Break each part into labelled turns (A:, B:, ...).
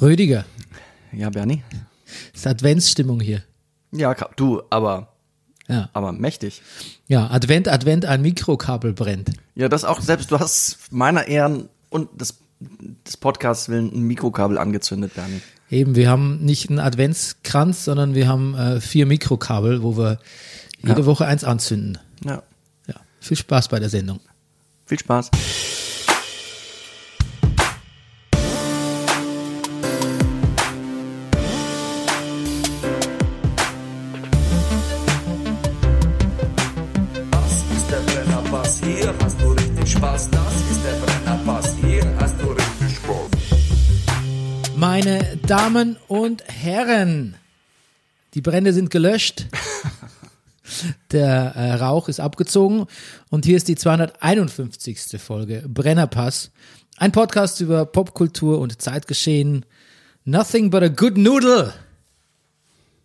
A: Rüdiger,
B: Ja, Bernie?
A: ist Adventsstimmung hier.
B: Ja, ka- du, aber,
A: Ja.
B: aber mächtig.
A: ja, Advent, Advent, ein Mikrokabel brennt.
B: Ja, das auch selbst, du hast meiner Ehren und des, des Podcasts willen ein Mikrokabel angezündet, Bernie.
A: Eben, wir haben nicht einen Adventskranz, sondern wir haben äh, vier Mikrokabel, wo wir jede
B: Ja.
A: Woche eins anzünden.
B: Ja,
A: Ja, viel Spaß bei der Sendung.
B: viel Spaß.
C: Das ist der Brennerpass, hier hast du richtig Spaß. Das ist der Brennerpass, hier hast du richtig Spaß.
A: Meine Damen und Herren, die Brände sind gelöscht. Der äh, Rauch ist abgezogen und hier ist die 251. Folge Brennerpass. Ein Podcast über Popkultur und Zeitgeschehen. Nothing but a good noodle.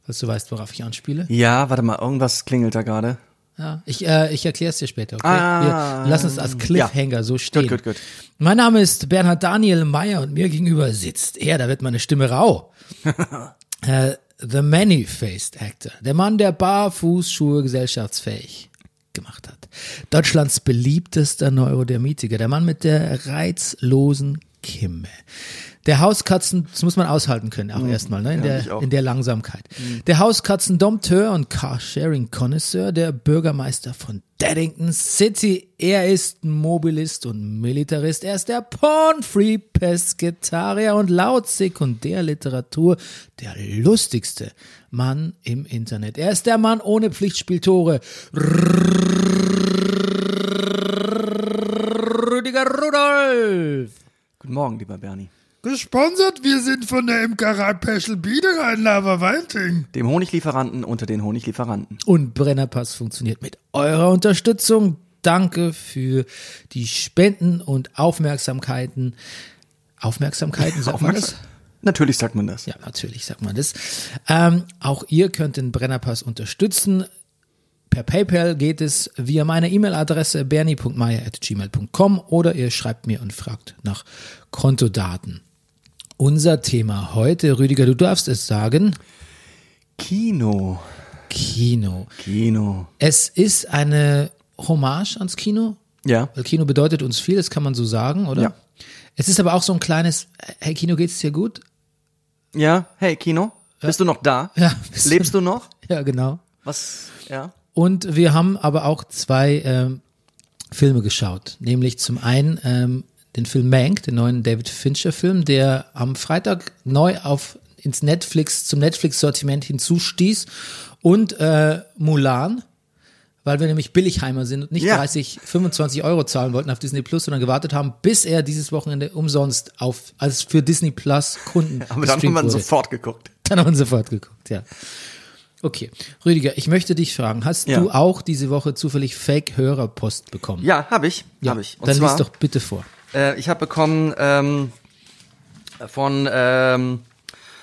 A: Dass du weißt, worauf ich anspiele.
B: Ja, warte mal, irgendwas klingelt da gerade.
A: Ja, ich äh, ich erkläre es dir später, okay?
B: Ah,
A: Wir lassen es als Cliffhanger so stehen.
B: gut, gut.
A: Mein Name ist Bernhard Daniel Meyer und mir gegenüber sitzt er, da wird meine Stimme rau. äh, the Many-Faced Actor, der Mann, der Barfußschuhe gesellschaftsfähig gemacht hat. Deutschlands beliebtester Neurodermitiker, der Mann mit der reizlosen Kimme. Der Hauskatzen, das muss man aushalten können, auch erstmal, ne? in,
B: Mhm. ja, ich
A: der,
B: auch.
A: in der Langsamkeit. Der Hauskatzen-Dompteur und Carsharing-Connoisseur, der Bürgermeister von Daddington City. Er ist Mobilist und Militarist. Er ist der Porn-Free-Pesketarier und laut Sekundärliteratur der lustigste Mann im Internet. Er ist der Mann ohne Pflichtspieltore. Rüdiger Rudolf.
B: Guten Morgen, lieber Bernie.
D: Gesponsert, wir sind von der Imkerei Peschel Biederein, Lava Weinting.
B: Dem Honiglieferanten unter den Honiglieferanten.
A: Und Brennerpass funktioniert mit eurer Unterstützung. Danke für die Spenden und Aufmerksamkeiten. Aufmerksamkeiten, sagt man das?
B: Natürlich sagt man das.
A: Ja, natürlich sagt man das. Ähm, auch ihr könnt den Brennerpass unterstützen. Per PayPal geht es via meine E-Mail-Adresse bernie.meier.gmail.com oder ihr schreibt mir und fragt nach Kontodaten. Unser Thema heute, Rüdiger, du darfst es sagen,
B: Kino.
A: Kino.
B: Kino.
A: Es ist eine Hommage ans Kino.
B: Ja.
A: Weil Kino bedeutet uns viel, das kann man so sagen, oder?
B: Ja.
A: Es ist aber auch so ein kleines, hey Kino, geht's dir gut?
B: Ja, hey, Kino. Bist du noch da?
A: Ja, bist du-
B: Lebst du noch?
A: Ja, genau.
B: Was? Ja.
A: Und wir haben aber auch zwei ähm, Filme geschaut. Nämlich zum einen ähm, den Film Mank, den neuen David Fincher-Film, der am Freitag neu auf ins Netflix, zum Netflix-Sortiment hinzustieß. Und äh, Mulan, weil wir nämlich Billigheimer sind und nicht
B: Ja.
A: 30, 25 Euro zahlen wollten auf Disney Plus, sondern gewartet haben, bis er dieses Wochenende umsonst auf, als für Disney Plus Kunden.
B: Aber dann haben
A: gestreamt
B: wir
A: wurde.
B: sofort geguckt.
A: Dann haben wir sofort geguckt, ja. Okay, Rüdiger, ich möchte dich fragen, hast
B: Ja.
A: du auch diese Woche zufällig Fake-Hörerpost bekommen?
B: Ja, habe ich. Habe ich.
A: dann lies doch bitte vor.
B: Äh, ich habe bekommen ähm, von ähm,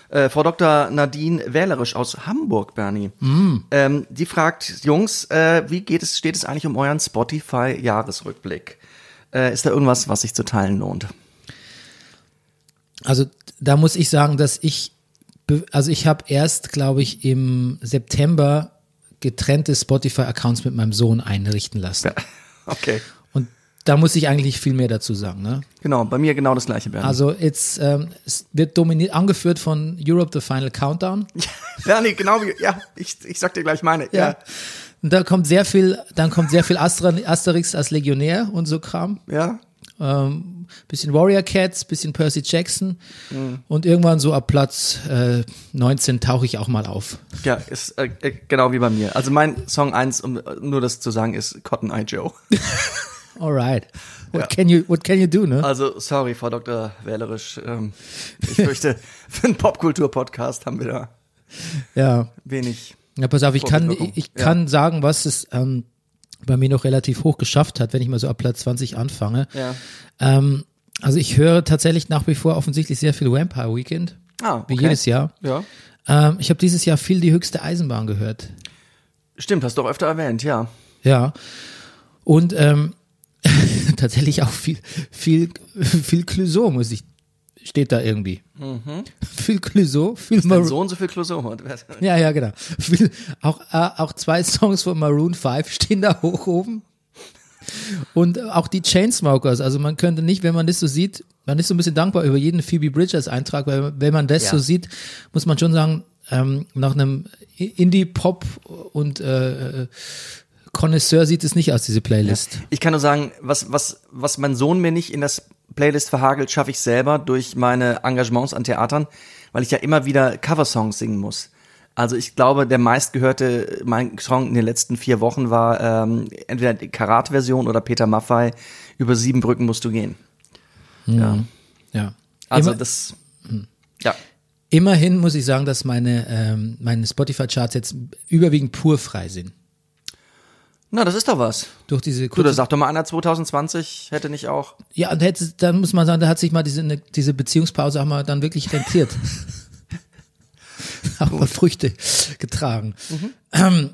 B: äh, Frau Dr. Nadine Wählerisch aus Hamburg, Bernie. Ähm, die fragt, Jungs, äh, wie geht es, steht es eigentlich um euren Spotify-Jahresrückblick? Äh, ist da irgendwas, was sich zu teilen lohnt?
A: Also da muss ich sagen, dass ich, be- also ich habe erst, glaube ich, im September getrennte Spotify-Accounts mit meinem Sohn einrichten lassen.
B: Okay.
A: Und da muss ich eigentlich viel mehr dazu sagen, ne?
B: Genau, bei mir genau das gleiche, Bernie.
A: Also it's, ähm, es wird dominiert, angeführt von Europe the Final Countdown.
B: Bernie, genau wie, ja, ich, ich sag dir gleich meine.
A: Ja. Und da kommt sehr viel, dann kommt sehr viel Astra, Asterix als Legionär und so Kram.
B: Ja. ja.
A: Ähm, bisschen Warrior Cats, bisschen Percy Jackson. Und irgendwann so ab Platz äh, 19 tauche ich auch mal auf.
B: Ja, ist äh, äh, genau wie bei mir. Also mein Song 1, um äh, nur das zu sagen, ist Cotton Eye Joe.
A: Alright. What can you, what can you do, ne?
B: Also, sorry, Frau Dr. Wählerisch. Ähm, ich fürchte, für einen Popkultur-Podcast haben wir da
A: Ja.
B: wenig.
A: Ja, pass auf, ich kann,
B: Vorbildwirkung.
A: ich, ich
B: Ja.
A: kann sagen, was es ähm, bei mir noch relativ hoch geschafft hat, wenn ich mal so ab Platz 20 anfange.
B: Ja.
A: Ähm, also ich höre tatsächlich nach wie vor offensichtlich sehr viel Vampire Weekend.
B: Ah,
A: Wie
B: okay.
A: jedes Jahr.
B: Ja.
A: Ähm, ich habe dieses Jahr viel die höchste Eisenbahn gehört.
B: Stimmt, hast du auch öfter erwähnt, ja.
A: Ja. Und ähm, tatsächlich auch viel, viel, viel Clouseau, muss ich Steht da irgendwie. Phil Clouseau, Phil
B: Wenn
A: Maroon.
B: so und so viel Clouseau hat. wer-
A: Ja, ja, genau. Viel, auch, äh, auch zwei Songs von Maroon 5 stehen da hoch oben. Und auch die Chainsmokers, also man könnte nicht, wenn man das so sieht, man ist so ein bisschen dankbar über jeden Phoebe Bridgers Eintrag, weil wenn man das
B: Ja.
A: so sieht, muss man schon sagen, ähm, nach einem I- Indie-Pop und äh, äh, Connoisseur sieht es nicht aus, diese Playlist.
B: Ich kann nur sagen, was, was, was mein Sohn mir nicht in das Playlist verhagelt, schaffe ich selber durch meine Engagements an Theatern, weil ich ja immer wieder Coversongs singen muss. Also ich glaube, der meistgehörte mein Song in den letzten vier Wochen war ähm, entweder die Karat-Version oder Peter Maffay, über sieben Brücken musst du gehen. Ja.
A: Ja.
B: Also
A: Hm. Immer- Hm.
B: das, ja.
A: Immerhin muss ich sagen, dass meine, ähm, meine Spotify-Charts jetzt überwiegend purfrei sind.
B: Na, das ist doch was.
A: Durch diese
B: Du,
A: kurze
B: das sagt doch mal einer 2020, hätte nicht auch.
A: Ja, und hätte, dann muss man sagen, da hat sich mal diese, ne, diese Beziehungspause auch mal dann wirklich rentiert. auch mal Früchte getragen.
B: Mhm.
A: Ähm,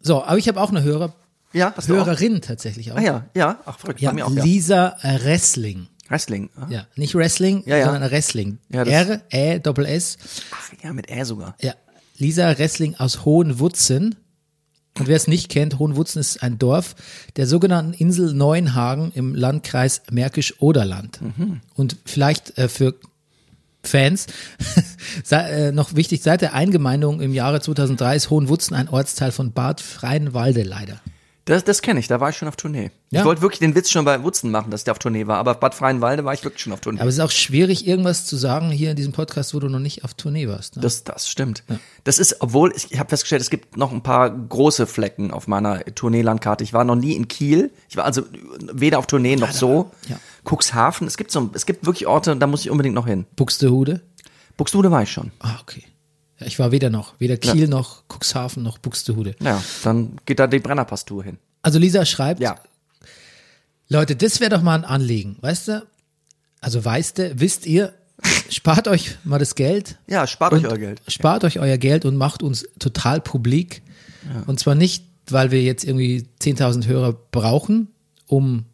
A: so, aber ich habe auch eine Hörer,
B: Ja, hast du auch.
A: Hörerin tatsächlich auch.
B: Ah ja, ja, ach verrückt,
A: Ja,
B: bei mir auch, ja.
A: Lisa äh, Wrestling.
B: Wrestling. ah.
A: Ja, nicht Wrestling,
B: Ja, ja.
A: sondern Wrestling.
B: Ja, das-
A: R, Ä, Doppel S.
B: Ach ja, mit R sogar.
A: Ja, Lisa Wrestling aus Hohenwutzen. Und wer es nicht kennt, Hohenwutzen ist ein Dorf der sogenannten Insel Neuenhagen im Landkreis Märkisch-Oderland. Und vielleicht äh, für Fans sei, äh, noch wichtig, seit der Eingemeindung im Jahre 2003 ist Hohenwutzen ein Ortsteil von Bad Freienwalde leider.
B: Das, das kenne ich, da war ich schon auf Tournee.
A: Ja.
B: Ich wollte wirklich den Witz schon bei Wutzen machen, dass der auf Tournee war, aber auf Bad Freienwalde war ich wirklich schon auf Tournee.
A: Aber es ist auch schwierig, irgendwas zu sagen hier in diesem Podcast, wo du noch nicht auf Tournee warst. Ne?
B: das, das stimmt. Das ist, obwohl, ich, ich habe festgestellt, es gibt noch ein paar große Flecken auf meiner Tourneelandkarte. Ich war noch nie in Kiel. Ich war also weder auf Tournee noch so.
A: Ja.
B: Cuxhaven, es gibt so, es gibt wirklich Orte, da muss ich unbedingt noch hin.
A: Buxtehude?
B: Buxtehude war ich schon.
A: Ah, okay. Ja, ich war weder noch, weder Kiel noch Cuxhaven noch Buxtehude.
B: Ja, dann geht da die Brennerpass-Tour hin.
A: Also Lisa schreibt,
B: Ja.
A: Leute, das wäre doch mal ein Anliegen, weißt du? Also weißt du, wisst ihr, spart euch mal das Geld.
B: Ja, spart
A: und
B: euch euer Geld.
A: Spart euch euer Geld und macht uns total publik. Und zwar nicht, weil wir jetzt irgendwie 10.000 Hörer brauchen, um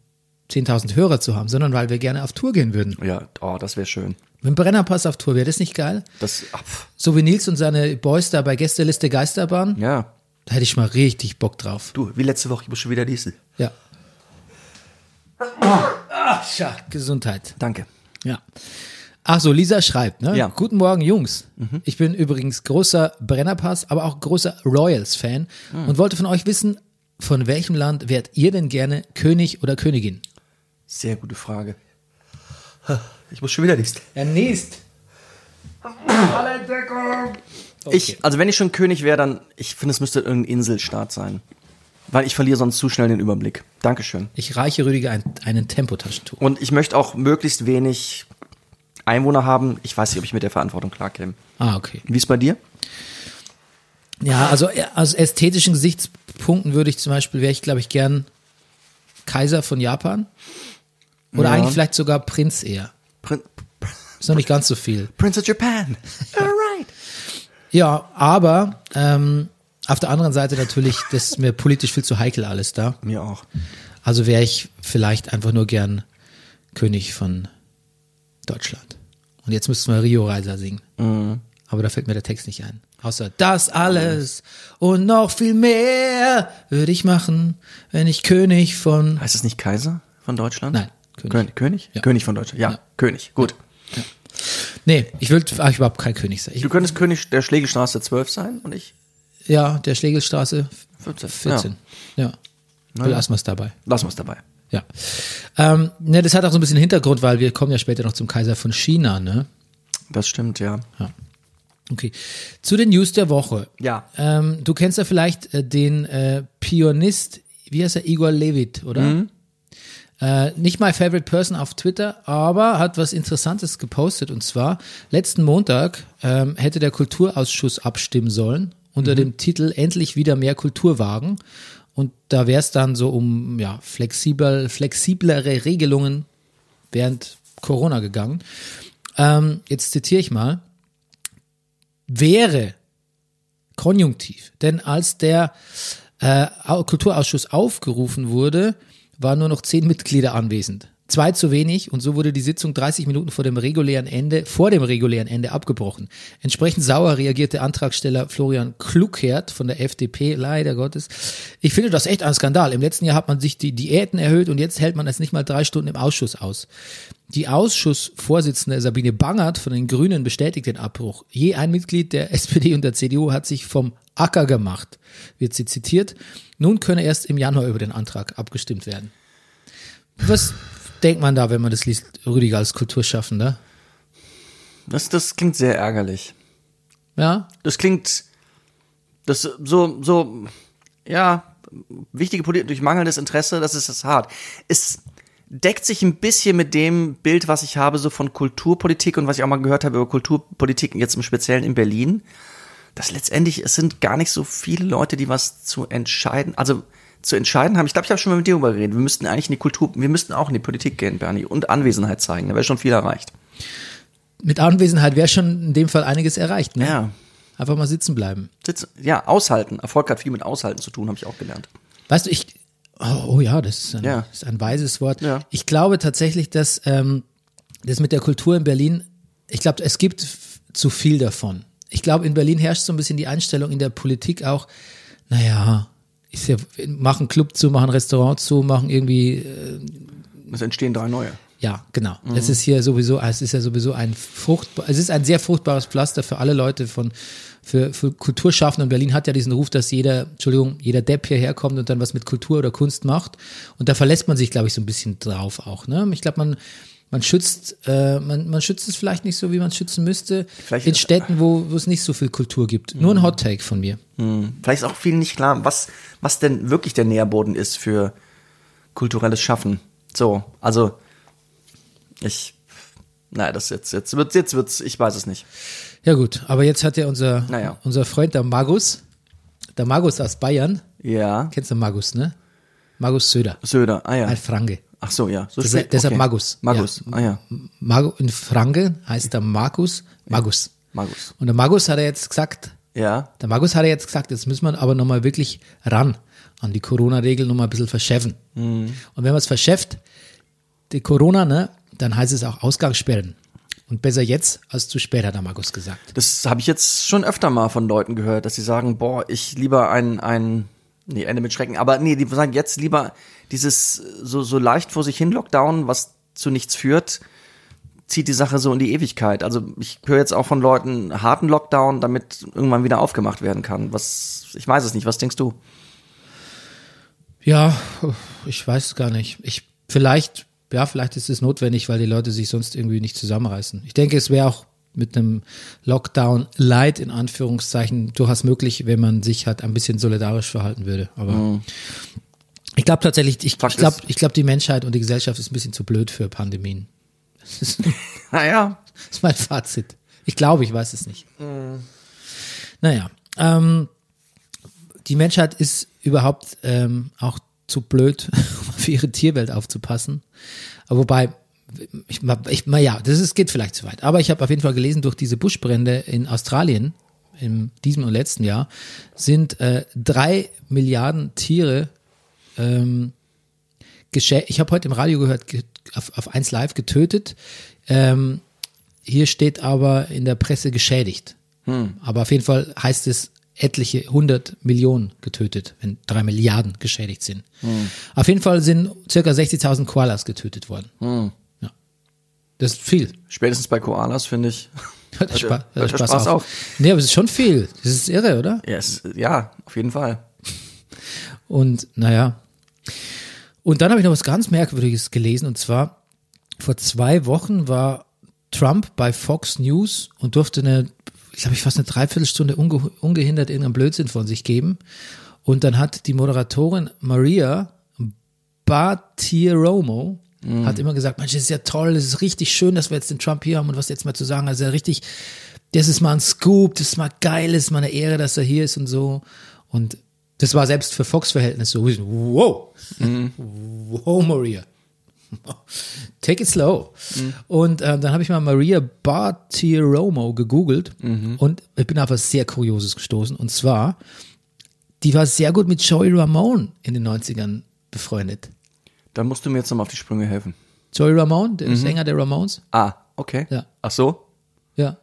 A: 10.000 Hörer zu haben, sondern weil wir gerne auf Tour gehen würden.
B: Ja, oh, das wäre schön.
A: Mit dem Brennerpass auf Tour, wäre das nicht geil?
B: Das, ah, pf,
A: So wie Nils und seine Boys da bei Gästeliste Geisterbahn,
B: ja.
A: da hätte ich mal richtig Bock drauf.
B: Du, wie letzte Woche, ich muss schon wieder Diesel.
A: Ja. Ah, scha, Gesundheit.
B: Danke.
A: Ja. Ach so, Lisa schreibt, ne?
B: Ja.
A: Guten Morgen, Jungs. Ich bin übrigens großer Brennerpass, aber auch großer Royals-Fan und wollte von euch wissen, von welchem Land wärt ihr denn gerne König oder Königin?
B: Sehr gute Frage. Ich muss schon wieder Diesel.
A: Er nächst.
B: Ich, also wenn ich schon König wäre, dann, ich finde, es müsste irgendein Inselstaat sein. Weil ich verliere sonst zu schnell den Überblick. Dankeschön.
A: Ich reiche Rüdiger ein, einen Tempotaschentuch.
B: Und ich möchte auch möglichst wenig Einwohner haben. Ich weiß nicht, ob ich mit der Verantwortung klarkäme.
A: Ah, okay.
B: Wie ist bei dir?
A: Ja, also äh, aus ästhetischen Gesichtspunkten würde ich zum Beispiel, wäre ich, glaube ich, gern Kaiser von Japan. Oder eigentlich vielleicht sogar Prinz eher.
B: Prin
A: Ist noch nicht ganz so viel.
B: Prince of Japan. Alright.
A: Ja, aber ähm, auf der anderen Seite natürlich, das ist mir politisch viel zu heikel alles da.
B: Mir auch.
A: Also wäre ich vielleicht einfach nur gern König von Deutschland. Und jetzt müssten wir Rio Reiser singen.
B: Mm,
A: Aber da fällt mir der Text nicht ein. Außer das alles und noch viel mehr würde ich machen, wenn ich König von.
B: Heißt es nicht Kaiser von Deutschland?
A: Nein, König.
B: König. König,
A: Ja.
B: König von Deutschland. Ja, König. Gut.
A: Nee, ich will eigentlich überhaupt kein König sein. Ich,
B: Du könntest König der Schlegelstraße 12 sein und ich
A: ja, der Schlegelstraße
B: 14.
A: 14.
B: Ja.
A: Ja. ja. Will erstmal dabei.
B: Lassen wir es dabei.
A: Ja. Ähm, ne, das hat auch so ein bisschen Hintergrund, weil wir kommen ja später noch zum Kaiser von China, ne?
B: Das stimmt, ja.
A: Okay. Zu den News der Woche.
B: Ja.
A: Ähm, du kennst ja vielleicht äh, den äh, Pionist, wie heißt er, Igor Levit, oder? Äh, nicht my favorite person auf Twitter, aber hat was Interessantes gepostet. Und zwar, letzten Montag ähm, hätte der Kulturausschuss abstimmen sollen unter dem Titel Endlich wieder mehr Kulturwagen. Und da wäre es dann so um ja, flexibel, flexiblere Regelungen während Corona gegangen. Ähm, jetzt zitiere ich mal wäre Konjunktiv. Denn als der äh, Au- Kulturausschuss aufgerufen wurde, waren nur noch zehn Mitglieder anwesend. Zwei zu wenig und so wurde die Sitzung 30 Minuten vor dem regulären Ende, vor dem regulären Ende abgebrochen. Entsprechend sauer reagierte Antragsteller Florian Kluckert von der FDP, leider Gottes. Ich finde das echt ein Skandal. Im letzten Jahr hat man sich die Diäten erhöht und jetzt hält man es nicht mal drei Stunden im Ausschuss aus. Die Ausschussvorsitzende Sabine Bangert von den Grünen bestätigt den Abbruch. Je ein Mitglied der SPD und der CDU hat sich vom Acker gemacht, wird sie zitiert. Nun könne erst im Januar über den Antrag abgestimmt werden. Was denkt man da, wenn man das liest, Rüdiger als Kulturschaffender?
B: Das, das klingt sehr ärgerlich.
A: Ja,
B: Das klingt das so so ja wichtige Politik durch mangelndes Interesse. Das ist das hart. Es deckt sich ein bisschen mit dem Bild, was ich habe so von Kulturpolitik und was ich auch mal gehört habe über Kulturpolitik jetzt im Speziellen in Berlin. Dass letztendlich es sind gar nicht so viele Leute, die was zu entscheiden. Also zu entscheiden haben. Ich glaube, ich habe schon mal mit dir darüber geredet. Wir müssten eigentlich in die Kultur, wir müssten auch in die Politik gehen, Bernie, und Anwesenheit zeigen. Da wäre schon viel erreicht.
A: mit Anwesenheit wäre schon in dem Fall einiges erreicht. Ne?
B: Ja.
A: Einfach mal sitzen bleiben.
B: Sitz, ja, aushalten. Erfolg hat viel mit Aushalten zu tun, habe ich auch gelernt.
A: Weißt du, ich. Oh, oh ja, das ist ein,
B: Ja.
A: ist ein weises Wort.
B: Ja.
A: Ich glaube tatsächlich, dass ähm, das mit der Kultur in Berlin, ich glaube, es gibt f- zu viel davon. Ich glaube, in Berlin herrscht so ein bisschen die Einstellung in der Politik auch, naja, ist ja, machen Club zu, machen Restaurant zu, machen irgendwie äh,
B: Es entstehen drei neue.
A: Ja, genau. Es
B: Mhm.
A: ist hier sowieso, es ist ja sowieso ein fruchtbar, es ist ein sehr fruchtbares Pflaster für alle Leute von für, für Kulturschaffende. Und Berlin hat ja diesen Ruf, dass jeder, Entschuldigung, jeder Depp hierher kommt und dann was mit Kultur oder Kunst macht. Und da verlässt man sich, glaube ich, so ein bisschen drauf auch. Ne? Ich glaube, man man schützt, äh, man, man schützt es vielleicht nicht so, wie man es schützen müsste,
B: Vielleicht
A: in
B: ist- Mhm.
A: Städten, wo wo es nicht so viel Kultur gibt. Nur ein Hot Take von mir.
B: Vielleicht ist auch vielen nicht klar, was, was denn wirklich der Nährboden ist für kulturelles Schaffen. So, also ich, naja, das jetzt, jetzt wird jetzt wird's, ich weiß es nicht.
A: Ja gut, aber jetzt hat ja unser,
B: Naja.
A: unser Freund der Magus, der Magus aus Bayern,
B: Ja,
A: kennst du Magus, ne? Magus Söder.
B: Söder, ah ja.
A: Ein Franke.
B: Ach so, ja. So
A: Deshalb- deshalb Magus.
B: Magus,
A: Ja.
B: ah ja.
A: Mago, in Franke heißt der Markus Magus.
B: Magus.
A: Und der Magus hat er jetzt gesagt,
B: Ja,
A: der Magus hat er jetzt gesagt, jetzt müssen wir aber nochmal wirklich ran an die Corona-Regeln nochmal ein bisschen verschärfen. Und wenn man es verschärft, die Corona, ne, dann heißt es auch Ausgangssperren. Und besser jetzt als zu spät, hat der Magus gesagt.
B: das habe ich jetzt schon öfter mal von Leuten gehört, dass sie sagen, boah, ich lieber ein, ein, nee, Ende mit Schrecken, aber nee, die sagen jetzt lieber dieses so, so leicht vor sich hin Lockdown, was zu nichts führt, zieht die Sache so in die Ewigkeit. Also ich höre jetzt auch von Leuten harten Lockdown, damit irgendwann wieder aufgemacht werden kann. Was, ich weiß es nicht, was denkst du?
A: Ja, ich weiß gar nicht. Ich, vielleicht, ja, vielleicht ist es notwendig, weil die Leute sich sonst irgendwie nicht zusammenreißen. Ich denke, es wäre auch mit einem Lockdown light in Anführungszeichen durchaus möglich, wenn man sich halt ein bisschen solidarisch verhalten würde. Aber ich glaube tatsächlich, ich, ich
B: Mhm. Fakt
A: glaube,
B: ist-
A: ich glaube, die Menschheit und die Gesellschaft ist ein bisschen zu blöd für Pandemien. Das ist,
B: Naja,
A: das ist mein Fazit. Ich glaube, ich weiß es nicht. Naja, ähm, die Menschheit ist überhaupt ähm, auch zu blöd, um für ihre Tierwelt aufzupassen. Aber wobei, ich, ich, na ja, das ist, geht vielleicht zu weit. Aber ich habe auf jeden Fall gelesen, durch diese Buschbrände in Australien in diesem und letzten Jahr sind äh, drei Milliarden Tiere ähm, geschä- Ich habe heute im Radio gehört, ge auf, auf 1 Live getötet. Ähm, hier steht aber in der Presse geschädigt. Aber auf jeden Fall heißt es etliche hundert Millionen getötet, wenn drei Milliarden geschädigt sind. Auf jeden Fall sind circa 60.000 Koalas getötet worden. Ja. Das ist viel.
B: spätestens bei Koalas finde ich.
A: Hört der Spa hört der
B: der
A: Spaß, auf. Nee, aber es ist schon viel. Das ist irre, oder?
B: Ja, es, ja, auf jeden Fall.
A: Und naja. Und dann habe ich noch was ganz Merkwürdiges gelesen und zwar vor zwei Wochen war Trump bei Fox News und durfte eine, ich glaube, ich fast eine Dreiviertelstunde unge ungehindert irgendeinen Blödsinn von sich geben. Und dann hat die Moderatorin Maria Bartiromo hat immer gesagt, Mensch, das ist ja toll, das ist richtig schön, dass wir jetzt den Trump hier haben und was jetzt mal zu sagen, also richtig, das ist mal ein Scoop, das ist mal geil, das ist mal eine Ehre, dass er hier ist und so. Und das war selbst für Fox-Verhältnisse so, wow, wow, Maria. Take it slow. Und äh, dann habe ich mal Maria Bartiromo gegoogelt und ich bin auf was sehr Kurioses gestoßen. Und zwar, die war sehr gut mit Joey Ramone in den 90ern befreundet.
B: Dann musst du mir jetzt nochmal auf die Sprünge helfen.
A: Joey Ramone,
B: Mhm.
A: der Sänger der Ramones.
B: Ah, okay.
A: Ja.
B: Ach so.
A: Ja.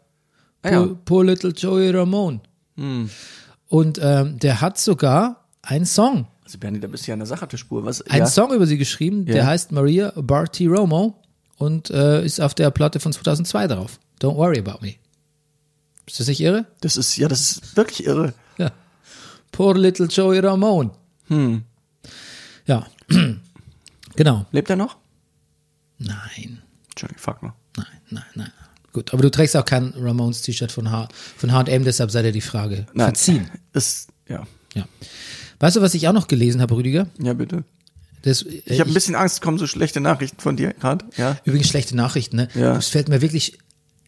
B: Ah,
A: Poor,
B: ja. Hm.
A: poor little Joey Ramone. Und ähm, der hat sogar einen Song,
B: Also Bernie, da bist du ja an der Sache auf der Spur. Was?
A: einen
B: ja.
A: Song über sie geschrieben, der
B: Ja.
A: heißt Maria Barty Romo und äh, ist auf der Platte von 2002 drauf. Don't worry about me. Ist das nicht irre?
B: Das ist, ja, das ist wirklich irre.
A: Ja. Poor little Joey Ramone. Hm. Ja. genau.
B: Lebt er noch?
A: Nein.
B: Johnny Fuckner.
A: Nein, nein, nein. Gut, aber du trägst auch kein Ramones-T-Shirt von H- von H&M, deshalb sei dir die Frage
B: Nein.
A: verziehen.
B: Ist, ja.
A: Ja. Weißt du, was ich auch noch gelesen habe, Rüdiger?
B: Ja, bitte.
A: Das, äh,
B: Ich habe ein bisschen Angst, kommen so schlechte Nachrichten von dir gerade. Ja.
A: übrigens schlechte Nachrichten, ne?
B: Ja.
A: Es fällt mir wirklich,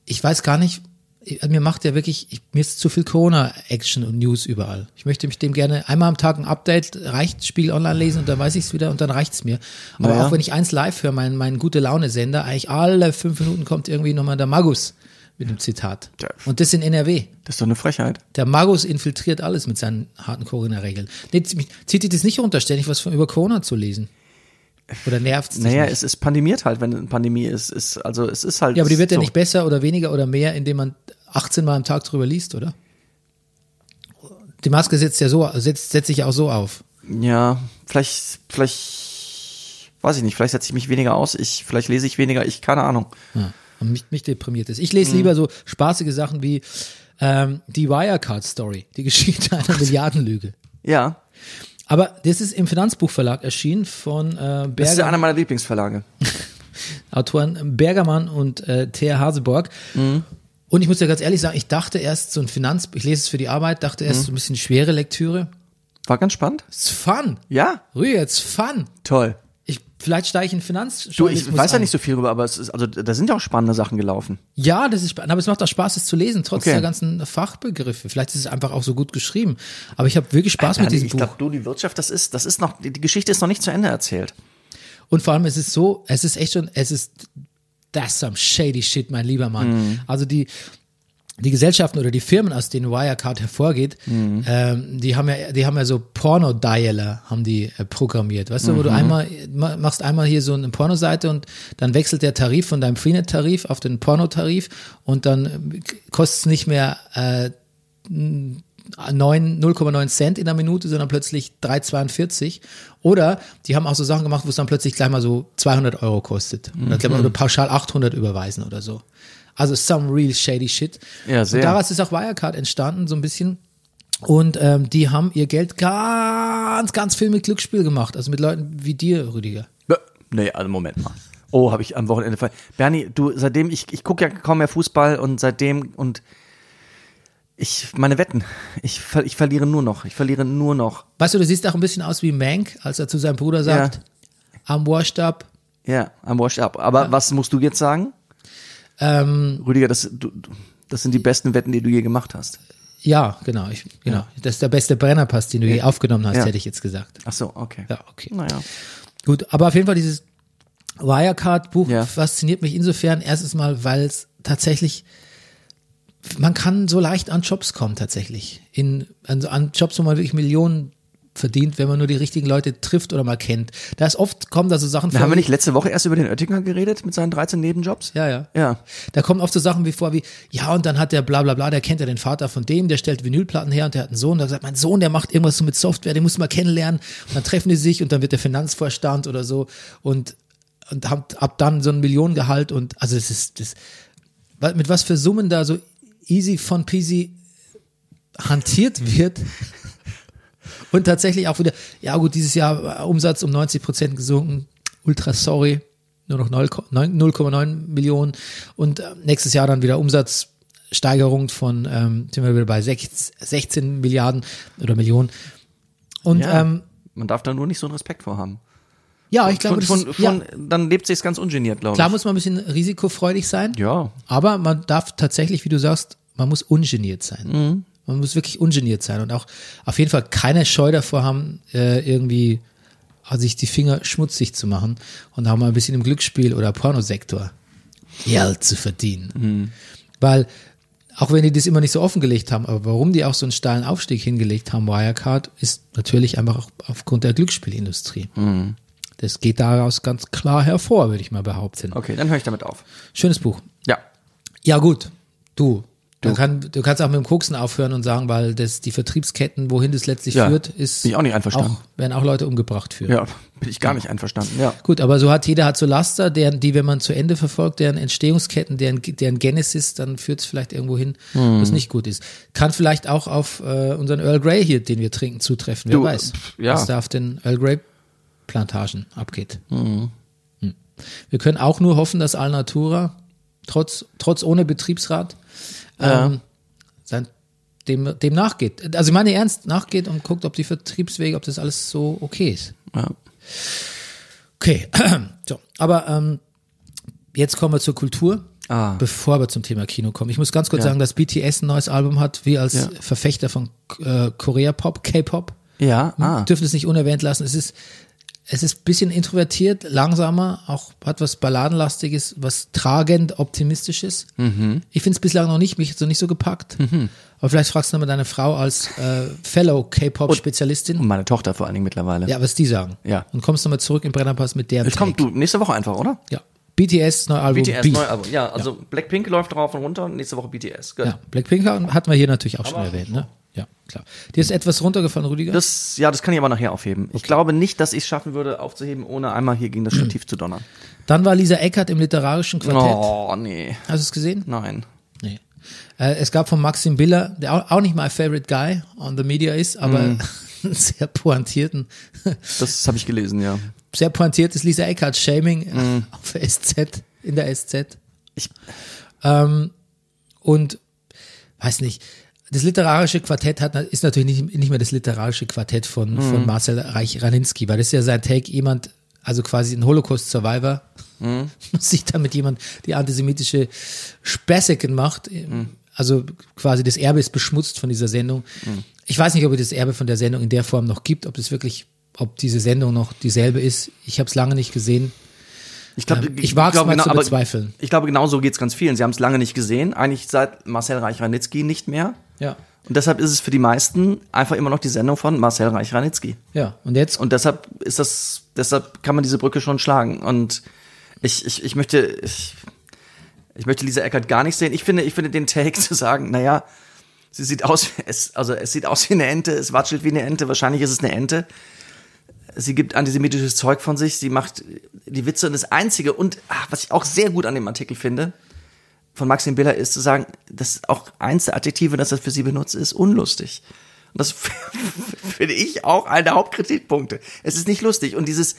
A: ich weiß gar nicht, ich- mir macht ja wirklich, ich, mir ist zu viel Corona-Action und News überall. Ich möchte mich dem gerne einmal am Tag ein Update, reicht Spiegel online lesen und dann weiß ich es wieder und dann reicht's mir. Aber
B: Naja.
A: auch wenn ich eins live höre, mein, mein gute Laune-Sender, eigentlich alle fünf Minuten kommt irgendwie nochmal der Magus mit einem Zitat.
B: Ja.
A: Und das in NRW.
B: Das ist doch eine Frechheit.
A: Der Magus infiltriert alles mit seinen harten Corona-Regeln. Nee, z- mich zieht dir das nicht runter, ständig was von über Corona zu lesen. Oder nervt's dich
B: Naja,
A: nicht?
B: es ist pandemiert halt, wenn eine Pandemie ist. ist also es ist halt.
A: Ja, aber die wird ja
B: so.
A: nicht besser oder weniger oder mehr, indem man 18 Mal am Tag drüber liest, oder? Die Maske setzt ja so, setzt, setzt sich ja auch so auf.
B: Ja, vielleicht, vielleicht, weiß ich nicht, vielleicht setze ich mich weniger aus, ich, vielleicht lese ich weniger, ich, keine Ahnung.
A: Ja. Und mich, mich deprimiert ist. Ich lese
B: Mhm.
A: lieber so spaßige Sachen wie ähm, die Wirecard-Story, die Geschichte einer Milliardenlüge.
B: Ja,
A: Aber das ist im Finanzbuchverlag erschienen von äh,
B: das ist ja
A: Berger,
B: einer meiner Lieblingsverlage.
A: Autoren Bergermann und äh, Thea Haseborg.
B: Mhm.
A: Und ich muss ja ganz ehrlich sagen, ich dachte erst so ein Finanz, ich lese es für die Arbeit, dachte
B: Mhm.
A: erst so ein bisschen schwere Lektüre.
B: War ganz spannend.
A: It's fun.
B: Ja,
A: Rüdiger, it's fun.
B: toll.
A: Ich, vielleicht steige ich in
B: Du,
A: Finanzjournalismus
B: ich weiß ja
A: ein.
B: nicht so viel drüber, aber es ist, also da sind ja auch spannende Sachen gelaufen.
A: Ja, das ist spannend, aber es macht auch Spaß, es zu lesen, trotz
B: Okay.
A: der ganzen Fachbegriffe. Vielleicht ist es einfach auch so gut geschrieben. Aber ich habe wirklich Spaß mit diesem
B: ich
A: Buch.
B: glaube, du, die Wirtschaft, das ist, das ist noch, die die Geschichte ist noch nicht zu Ende erzählt.
A: Und vor allem, es ist so, es ist echt schon, es ist das some shady shit, mein lieber Mann. Also die, die Gesellschaften oder die Firmen, aus denen Wirecard hervorgeht, ähm, die haben ja, die haben ja so Porno-Dialer, haben die äh, programmiert. Weißt du, wo du einmal ma- machst einmal hier so eine Pornoseite und dann wechselt der Tarif von deinem Freenet-Tarif auf den Pornotarif und dann kostet es nicht mehr äh, neun- 0,9 Cent in der Minute, sondern plötzlich 3,42. Oder die haben auch so Sachen gemacht, wo es dann plötzlich gleich mal so 200 Euro kostet. Oder, gleich mal,
B: Mhm.
A: oder pauschal 800 überweisen oder so. Also some real shady shit.
B: Ja, sehr.
A: Und daraus ist auch Wirecard entstanden, so ein bisschen. Und ähm, die haben ihr Geld ganz, ganz viel mit Glücksspiel gemacht. Also mit Leuten wie dir, Rüdiger.
B: Bö, Nee, also Moment mal. Oh, habe ich am Wochenende ver. Bernie, du, seitdem, ich, ich gucke ja kaum mehr Fußball und seitdem und ich, meine Wetten, ich, ver, ich verliere nur noch, ich verliere nur noch.
A: Weißt du, du siehst auch ein bisschen aus wie Mank, als er zu seinem Bruder sagt, I'm washed up.
B: Ja, I'm washed up. Aber was musst du jetzt sagen?
A: Ähm,
B: Rüdiger, das, du, du- das sind die besten Wetten, die du je gemacht hast.
A: Ja, genau. Ich, genau. Das ist der beste Brennerpass, den du je aufgenommen hast,
B: Ja.
A: hätte ich jetzt gesagt.
B: Ach so, okay.
A: Ja, okay.
B: Naja.
A: Gut, aber auf jeden Fall dieses Wirecard-Buch
B: Ja.
A: fasziniert mich insofern erstens mal, weil es tatsächlich, man kann so leicht an Jobs kommen tatsächlich. In, an, an Jobs, wo man wirklich Millionen verdient, wenn man nur die richtigen Leute trifft oder mal kennt. Da ist oft, kommen da so Sachen
B: Da haben wir nicht letzte Woche erst über den Oettinger geredet mit seinen 13 Nebenjobs?
A: Ja, ja.
B: Ja.
A: Da kommen oft so Sachen wie vor, wie, ja, und dann hat der bla bla bla, der kennt ja den Vater von dem, der stellt Vinylplatten her und der hat einen Sohn, der sagt, mein Sohn, der macht irgendwas so mit Software, den muss man kennenlernen. Und dann treffen die sich und dann wird der Finanzvorstand oder so und, und haben ab dann so ein Millionengehalt und also es ist das. wa- Mit was für Summen da so easy von peasy hantiert wird. Und tatsächlich auch wieder, ja gut, dieses Jahr äh, Umsatz um 90 Prozent gesunken. Ultra sorry. Nur noch 9 Ko- 9 0,9 Millionen. Und äh, nächstes Jahr dann wieder Umsatzsteigerung von, ähm, sind wir wieder bei 16, 16 Milliarden oder Millionen. Und ja, ähm,
B: Man darf da nur nicht so einen Respekt vor haben.
A: ja ich glaube,
B: von,
A: das
B: von,
A: ist, ja,
B: von, dann lebt sich's ganz ungeniert, glaube ich.
A: klar muss man ein bisschen risikofreudig sein.
B: Ja.
A: Aber man darf tatsächlich, wie du sagst, man muss ungeniert sein. Man muss wirklich ungeniert sein und auch auf jeden Fall keine Scheu davor haben, äh, irgendwie äh, sich die Finger schmutzig zu machen und auch mal ein bisschen im Glücksspiel oder Pornosektor Geld zu verdienen. Weil, auch wenn die das immer nicht so offengelegt haben, aber warum die auch so einen steilen Aufstieg hingelegt haben, Wirecard, ist natürlich einfach auch aufgrund der Glücksspielindustrie. Das geht daraus ganz klar hervor, würde ich mal behaupten.
B: Okay, dann höre ich damit auf.
A: Schönes Buch.
B: Ja.
A: Ja, gut. Du. Du, kann, du kannst auch mit dem Koksen aufhören und sagen, weil das die Vertriebsketten, wohin das letztlich
B: Ja,
A: führt, ist.
B: bin ich auch nicht einverstanden.
A: Auch, werden auch Leute umgebracht für.
B: Ja, bin ich gar nicht einverstanden. Ja.
A: Gut, aber so hat jeder hat so Laster, deren, die, wenn man zu Ende verfolgt, deren Entstehungsketten, deren, deren Genesis, dann führt es vielleicht irgendwo hin, wo
B: Hm.
A: es nicht gut ist. Kann vielleicht auch auf äh, unseren Earl Grey hier, den wir trinken, zutreffen. Wer
B: Du,
A: weiß,
B: pf, ja.
A: was da auf den Earl Grey Plantagen abgeht. Hm. Wir können auch nur hoffen, dass Alnatura, trotz, trotz ohne Betriebsrat, ähm, sein, dem, dem nachgeht. Also ich meine ernst, nachgeht und guckt, ob die Vertriebswege, ob das alles so okay ist.
B: Ja.
A: Okay, so, aber ähm, jetzt kommen wir zur Kultur,
B: Ah.
A: bevor wir zum Thema Kino kommen. Ich muss ganz kurz sagen, dass BTS ein neues Album hat, wir als
B: Ja.
A: Verfechter von äh, Korea-Pop, K-Pop,
B: Ja, ah.
A: dürfen es nicht unerwähnt lassen. Es ist, es ist ein bisschen introvertiert, langsamer, auch hat was Balladenlastiges, was tragend Optimistisches.
B: Mhm.
A: Ich finde es bislang noch nicht, mich hat's noch nicht so gepackt. Aber vielleicht fragst du nochmal deine Frau als äh, Fellow K-Pop-Spezialistin.
B: Und meine Tochter vor allen Dingen mittlerweile.
A: Ja, was die sagen.
B: Ja.
A: Und kommst nochmal zurück im Brennerpass mit der
B: Jetzt kommt du nächste Woche einfach, oder?
A: Ja. BTS, neues Album.
B: BTS
A: Beef.
B: neu, aber ja, also Blackpink läuft drauf und runter, nächste Woche BTS. Gut.
A: Ja, Blackpink hatten wir hier natürlich auch schon erwähnt, ne? Ja, klar. Dir ist etwas runtergefallen, Rüdiger?
B: Das, ja, das kann ich aber nachher aufheben. Ich glaube nicht, dass ich es schaffen würde, aufzuheben, ohne einmal hier gegen das Stativ zu donnern.
A: Dann war Lisa Eckert im literarischen Quartett.
B: Oh, nee.
A: Hast du es gesehen?
B: Nein.
A: Nee. Äh, es gab von Maxim Biller, der auch, auch nicht mein favorite guy on the media ist, aber einen sehr pointierten,
B: Das habe ich gelesen, ja.
A: sehr pointiertes Lisa Eckert Shaming auf der SZ, in der SZ.
B: Ich-
A: ähm, und weiß nicht, das literarische Quartett hat, ist natürlich nicht, nicht mehr das literarische Quartett von, von Marcel Reich-Raninski, weil das ist ja sein Take, jemand, also quasi ein Holocaust-Survivor, muss Hm? sich damit jemand die antisemitische Späßeken macht, also quasi das Erbe ist beschmutzt von dieser Sendung. Ich weiß nicht, ob es das Erbe von der Sendung in der Form noch gibt, ob es wirklich, ob diese Sendung noch dieselbe ist. Ich habe es lange nicht gesehen.
B: Ich, glaub,
A: Ähm, ich wag's
B: glaub genau,
A: mal zu
B: aber
A: bezweifeln.
B: Ich glaube, genau so geht es ganz vielen. Sie haben es lange nicht gesehen. Eigentlich seit Marcel Reich-Ranitzky nicht mehr.
A: Ja.
B: Und deshalb ist es für die meisten einfach immer noch die Sendung von Marcel Reich-Ranitzky.
A: Ja, und jetzt
B: Und deshalb ist das, deshalb kann man diese Brücke schon schlagen. Und ich, ich, ich möchte, ich, ich möchte Lisa Eckert gar nicht sehen. Ich finde, ich finde den Take zu sagen, naja, sie sieht aus, es, also es sieht aus wie eine Ente, es watschelt wie eine Ente, wahrscheinlich ist es eine Ente. Sie gibt antisemitisches Zeug von sich, sie macht die Witze und das Einzige und ach, was ich auch sehr gut an dem Artikel finde, von Maxim Biller ist zu sagen, dass auch eins der Adjektive, das er für sie benutzt, ist unlustig. Und das finde ich auch einer der Hauptkritikpunkte. Es ist nicht lustig. Und dieses,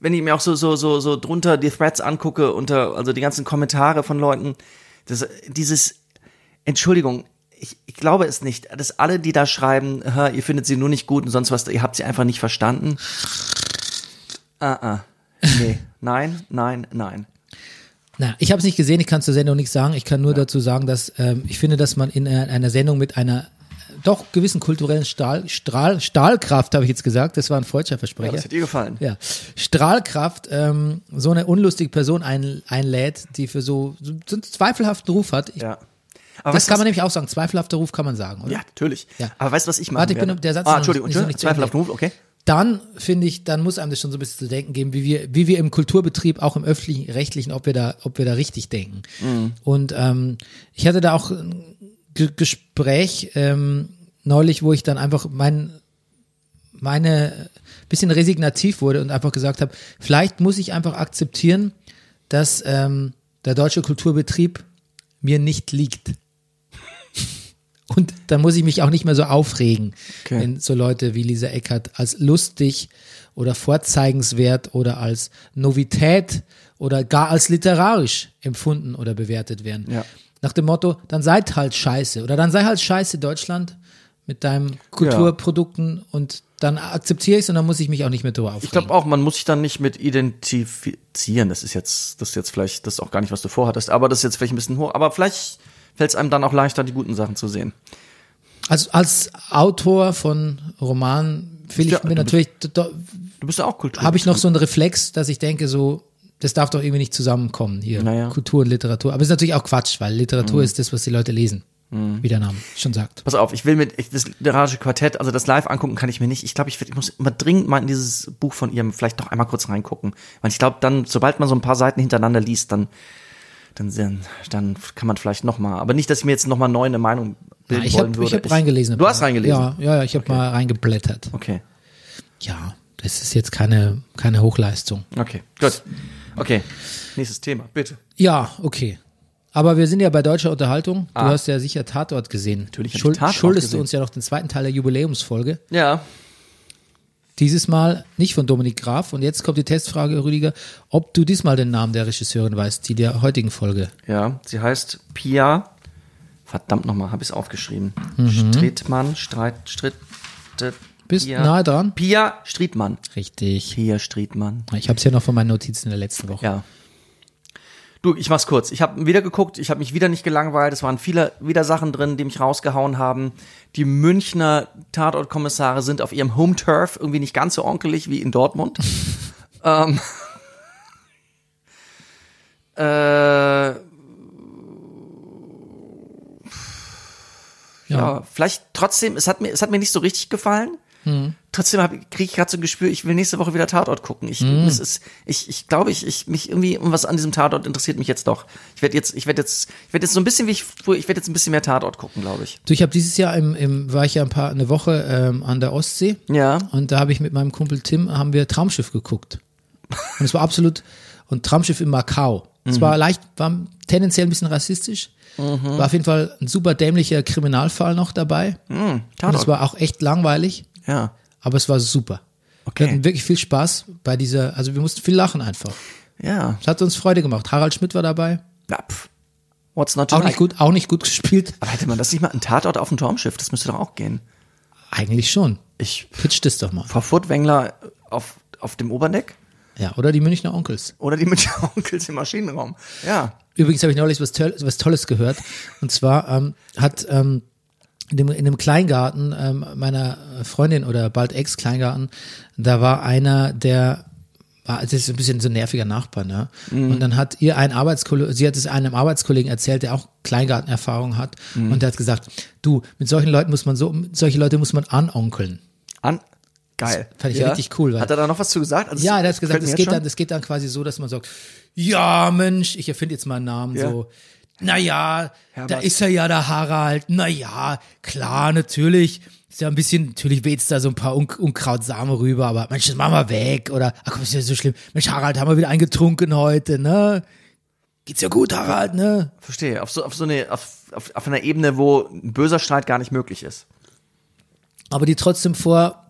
B: wenn ich mir auch so, so, so, so drunter die Threads angucke, unter, also die ganzen Kommentare von Leuten, das, dieses, Entschuldigung, ich, ich glaube es nicht, dass alle, die da schreiben, "Hä, ihr findet sie nur nicht gut und sonst was, ihr habt sie einfach nicht verstanden. Ah, ah. Nee. Nein, nein, nein.
A: Na, ich habe es nicht gesehen, ich kann zur Sendung nichts sagen. Ich kann nur dazu sagen, dass ähm, ich finde, dass man in einer, einer Sendung mit einer äh, doch gewissen kulturellen Stahl, Strahl, Stahlkraft, habe ich jetzt gesagt, das war ein freudscher Versprecher.
B: Das hat dir gefallen.
A: Ja, Strahlkraft, ähm, so eine unlustige Person ein, einlädt, die für so, so einen zweifelhaften Ruf hat. Ich,
B: Ja. Aber
A: Das
B: weißt du
A: kann
B: was-
A: man nämlich auch sagen, zweifelhafter Ruf kann man sagen, oder?
B: Ja, natürlich.
A: Ja.
B: Aber weißt du, was ich mache?
A: Warte, ich bin- der Satz ist
B: Ah,
A: noch
B: Entschuldigung,
A: nicht- ist noch
B: Entschuldigung.
A: nicht zu
B: Zweifelhaft
A: Ende.
B: Ruf, okay.
A: Dann finde ich, dann muss einem das schon so ein bisschen zu denken geben, wie wir, wie wir im Kulturbetrieb, auch im öffentlichen, rechtlichen, ob wir da, ob wir da richtig denken. Und ähm, ich hatte da auch ein Ge Gespräch ähm, neulich, wo ich dann einfach mein, meine äh, bisschen resignativ wurde und einfach gesagt habe, vielleicht muss ich einfach akzeptieren, dass ähm, der deutsche Kulturbetrieb mir nicht liegt. Und dann muss ich mich auch nicht mehr so aufregen,
B: Okay.
A: wenn so Leute wie Lisa Eckert als lustig oder vorzeigenswert oder als Novität oder gar als literarisch empfunden oder bewertet werden.
B: Ja.
A: Nach dem Motto, dann seid halt scheiße oder dann sei halt scheiße Deutschland mit deinem Kulturprodukten und dann akzeptiere ich es und dann muss ich mich auch nicht mehr drüber aufregen.
B: Ich glaube auch, man muss sich dann nicht mit identifizieren. Das ist jetzt, das ist jetzt vielleicht, das ist auch gar nicht, was du vorhattest, aber das ist jetzt vielleicht ein bisschen hoch. Aber vielleicht fällt es einem dann auch leichter, die guten Sachen zu sehen.
A: Also als Autor von Romanen will ich
B: Ja,
A: mir
B: du
A: natürlich,
B: Du bist ja auch Kultur.
A: habe ich noch so einen Reflex, dass ich denke so, das darf doch irgendwie nicht zusammenkommen hier,
B: Naja. Mhm.
A: Kultur und Literatur. Aber es ist natürlich auch Quatsch, weil Literatur ist das, was die Leute lesen. Wie der Name schon sagt.
B: Pass auf, ich will mit ich, das literarische Quartett, also das live angucken kann ich mir nicht. Ich glaube, ich, werd- ich muss immer dringend mal in dieses Buch von ihrem vielleicht doch einmal kurz reingucken, weil ich glaube, dann sobald man so ein paar Seiten hintereinander liest, dann dann sehen- dann kann man vielleicht noch mal, aber nicht, dass ich mir jetzt noch mal neu eine Meinung bilden
A: Ah, Ich
B: wollen
A: habe
B: würde.
A: hab reingelesen.
B: Du hast reingelesen.
A: Ja, ja, ja ich habe mal reingeblättert.
B: Okay.
A: Ja, das ist jetzt keine, keine Hochleistung.
B: Okay. Gut. Okay. Nächstes Thema, bitte.
A: Ja, okay. Aber wir sind ja bei deutscher Unterhaltung. Du hast ja sicher Tatort gesehen.
B: Ah. Natürlich hab ich
A: Schuld,
B: Tatort
A: Schuldest
B: gesehen.
A: du uns ja noch den zweiten Teil der Jubiläumsfolge.
B: Ja.
A: Dieses Mal nicht von Dominik Graf. Und jetzt kommt die Testfrage, Rüdiger, ob du diesmal den Namen der Regisseurin weißt, die der heutigen Folge.
B: Ja, sie heißt Pia. Verdammt nochmal, habe ich es aufgeschrieben. Strittmann, Streit, Stritt.
A: Mhm. Bist nahe dran.
B: Pia Striedmann.
A: Richtig.
B: Pia Striedmann.
A: Ich habe es ja noch von meinen Notizen der letzten Woche.
B: Ja. Du, ich mach's kurz. Ich habe wieder geguckt, ich habe mich wieder nicht gelangweilt. Es waren viele wieder Sachen drin, die mich rausgehauen haben. Die Münchner Tatortkommissare sind auf ihrem Home Turf irgendwie nicht ganz so onkelig wie in Dortmund. ähm, äh, ja, vielleicht trotzdem, es hat mir, es hat mir nicht so richtig gefallen.
A: Hm.
B: Trotzdem kriege ich gerade so ein Gespür, ich will nächste Woche wieder Tatort gucken. Ich,
A: Hm.
B: es ist, ich, ich glaube, ich, ich mich irgendwie um was an diesem Tatort interessiert mich jetzt doch. Ich werde jetzt, ich werde jetzt, ich werde jetzt so ein bisschen wie ich früher, ich werde jetzt ein bisschen mehr Tatort gucken, glaube ich.
A: Du, ich habe dieses Jahr im, im, war ich ja ein paar, eine Woche ähm, an der Ostsee.
B: Ja.
A: Und da habe ich mit meinem Kumpel Tim, haben wir Traumschiff geguckt. Und es war absolut, und Traumschiff in Macau.
B: Mhm.
A: Es war leicht, war tendenziell ein bisschen rassistisch. War auf jeden Fall ein super dämlicher Kriminalfall noch dabei. Und es
B: Hm, Tatort.
A: war auch echt langweilig,
B: Ja.
A: aber es war super. Wir
B: Okay.
A: hatten wirklich viel Spaß bei dieser, also wir mussten viel lachen einfach.
B: Ja.
A: Es hat uns Freude gemacht. Harald Schmidt war dabei.
B: ja pff. What's not to
A: Auch
B: like?
A: nicht gut, auch nicht gut gespielt.
B: Aber hätte man das nicht mal einen Tatort auf dem Turmschiff? Das müsste doch auch gehen.
A: Eigentlich schon.
B: Ich,
A: Pitcht es doch mal.
B: Frau Furtwängler auf, auf dem Oberdeck
A: Ja, oder die Münchner Onkels.
B: oder die Münchner Onkels im Maschinenraum. Ja.
A: Übrigens habe ich neulich was, Toll was Tolles gehört. Und zwar ähm, hat ähm, in, dem, in dem Kleingarten ähm, meiner Freundin oder bald Ex-Kleingarten, da war einer, der war, das ist ein bisschen so ein nerviger Nachbar, ne? Und dann hat ihr ein Arbeitskollege, sie hat es einem Arbeitskollegen erzählt, der auch Kleingartenerfahrung hat. Und der hat gesagt, du, mit solchen Leuten muss man so, solche Leute muss man anonkeln.
B: An. Geil.
A: Das fand ich
B: ja.
A: richtig cool, weil-
B: Hat er da noch was zu gesagt? Also,
A: Ja, der
B: das
A: hat gesagt,
B: gefällt mir
A: es
B: jetzt
A: geht,
B: schon.
A: dann, es geht dann quasi so, dass man sagt, ja, Mensch, ich erfinde jetzt mal einen Namen
B: Ja.
A: so. Naja, da
B: Herbert.
A: ist er ja, der Harald. Naja, klar, natürlich. Ist ja ein bisschen, natürlich weht's da so ein paar Un Unkrautsamen rüber, aber Mensch, das machen wir weg. Oder, ach komm, ist ja so schlimm. Mensch, Harald, haben wir wieder eingetrunken heute, ne? Geht's ja gut, Harald, ne?
B: Verstehe, auf so, auf so eine, auf, auf, auf einer Ebene, wo ein böser Streit gar nicht möglich ist.
A: Aber die trotzdem vor,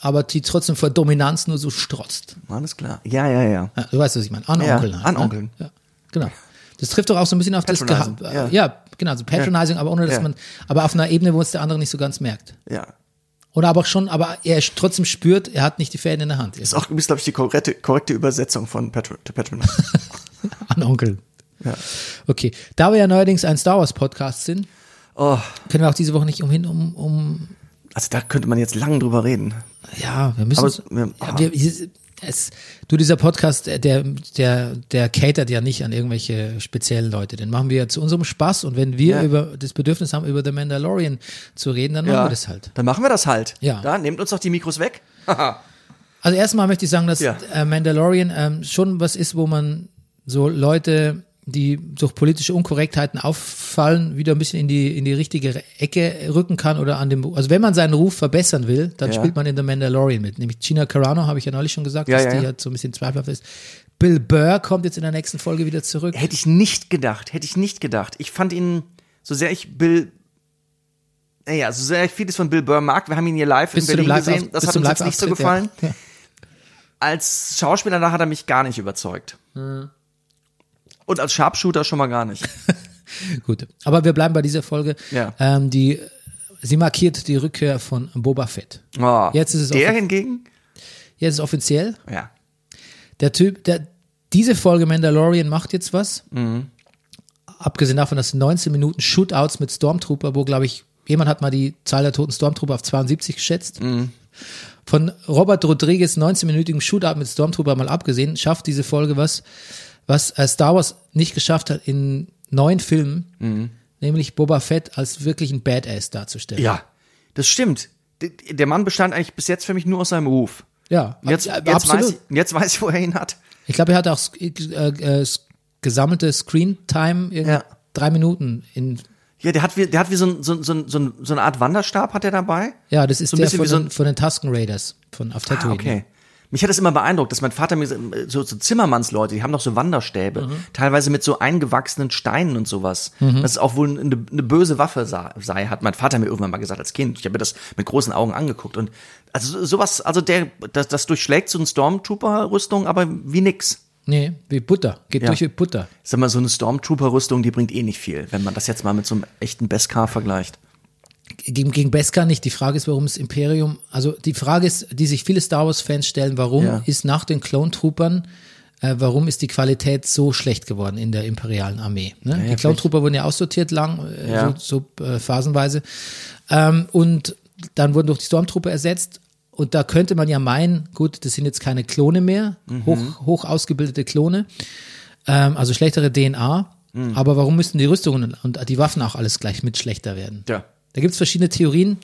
A: aber die trotzdem vor Dominanz nur so strotzt.
B: Alles klar. Ja, ja, ja.
A: Ja, du weißt, was ich meine. Anonkeln.
B: Ja,
A: halt,
B: anonkeln.
A: Ne? Ja, genau. Das trifft doch auch so ein bisschen auf das
B: Patronizing,
A: Geha-
B: ja.
A: äh, ja, genau, so Patronizing, aber ohne dass
B: Ja.
A: man, aber auf einer Ebene, wo es der andere nicht so ganz merkt.
B: Ja.
A: Oder aber auch schon, aber er sch- trotzdem spürt, er hat nicht die Fäden in der Hand.
B: Ist auch, ist, glaube ich, die korrekte, korrekte Übersetzung von Patron. Patron.
A: Anonkeln.
B: ja.
A: Okay. Da wir ja neuerdings ein Star Wars Podcast sind,
B: Oh,
A: können wir auch diese Woche nicht umhin, um, um
B: also da könnte man jetzt lang drüber reden.
A: ja, wir müssen.
B: Aber es- wir-
A: ja, wir, es, du, dieser Podcast, äh, der, der, der catert ja nicht an irgendwelche speziellen Leute. Den machen wir ja zu unserem Spaß und wenn wir
B: Ja.
A: über das Bedürfnis haben, über The Mandalorian zu reden, dann machen wir das halt.
B: Dann machen wir das halt.
A: Ja.
B: Da, nehmt uns doch die Mikros weg.
A: Also erstmal möchte ich sagen, dass
B: Ja.
A: äh, Mandalorian ähm, schon was ist, wo man so Leute, die durch politische Unkorrektheiten auffallen, wieder ein bisschen in die in die richtige Ecke rücken kann oder an dem also wenn man seinen Ruf verbessern will, dann
B: Ja.
A: spielt man in The Mandalorian mit. Nämlich Gina Carano habe ich ja neulich schon gesagt,
B: Ja,
A: dass
B: ja,
A: die
B: ja.
A: halt so ein bisschen zweifelhaft ist. Bill Burr kommt jetzt in der nächsten Folge wieder zurück.
B: Hätte ich nicht gedacht, hätte ich nicht gedacht. Ich fand ihn, so sehr ich Bill, naja, so sehr ich vieles von Bill Burr mag, wir haben ihn hier live
A: Bis
B: in Berlin
A: zu dem Live-
B: gesehen, das
A: bis
B: hat
A: zum
B: uns jetzt nicht so
A: Live-Auftritt,
B: gefallen.
A: Ja. Ja.
B: Als Schauspieler da hat er mich gar nicht überzeugt. Und als Sharpshooter schon mal gar nicht.
A: Gut, aber wir bleiben bei dieser Folge.
B: Ja.
A: Ähm, die sie markiert die Rückkehr von Boba Fett.
B: Oh.
A: Jetzt ist es
B: Der
A: offiz-
B: hingegen?
A: Jetzt ist offiziell.
B: Ja.
A: Der Typ, der, diese Folge Mandalorian macht jetzt was.
B: Mhm.
A: Abgesehen davon, dass 19 Minuten Shootouts mit Stormtrooper, wo, glaube ich, jemand hat mal die Zahl der toten Stormtrooper auf 72 geschätzt.
B: Mhm.
A: Von Robert Rodriguez 19-minütigem Shootout mit Stormtrooper mal abgesehen, schafft diese Folge was, was äh, Star Wars nicht geschafft hat in neun Filmen, nämlich Boba Fett als wirklich ein Badass darzustellen.
B: Mhm. Ja, das stimmt. D- Der Mann bestand eigentlich bis jetzt für mich nur aus seinem Ruf.
A: ja
B: Und Jetzt,
A: ab-
B: jetzt, weiß, ich, jetzt weiß ich, wo er ihn hat.
A: Ich glaube, er hat auch sk- äh, äh, s- gesammelte Screen-Time in
B: Ja.
A: drei Minuten. In,
B: Ja, der hat wie, der hat wie so, ein, so, ein- so, ein- so, ein- so eine Art Wanderstab hat er dabei.
A: ja, das ist
B: So ein
A: der
B: bisschen
A: von,
B: wie so ein-
A: den, von den Tusken Raiders von auf
B: Ah,
A: Tatooine.
B: okay. Mich hat das immer beeindruckt, dass mein Vater mir so- so, so Zimmermannsleute, die haben doch so Wanderstäbe, teilweise mit so eingewachsenen Steinen und sowas. Das ist auch wohl eine, eine böse Waffe sa- sei, hat mein Vater mir irgendwann mal gesagt als Kind. Ich habe mir das mit großen Augen angeguckt und also so- sowas, also der das, das durchschlägt so eine Stormtrooper-Rüstung, aber wie nix.
A: Nee, wie Butter. Geht
B: Ja.
A: durch wie Butter.
B: Ich Sag mal, so eine Stormtrooper-Rüstung, die bringt eh nicht viel, wenn man das jetzt mal mit so einem echten Beskar vergleicht.
A: Gegen, gegen Beskar nicht. Die Frage ist, warum das Imperium, also die Frage ist, die sich viele Star Wars-Fans stellen, warum
B: Ja.
A: ist nach den Clone-Troopern, äh, warum ist die Qualität so schlecht geworden in der imperialen Armee? Ne? die Clone-Trooper wurden ja aussortiert lang, äh,
B: Ja.
A: so, so äh, phasenweise. Ähm, und dann wurden durch die Stormtrooper ersetzt. Und da könnte man ja meinen, gut, das sind jetzt keine Klone mehr,
B: Mhm.
A: hoch, hoch ausgebildete Klone, ähm, also schlechtere DNA.
B: Mhm.
A: Aber warum müssten die Rüstungen und die Waffen auch alles gleich mit schlechter werden?
B: Ja.
A: Da gibt es verschiedene Theorien.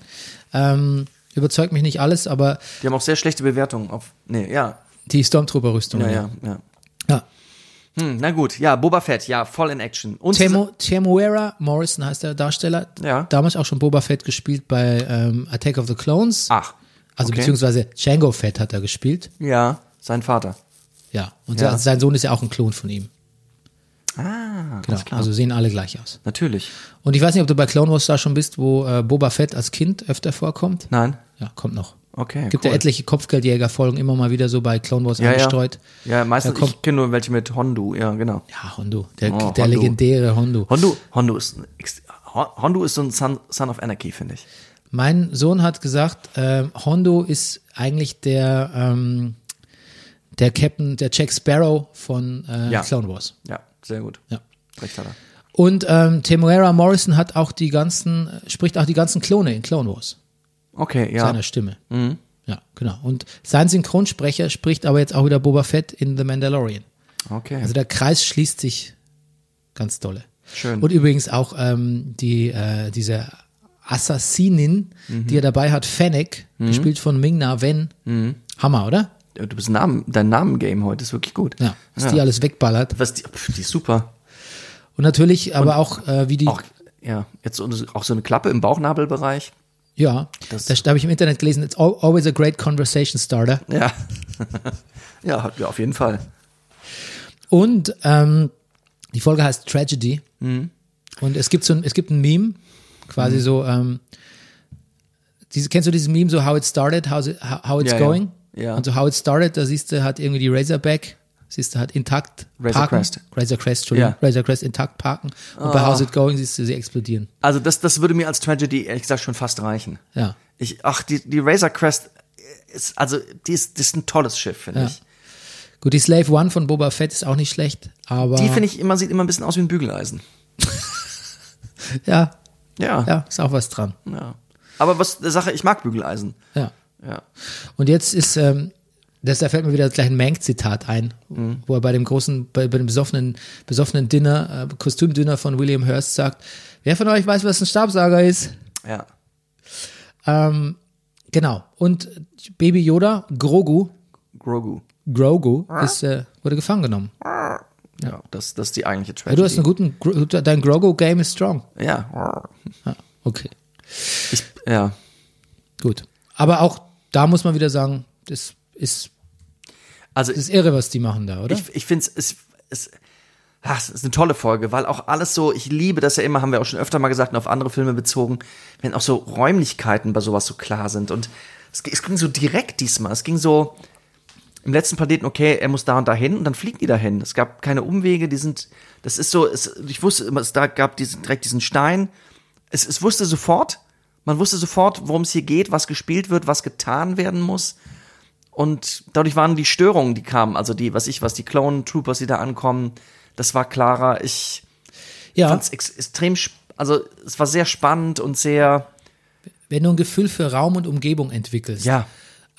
A: Ähm, überzeugt mich nicht alles, aber
B: Die haben auch sehr schlechte Bewertungen auf. Nee, ja.
A: die Stormtrooper-Rüstung.
B: Ja, ja, ja.
A: ja.
B: Hm, na gut, ja, Boba Fett, ja, voll in Action. Und
A: Temo, Temuera Morrison heißt der Darsteller.
B: Ja.
A: Damals auch schon Boba Fett gespielt bei ähm, Attack of the Clones.
B: Ach.
A: Also
B: Ah, okay.
A: beziehungsweise Django Fett hat er gespielt.
B: Ja, sein Vater.
A: Ja. Und
B: Ja.
A: se- sein Sohn ist ja auch ein Klon von ihm.
B: Ah,
A: Genau. Also sehen alle gleich aus.
B: Natürlich.
A: Und ich weiß nicht, ob du bei Clone Wars da schon bist, wo äh, Boba Fett als Kind öfter vorkommt.
B: Nein.
A: Ja, kommt noch.
B: Okay,
A: Gibt
B: cool.
A: ja etliche Kopfgeldjäger-Folgen immer mal wieder so bei Clone Wars
B: Ja, ja.
A: angestreut.
B: ja, meistens,
A: Da kommt-
B: ich kenne nur welche mit Hondu, ja, genau.
A: Ja, Hondo. Der,
B: Oh,
A: der
B: Hondo.
A: legendäre Hondo.
B: Hondu, Hondu ist, ein ex- Hon- Hondu ist so ein Son, Son of Anarchy, finde ich.
A: Mein Sohn hat gesagt, ähm, Hondo ist eigentlich der, ähm, der Captain, der Jack Sparrow von äh,
B: Ja.
A: Clone Wars.
B: Ja, sehr gut.
A: Ja.
B: Recht hat er.
A: Und ähm, Temuera Morrison hat auch die ganzen, äh, spricht auch die ganzen Klone in Clone Wars,
B: Okay, ja.
A: seiner Stimme. Ja, genau. Und sein Synchronsprecher spricht aber jetzt auch wieder Boba Fett in The Mandalorian.
B: Okay.
A: Also der Kreis schließt sich ganz dolle.
B: Schön.
A: Und übrigens auch ähm, die, äh, diese Assassinin, die er dabei hat, Fennec, gespielt von Ming-Na Wen. Hammer, oder?
B: du bist Namen, dein Namen-Game heute ist wirklich gut.
A: Ja, was die alles wegballert.
B: Was die, pf, die ist super.
A: Und natürlich aber auch, äh, wie die,
B: Auch, ja, jetzt so, auch so eine Klappe im Bauchnabelbereich.
A: ja, das, da habe ich im Internet gelesen, it's al- always a great conversation starter.
B: Ja. ja, hat- ja, auf jeden Fall.
A: Und ähm, die Folge heißt Tragedy.
B: Mhm.
A: Und es gibt so ein, es gibt ein Meme, quasi so, ähm, diese, kennst du dieses Meme, so how it started, how's it, how, how it's
B: Ja, ja.
A: going?
B: Ja.
A: Und so how it started, da siehst du, hat irgendwie die Razorback, siehst du, hat intakt
B: Razor
A: parken.
B: Crest.
A: Razor Crest, Entschuldigung.
B: Ja. Ah.
A: Razor Crest intakt parken. Und bei how's it going siehst du sie explodieren.
B: Also das, das würde mir als Tragedy, ehrlich gesagt, schon fast reichen.
A: Ja.
B: Ich, ach, die, die Razor Crest ist, also, die ist, das ist ein tolles Schiff, finde
A: Ja.
B: ich.
A: Gut, die Slave One von Boba Fett ist auch nicht schlecht, aber
B: Die, finde ich, immer, sieht immer ein bisschen aus wie ein Bügeleisen.
A: ja,
B: Ja.
A: ja, ist auch was dran.
B: ja. Aber was, der Sache, ich mag Bügeleisen.
A: Ja.
B: Ja.
A: Und jetzt ist, ähm, das, da fällt mir wieder gleich ein Mank-Zitat ein,
B: Mhm.
A: wo er bei dem großen, bei, bei dem besoffenen, besoffenen Dinner, äh, Kostümdinner von William Hurst sagt, wer von euch weiß, was ein Stabsager ist?
B: Ja.
A: Ähm, genau. Und Baby Yoda, Grogu,
B: Grogu.
A: Grogu, ist, äh, wurde gefangen genommen.
B: Ja. Das, das ist die eigentliche
A: Ja,
B: Tragedy.
A: du hast einen guten, Gro- dein Grogu-Game ist strong.
B: Ja.
A: Ja, okay,
B: Ich, ja.
A: gut. Aber auch da muss man wieder sagen, das ist,
B: Also,
A: das ist irre, was die machen da, oder?
B: ich, ich finde es, es, ach, es ist eine tolle Folge, weil auch alles so, ich liebe das ja immer, haben wir auch schon öfter mal gesagt und auf andere Filme bezogen, wenn auch so Räumlichkeiten bei sowas so klar sind. Und es, g- es ging so direkt diesmal. Es ging so im letzten Planeten, okay, er muss da und da hin und dann fliegen die dahin. Es gab keine Umwege, die sind, das ist so, es, ich wusste immer, es da gab diesen, direkt diesen Stein. Es, es wusste sofort, man wusste sofort, worum es hier geht, was gespielt wird, was getan werden muss. Und dadurch waren die Störungen, die kamen, also die, was ich, was die Clone Troopers, die da ankommen, das war klarer. Ich
A: ja.
B: fand es ex extrem, sp- also es war sehr spannend und sehr,
A: Wenn du ein Gefühl für Raum und Umgebung entwickelst,
B: ja,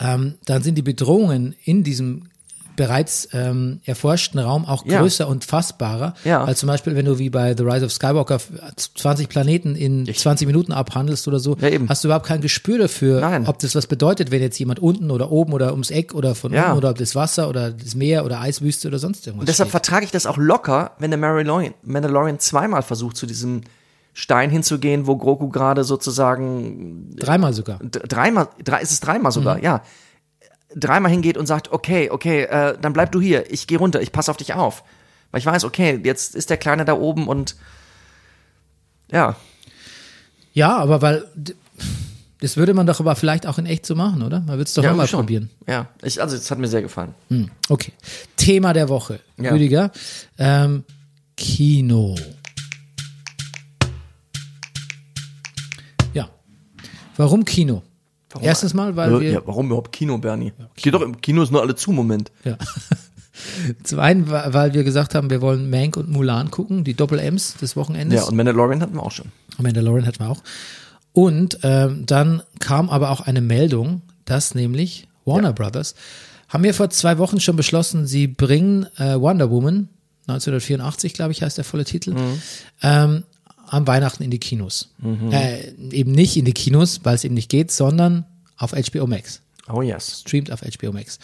A: ähm, dann sind die Bedrohungen in diesem bereits ähm, erforschten Raum auch
B: Ja.
A: größer und fassbarer.
B: Ja.
A: Als zum Beispiel, wenn du wie bei The Rise of Skywalker 20 Planeten in 20 Minuten abhandelst oder so,
B: Ja, eben.
A: hast du überhaupt kein Gespür dafür,
B: Nein.
A: ob das was bedeutet, wenn jetzt jemand unten oder oben oder ums Eck oder von
B: Ja.
A: unten oder das Wasser oder das Meer oder Eiswüste oder sonst irgendwas.
B: Und deshalb
A: steht.
B: vertrage ich das auch locker, wenn der Mandalorian, Mandalorian zweimal versucht, zu diesem Stein hinzugehen, wo Grogu gerade sozusagen
A: Dreimal sogar.
B: d- dreimal, drei, ist es dreimal sogar, ja, dreimal hingeht und sagt, okay, okay, äh, dann bleib du hier, ich gehe runter, ich passe auf dich auf. Weil ich weiß, okay, jetzt ist der Kleine da oben und ja,
A: Ja, aber weil d- das würde man doch aber vielleicht auch in echt so machen, oder? Man wird's doch
B: ja
A: auch mal
B: schon.
A: probieren.
B: Ja, ich, also es hat mir sehr gefallen.
A: Hm, okay. Thema der Woche,
B: Ja.
A: Rüdiger. Ähm, Kino. Ja. Warum Kino? Erstens mal, weil wir.
B: Äh, ja, warum überhaupt Kino, Bernie? Geht doch im Kino ist nur alle zu Moment.
A: Ja. Zum einen, wa- weil wir gesagt haben, wir wollen Mank und Mulan gucken, die Doppel-Ms des Wochenendes.
B: Ja, und Mandalorian hatten wir auch schon.
A: Mandalorian hatten wir auch. Und ähm, dann kam aber auch eine Meldung, dass nämlich Warner Brothers haben wir vor zwei Wochen schon beschlossen, sie bringen äh, Wonder Woman 1984, glaube ich, heißt der volle Titel, ähm, am Weihnachten in die Kinos. Äh, eben nicht in die Kinos, weil es eben nicht geht, sondern auf HBO Max
B: Oh yes.
A: streamt auf HBO Max.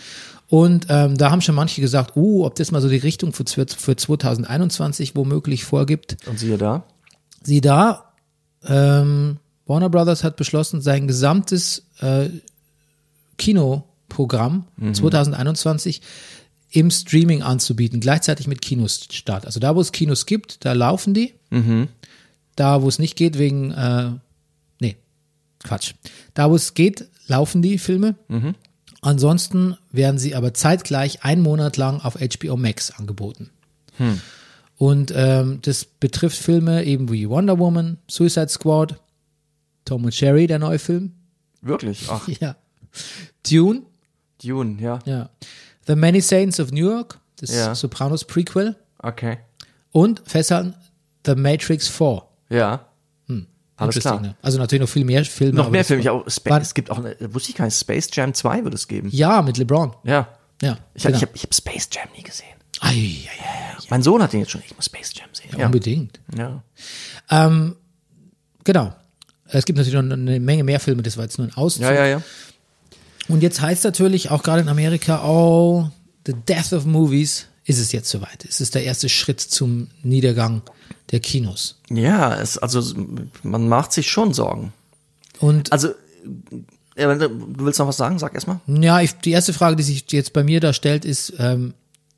A: Und ähm, da haben schon manche gesagt, uh, ob das mal so die Richtung für, zw- für 2021 womöglich vorgibt.
B: Und siehe da.
A: Sie da, ähm, Warner Brothers hat beschlossen, sein gesamtes äh, Kinoprogramm 2021 im Streaming anzubieten, gleichzeitig mit Kinostart. Also da, wo es Kinos gibt, da laufen die. Da, wo es nicht geht, wegen, äh, nee, Quatsch. Da, wo es geht, laufen die Filme. Ansonsten werden sie aber zeitgleich einen Monat lang auf HBO Max angeboten. Und ähm, das betrifft Filme eben wie Wonder Woman, Suicide Squad, Tom und Sherry, der neue Film.
B: Wirklich? Ach,
A: Ja. Dune,
B: Dune, ja.
A: ja. The Many Saints of New York, das
B: Ja.
A: Sopranos Prequel.
B: Okay.
A: Und festhalten, The Matrix 4.
B: Ja. Alles
A: Interesting,
B: klar.
A: ne? Also natürlich noch viel mehr Filme.
B: Noch
A: aber
B: mehr
A: das
B: Filme. Ich
A: war-
B: auch Spa
A: war-
B: es gibt auch, eine, wusste ich gar nicht, Space Jam 2 würde es geben.
A: Ja, mit LeBron.
B: Ja.
A: Ja. genau.
B: Ich, hab- ich habe ich hab Space Jam nie gesehen.
A: Ei, ei, ei,
B: Mein Sohn hat den jetzt schon. Ich muss Space Jam sehen. Ja.
A: Unbedingt.
B: ja.
A: Ähm, genau. Es gibt natürlich noch eine Menge mehr Filme, das war jetzt nur ein Auszug.
B: Ja, ja, ja.
A: Und jetzt heißt natürlich auch gerade in Amerika, oh, the death of movies, ist es jetzt soweit. Es ist der erste Schritt zum Niedergang der Kinos.
B: Ja, es, also man macht sich schon Sorgen.
A: Und
B: Also, ja, wenn du du willst noch was sagen? Sag erstmal.
A: ja, ich, die erste Frage, die sich jetzt bei mir da stellt, ist, ähm,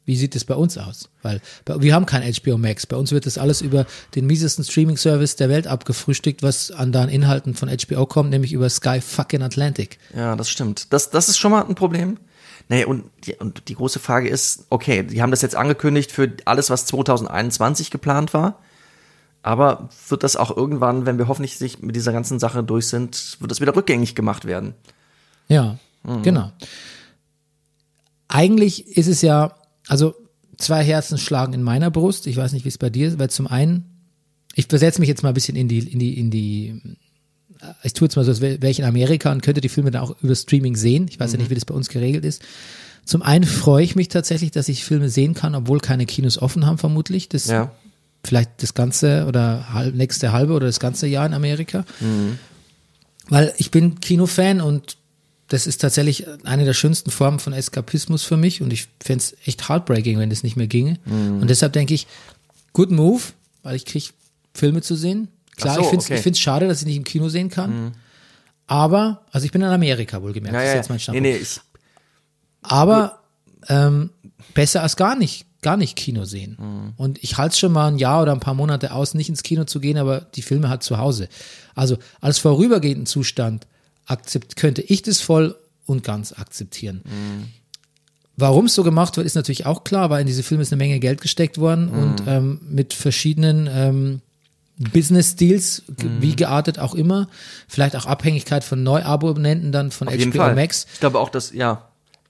A: wie sieht es bei uns aus? Weil bei, wir haben kein HBO Max. Bei uns wird das alles über den miesesten Streaming-Service der Welt abgefrühstückt, was an deinen Inhalten von HBO kommt, nämlich über Sky fucking Atlantic.
B: Ja, das stimmt. Das, das ist schon mal ein Problem. Nee, und die, und die große Frage ist, okay, die haben das jetzt angekündigt für alles, was 2021 geplant war. Aber wird das auch irgendwann, wenn wir hoffentlich sich mit dieser ganzen Sache durch sind, wird das wieder rückgängig gemacht werden?
A: Ja, genau. Eigentlich ist es ja, also zwei Herzen schlagen in meiner Brust. Ich weiß nicht, wie es bei dir ist, weil zum einen, ich versetze mich jetzt mal ein bisschen in die, in die, in die, äh, ich tue jetzt mal so, als wäre ich in Amerika und könnte die Filme dann auch über Streaming sehen. Ich weiß ja nicht, wie das bei uns geregelt ist. Zum einen freue ich mich tatsächlich, dass ich Filme sehen kann, obwohl keine Kinos offen haben, vermutlich. Das
B: Ja.
A: vielleicht das ganze oder halb, nächste halbe oder das ganze Jahr in Amerika. Weil ich bin Kinofan und das ist tatsächlich eine der schönsten Formen von Eskapismus für mich und ich fände es echt heartbreaking, wenn das nicht mehr ginge.
B: Mhm.
A: Und deshalb denke ich, good move, weil ich kriege Filme zu sehen. Klar,
B: Ach so,
A: ich finde es
B: okay. Mhm.
A: ich find's schade, dass ich nicht im Kino sehen kann. Aber, also ich bin in Amerika wohlgemerkt, das ist jetzt mein
B: Nee,
A: Standpunkt.
B: nee, ich,
A: Aber ähm, besser als gar nicht, gar nicht Kino sehen.
B: Mhm.
A: Und ich halte es schon mal ein Jahr oder ein paar Monate aus, nicht ins Kino zu gehen, aber die Filme halt zu Hause. Also als vorübergehenden Zustand akzept, könnte ich das voll und ganz akzeptieren.
B: Mhm.
A: Warum es so gemacht wird, ist natürlich auch klar, weil in diese Filme ist eine Menge Geld gesteckt worden
B: Mhm.
A: und ähm, mit verschiedenen ähm, Business Deals, ge-
B: Mhm.
A: wie geartet auch immer, vielleicht auch Abhängigkeit von Neuabonnenten dann von
B: auf jeden
A: HBO
B: Fall.
A: Max. Ähm.
B: Ich glaube auch, dass, ja.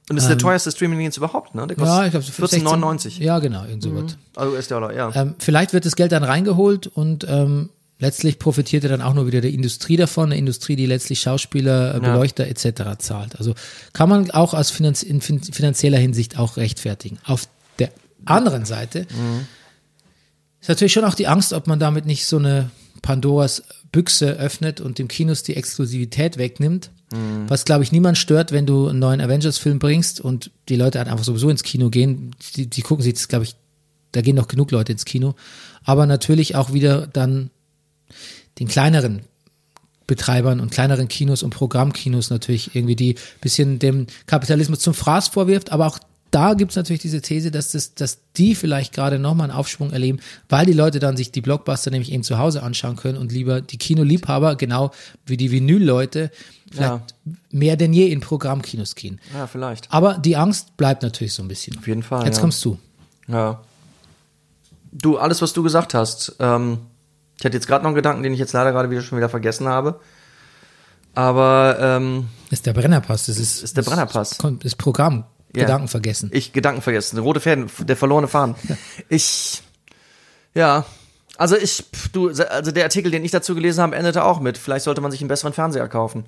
B: Und das ist der teuerste Streamingdienst überhaupt, ne? Der
A: Ja, ich glaube so
B: 14,99.
A: Ja, genau, irgend sowas.
B: Also US-Dollar, ja.
A: Ähm, vielleicht wird das Geld dann reingeholt und ähm, Letztlich profitierte dann auch nur wieder der Industrie davon, eine Industrie, die letztlich Schauspieler, äh, Beleuchter etc. zahlt. Also kann man auch aus finanz in fin finanzieller Hinsicht auch rechtfertigen. Auf der anderen Seite ist natürlich schon auch die Angst, ob man damit nicht so eine Pandoras Büchse öffnet und dem Kinos die Exklusivität wegnimmt. Was, glaube ich, niemand stört, wenn du einen neuen Avengers-Film bringst und die Leute halt einfach sowieso ins Kino gehen. Die, die gucken sich das, glaube ich, da gehen noch genug Leute ins Kino. Aber natürlich auch wieder dann den kleineren Betreibern und kleineren Kinos und Programmkinos natürlich irgendwie die bisschen dem Kapitalismus zum Fraß vorwirft, aber auch da gibt's natürlich diese These, dass, das, dass die vielleicht gerade nochmal einen Aufschwung erleben, weil die Leute dann sich die Blockbuster nämlich eben zu Hause anschauen können und lieber die Kinoliebhaber, genau wie die Vinyl-Leute, vielleicht
B: Ja.
A: mehr denn je in Programmkinos gehen.
B: Ja, vielleicht.
A: Aber die Angst bleibt natürlich so ein bisschen.
B: Auf jeden Fall,
A: Jetzt
B: ja.
A: kommst du.
B: Ja. Du, alles, was du gesagt hast, ähm, ich hatte jetzt gerade noch einen Gedanken, den ich jetzt leider gerade wieder schon wieder vergessen habe. Aber ähm,
A: Ist der Brennerpass. Das ist,
B: Ist der Brennerpass.
A: Das kommt- ist Programm.
B: Ja.
A: Gedanken vergessen.
B: ich Gedanken vergessen. Rote Fäden, der verlorene Faden. Ich, ja, also ich, pf, du, also der Artikel, den ich dazu gelesen habe, endete auch mit. Vielleicht sollte man sich einen besseren Fernseher kaufen.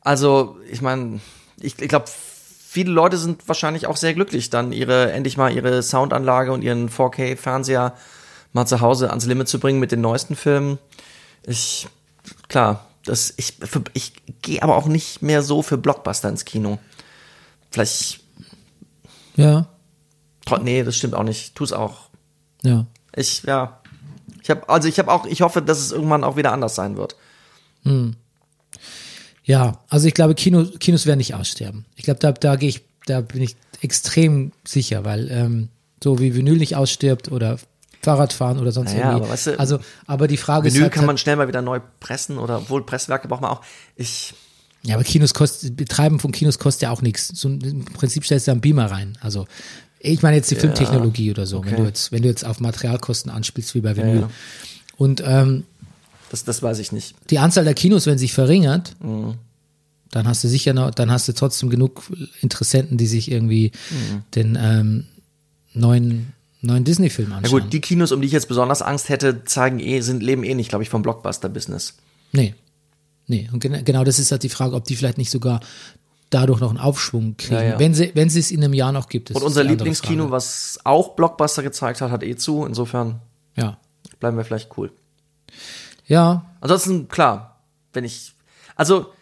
B: Also ich meine, ich, ich glaube, viele Leute sind wahrscheinlich auch sehr glücklich, dann ihre endlich mal ihre Soundanlage und ihren 4K-Fernseher mal zu Hause ans Limit zu bringen mit den neuesten Filmen. Ich, klar, das, ich, für, ich gehe aber auch nicht mehr so für Blockbuster ins Kino. Vielleicht
A: Ja.
B: Tro- Nee, das stimmt auch nicht. Tu's auch.
A: Ja.
B: Ich, ja. Ich hab, also ich habe auch, ich hoffe, dass es irgendwann auch wieder anders sein wird.
A: Ja, also ich glaube, Kino, Kinos werden nicht aussterben. Ich glaube, da, da gehe ich, da bin ich extrem sicher, weil ähm, so wie Vinyl nicht ausstirbt oder Fahrradfahren oder sonst
B: Naja,
A: irgendwie.
B: aber weißt du,
A: also, aber die Frage ist
B: Vinyl
A: halt,
B: kann man schnell mal wieder neu pressen oder obwohl Presswerke braucht man auch. Ich,
A: ja, aber Kinos kostet, Betreiben von Kinos kostet ja auch nichts. So, Im Prinzip stellst du da einen Beamer rein. Also ich meine jetzt die Filmtechnologie oder so, wenn du jetzt, wenn du jetzt auf Materialkosten anspielst wie bei Vinyl.
B: ja.
A: Und ähm,
B: das, das weiß ich nicht.
A: die Anzahl der Kinos, wenn sich verringert,
B: Mhm.
A: dann hast du sicher noch, dann hast du trotzdem genug Interessenten, die sich irgendwie
B: Mhm.
A: den ähm, neuen, neuen Disney-Film
B: Na
A: anschauen.
B: gut, die Kinos, um die ich jetzt besonders Angst hätte, zeigen eh, sind, leben eh nicht, glaube ich, vom Blockbuster-Business.
A: Nee. Nee, und gena genau das ist halt die Frage, ob die vielleicht nicht sogar dadurch noch einen Aufschwung kriegen,
B: Ja, ja.
A: wenn sie wenn sie es in einem Jahr noch gibt. das
B: Und
A: ist
B: unser
A: die andere
B: Lieblingskino,
A: Frage.
B: was auch Blockbuster gezeigt hat, hat eh zu. Insofern
A: Ja.
B: bleiben wir vielleicht cool.
A: Ja,
B: Ansonsten, klar, wenn ich. Also,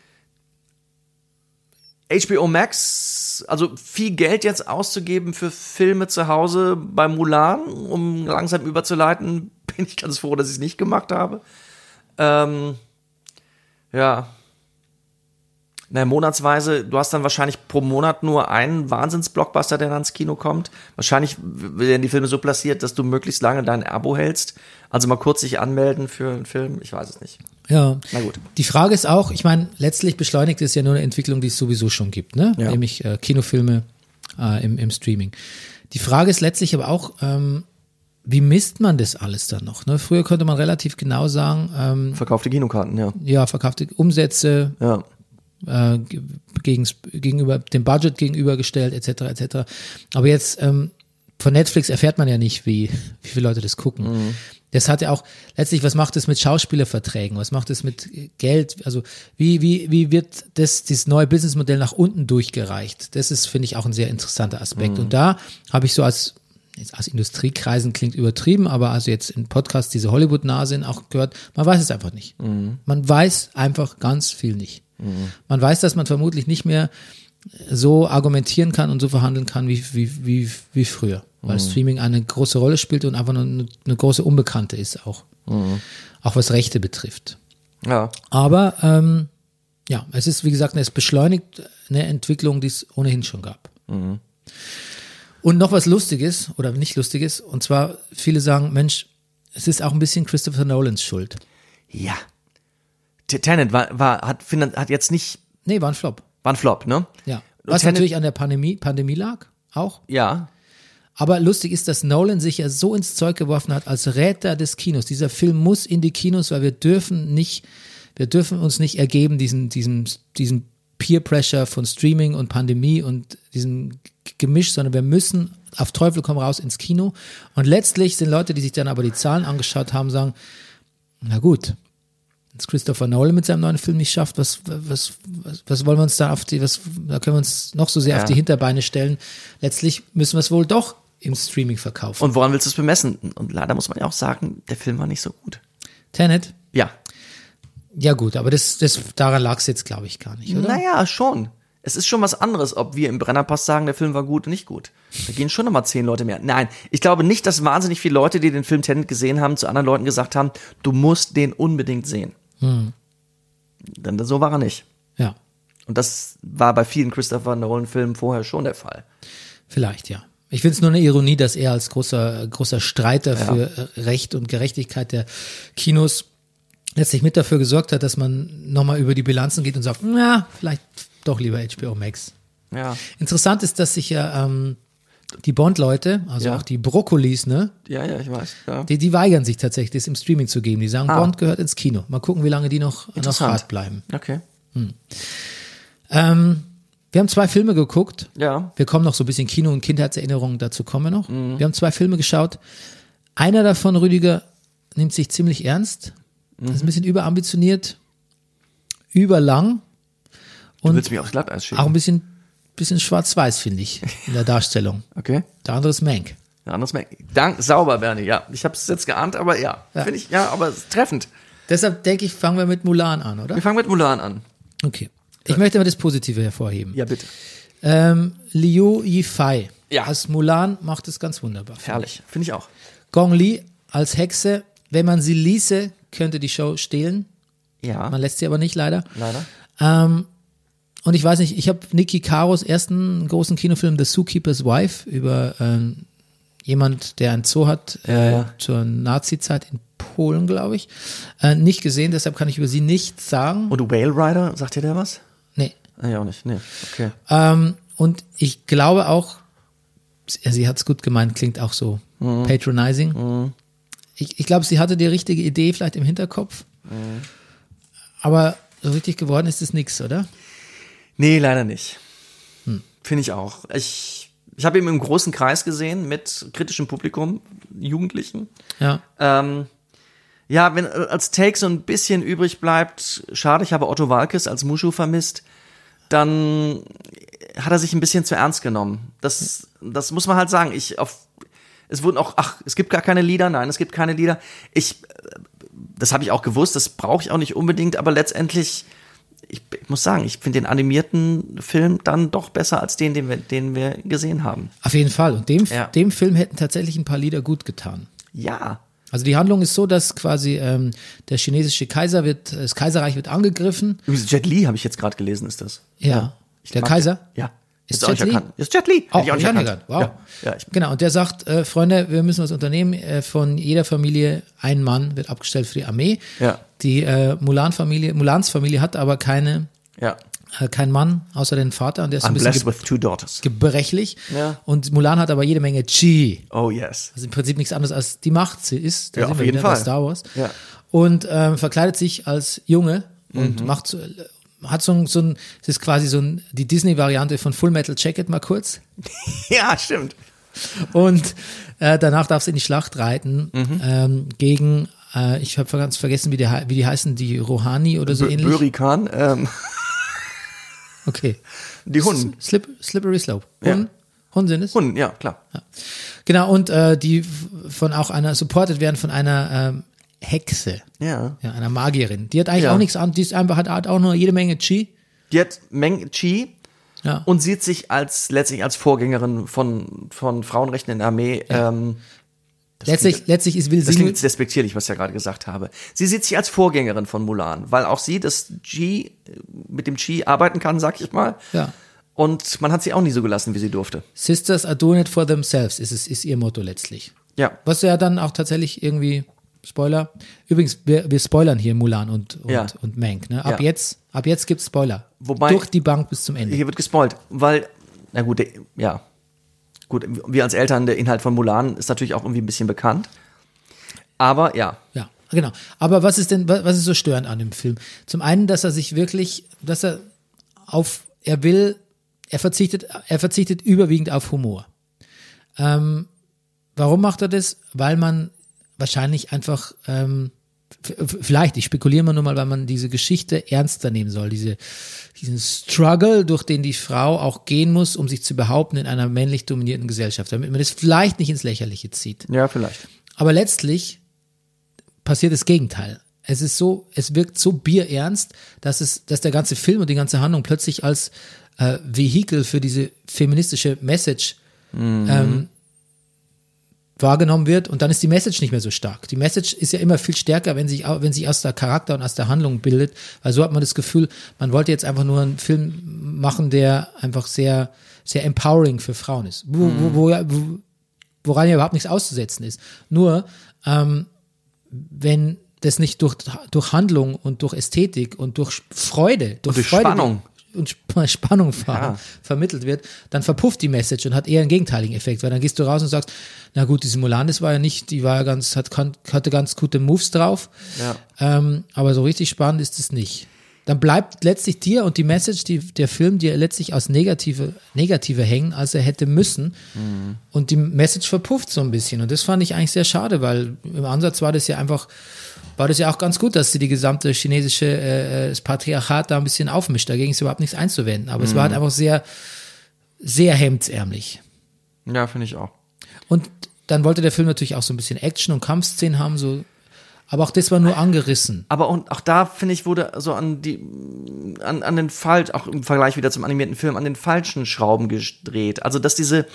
B: HBO Max, also viel Geld jetzt auszugeben für Filme zu Hause bei Mulan, um langsam überzuleiten, bin ich ganz froh, dass ich es nicht gemacht habe. Ähm, ja. Na, monatsweise, du hast dann wahrscheinlich pro Monat nur einen Wahnsinns-Blockbuster, der dann ins Kino kommt. Wahrscheinlich werden die Filme so platziert, dass du möglichst lange dein Abo hältst. Also mal kurz sich anmelden für einen Film, ich weiß es nicht.
A: Ja.
B: Na gut.
A: Die Frage ist auch, ich meine, letztlich beschleunigt ist ja nur eine Entwicklung, die es sowieso schon gibt, ne?
B: Ja.
A: Nämlich äh, Kinofilme äh, im, im Streaming. Die Frage ist letztlich aber auch, ähm, wie misst man das alles dann noch? Ne? Früher konnte man relativ genau sagen, ähm,
B: Verkaufte Kinokarten, ja.
A: ja, verkaufte Umsätze,
B: Ja.
A: äh, ge- gegens, gegenüber dem Budget gegenübergestellt etc. etc. Aber jetzt ähm, von Netflix erfährt man ja nicht, wie, wie viele Leute das gucken. Das hat ja auch letztlich, was macht es mit Schauspielerverträgen? Was macht es mit äh, Geld? Also wie wie wie wird das dieses neue Businessmodell nach unten durchgereicht? Das ist finde ich auch ein sehr interessanter Aspekt. Und da habe ich so als jetzt aus Industriekreisen klingt übertrieben, aber also jetzt in Podcasts diese Hollywood-Nasen auch gehört, man weiß es einfach nicht. Man weiß einfach ganz viel nicht. Man weiß, dass man vermutlich nicht mehr so argumentieren kann und so verhandeln kann wie, wie, wie, wie früher, weil Streaming eine große Rolle spielt und einfach nur eine, eine große Unbekannte ist auch, auch was Rechte betrifft.
B: Ja.
A: Aber ähm, ja, es ist, wie gesagt, es beschleunigt eine Entwicklung, die es ohnehin schon gab. Und noch was Lustiges oder nicht Lustiges, und zwar viele sagen, Mensch, es ist auch ein bisschen Christopher Nolans Schuld.
B: Ja. T- Tenet war, war hat, finan- hat jetzt nicht,
A: Nee, war ein Flop.
B: war ein Flop, ne?
A: Ja.
B: Und
A: Was
B: Tenet-
A: natürlich an der Pandemie, Pandemie lag, auch.
B: Ja.
A: Aber lustig ist, dass Nolan sich ja so ins Zeug geworfen hat als Räter des Kinos. Dieser Film muss in die Kinos, weil wir dürfen nicht, wir dürfen uns nicht ergeben, diesen, diesen, diesen Peer Pressure von Streaming und Pandemie und diesem G- Gemisch, sondern wir müssen auf Teufel komm raus ins Kino. Und letztlich sind Leute, die sich dann aber die Zahlen angeschaut haben, sagen, Na gut. Wenn es Christopher Nolan mit seinem neuen Film nicht schafft, was, was, was, was wollen wir uns da auf die, was, da können wir uns noch so sehr
B: Ja.
A: auf die Hinterbeine stellen. Letztlich müssen wir es wohl doch im Streaming verkaufen.
B: Und woran willst du es bemessen? Und leider muss man ja auch sagen, der Film war nicht so gut.
A: Tenet?
B: Ja.
A: Ja gut, aber das, das, daran lag es jetzt, glaube ich, gar nicht, oder?
B: Naja, schon. Es ist schon was anderes, ob wir im Brennerpass sagen, der Film war gut oder nicht gut. Da gehen schon nochmal zehn Leute mehr. Nein, ich glaube nicht, dass wahnsinnig viele Leute, die den Film Tenet gesehen haben, zu anderen Leuten gesagt haben, du musst den unbedingt sehen. Hm. Denn so war er nicht.
A: Ja,
B: Und das war bei vielen Christopher Nolan-Filmen vorher schon der Fall.
A: vielleicht, ja. Ich finde es nur eine Ironie, dass er als großer, großer Streiter für äh, Recht und Gerechtigkeit der Kinos letztlich mit dafür gesorgt hat, dass man nochmal über die Bilanzen geht und sagt, na, vielleicht doch lieber HBO Max.
B: Ja.
A: Interessant ist, dass sich ja ähm, die Bond-Leute, also
B: Ja.
A: auch die Brokkolis, ne,
B: Ja, ja, ich weiß. Ja.
A: die, die weigern sich tatsächlich, das im Streaming zu geben. Die sagen,
B: Ah.
A: Bond gehört ins Kino. Mal gucken, wie lange die noch, noch
B: Interessant.
A: hart bleiben.
B: Okay.
A: Ähm, wir haben zwei Filme geguckt.
B: Ja.
A: Wir kommen noch so ein bisschen Kino und Kindheitserinnerungen, dazu kommen wir noch.
B: Mhm.
A: Wir haben zwei Filme geschaut. Einer davon, Rüdiger, nimmt sich ziemlich ernst.
B: Mhm.
A: Ist ein bisschen überambitioniert, überlang,
B: Du
A: Und-
B: willst mich aufs Glatteis schicken.
A: auch ein bisschen, bisschen schwarz-weiß, finde ich, in der Darstellung.
B: Okay.
A: Der andere ist Mank.
B: Ja, anderes Merk. Dank, sauber, Bernie. Ja, ich habe es jetzt geahnt, aber ja.
A: Ja.
B: Finde ich, ja, aber es ist treffend.
A: Deshalb denke ich, fangen wir mit Mulan an, oder?
B: Wir fangen mit Mulan an.
A: Okay. Ich möchte aber das Positive hervorheben.
B: Ja, bitte.
A: Ähm, Liu Yifei
B: Ja.
A: als Mulan macht es ganz wunderbar.
B: Herrlich. Finde ich auch.
A: Gong Li als Hexe, wenn man sie ließe, könnte die Show stehlen.
B: Ja.
A: Man lässt sie aber nicht, leider.
B: Leider.
A: Ähm, und ich weiß nicht, ich habe Niki Karos ersten großen Kinofilm The Zookeeper's Wife über ähm, jemand, der einen Zoo hat, äh,
B: ja.
A: zur Nazi-Zeit in Polen, glaube ich, äh, nicht gesehen. Deshalb kann ich über sie nichts sagen.
B: Und Whale Rider, sagt dir der was?
A: Nee.
B: Nee, auch nicht. Nee. Okay.
A: Ähm, und ich glaube auch, sie, sie hat es gut gemeint, klingt auch so patronizing. Ich, ich glaube, sie hatte die richtige Idee vielleicht im Hinterkopf. Aber so richtig geworden ist es nichts, oder?
B: Nee, leider nicht. Hm. Finde ich auch. Ich, ich habe ihn im großen Kreis gesehen mit kritischem Publikum, Jugendlichen.
A: Ja.
B: Ähm, ja, wenn äh, als Take so ein bisschen übrig bleibt, schade, ich habe Otto Walkes als Mushu vermisst, dann hat er sich ein bisschen zu ernst genommen. Das, das muss man halt sagen. Ich auf, es wurden auch, ach, es gibt gar keine Lieder, nein, es gibt keine Lieder. Ich, äh, das habe ich auch gewusst, das brauche ich auch nicht unbedingt, aber letztendlich, ich, ich muss sagen, ich finde den animierten Film dann doch besser als den, den wir, den wir gesehen haben.
A: Auf jeden Fall. Und dem,
B: Ja.
A: dem Film hätten tatsächlich ein paar Lieder gut getan.
B: Ja,
A: Also die Handlung ist so, dass quasi ähm, der chinesische Kaiser wird, äh, das Kaiserreich wird angegriffen.
B: übrigens Jet Li habe ich jetzt gerade gelesen, ist das.
A: Ja.
B: Ich
A: der
B: mag
A: Kaiser?
B: den. Ja.
A: Ist
B: Hättest du
A: Jet
B: auch nicht
A: Li? Oh,
B: erkannt. Ist Jet Li. Hätte
A: Auch,
B: ich auch nicht erkannt.
A: Wow.
B: Ja, ja, ich,
A: genau, und der sagt, äh, Freunde, wir müssen was unternehmen. Äh, von jeder Familie ein Mann wird abgestellt für die Armee.
B: Ja.
A: Die äh, Mulan-Familie, Mulans Familie hat aber keine,
B: ja.
A: äh, keinen Mann, außer den Vater. Und der ist
B: I'm
A: ein bisschen
B: blessed
A: ge
B: with two daughters.
A: gebrechlich.
B: Ja.
A: Und Mulan hat aber jede Menge Chi.
B: Oh yes.
A: Also im Prinzip nichts anderes als die Macht sie ist. Da
B: Ja,
A: sind
B: auf
A: wir
B: jeden
A: wieder bei
B: Fall.
A: Star Wars.
B: Ja.
A: Und ähm, verkleidet sich als Junge
B: Mhm.
A: und macht so, hat so ein, so ein, es ist quasi so ein, die Disney-Variante von Full Metal Jacket mal kurz.
B: Ja, stimmt.
A: Und äh, danach darf sie in die Schlacht reiten
B: Mhm.
A: ähm, gegen, äh, ich habe ganz vergessen, wie die, hei- wie die heißen, die Rohani oder so
B: B-
A: ähnlich.
B: Börikan, ähm,
A: Okay.
B: die Hunden.
A: S- Slip, slippery Slope.
B: Ja.
A: Hunden, Hunden sind es.
B: Hunden, ja, klar.
A: Genau, und äh, die f- von auch einer, supported werden von einer ähm, Hexe.
B: Ja.
A: Ja, einer Magierin. Die hat eigentlich
B: Ja.
A: auch nichts an, die ist einfach, hat, hat auch nur jede Menge Chi.
B: Die hat Meng Chi
A: Ja.
B: und sieht sich als letztlich als Vorgängerin von, von Frauenrechten in der Armee. Ähm,
A: letztlich, letztlich ist, will
B: das
A: sie
B: klingt
A: nur,
B: jetzt despektierlich, was ich ja gerade gesagt habe. Sie sieht sich als Vorgängerin von Mulan, weil auch sie das Chi äh, mit dem Chi arbeiten kann, sag ich mal.
A: ja.
B: Und man hat sie auch nie so gelassen, wie sie durfte.
A: Sisters are doing it for themselves, ist es, ist ihr Motto letztlich.
B: Ja.
A: Was ja dann auch tatsächlich irgendwie, Spoiler. Übrigens, wir, wir spoilern hier Mulan und, und,
B: Ja.
A: und Mank. Ne? Ab
B: Ja.
A: jetzt, ab jetzt gibt's Spoiler.
B: Wobei-
A: Durch die Bank bis zum Ende.
B: Hier wird gespoilt, weil, na gut, der, ja. Gut, wir als Eltern, der Inhalt von Mulan ist natürlich auch irgendwie ein bisschen bekannt. Aber ja,
A: Ja, genau. Aber was ist denn, wa- was ist so störend an dem Film? Zum einen, dass er sich wirklich, dass er auf, er will, er verzichtet, er verzichtet überwiegend auf Humor. Ähm, warum macht er das? Weil man wahrscheinlich einfach ähm, f- f- vielleicht, ich spekuliere mal nur mal, weil man diese Geschichte ernster nehmen soll, diese, diesen Struggle, durch den die Frau auch gehen muss, um sich zu behaupten in einer männlich dominierten Gesellschaft, damit man das vielleicht nicht ins Lächerliche zieht.
B: Ja, vielleicht.
A: Aber letztlich passiert das Gegenteil. Es ist so, es wirkt so bierernst, dass es, dass der ganze Film und die ganze Handlung plötzlich als äh, Vehikel für diese feministische Message ähm, wahrgenommen wird und dann ist die Message nicht mehr so stark. Die Message ist ja immer viel stärker, wenn sich, au- wenn sich aus der Charakter und aus der Handlung bildet, weil so hat man das Gefühl, man wollte jetzt einfach nur einen Film machen, der einfach sehr, sehr empowering für Frauen ist. Wo, wo, wo, ja- wo, woran ja überhaupt nichts auszusetzen ist. Nur, ähm, wenn das nicht durch, durch Handlung und durch Ästhetik und durch Freude, durch,
B: durch
A: Freude
B: Spannung.
A: und Sp- Spannung ver vermittelt wird, dann verpufft die Message und hat eher einen gegenteiligen Effekt, weil dann gehst du raus und sagst, na gut, diese Mulan, das war ja nicht, die war ja ganz, hat, kan- hatte ganz gute Moves drauf,
B: Ja.
A: ähm, aber so richtig spannend ist es nicht. Dann bleibt letztlich dir und die Message, die, der Film dir letztlich aus negative, negative hängen, als er hätte müssen. Und die Message verpufft so ein bisschen. Und das fand ich eigentlich sehr schade, weil im Ansatz war das ja einfach, war das ja auch ganz gut, dass sie die gesamte chinesische, äh, das Patriarchat da ein bisschen aufmischt. Dagegen ist überhaupt nichts einzuwenden. Aber es war
B: Mhm.
A: halt einfach sehr, sehr hemdsärmlich.
B: Ja, finde ich auch.
A: Und dann wollte der Film natürlich auch so ein bisschen Action und Kampfszenen haben, so. Aber auch das war nur angerissen.
B: Aber und auch da finde ich wurde so an die an, an den falsch auch im Vergleich wieder zum animierten Film an den falschen Schrauben gedreht. Also dass diese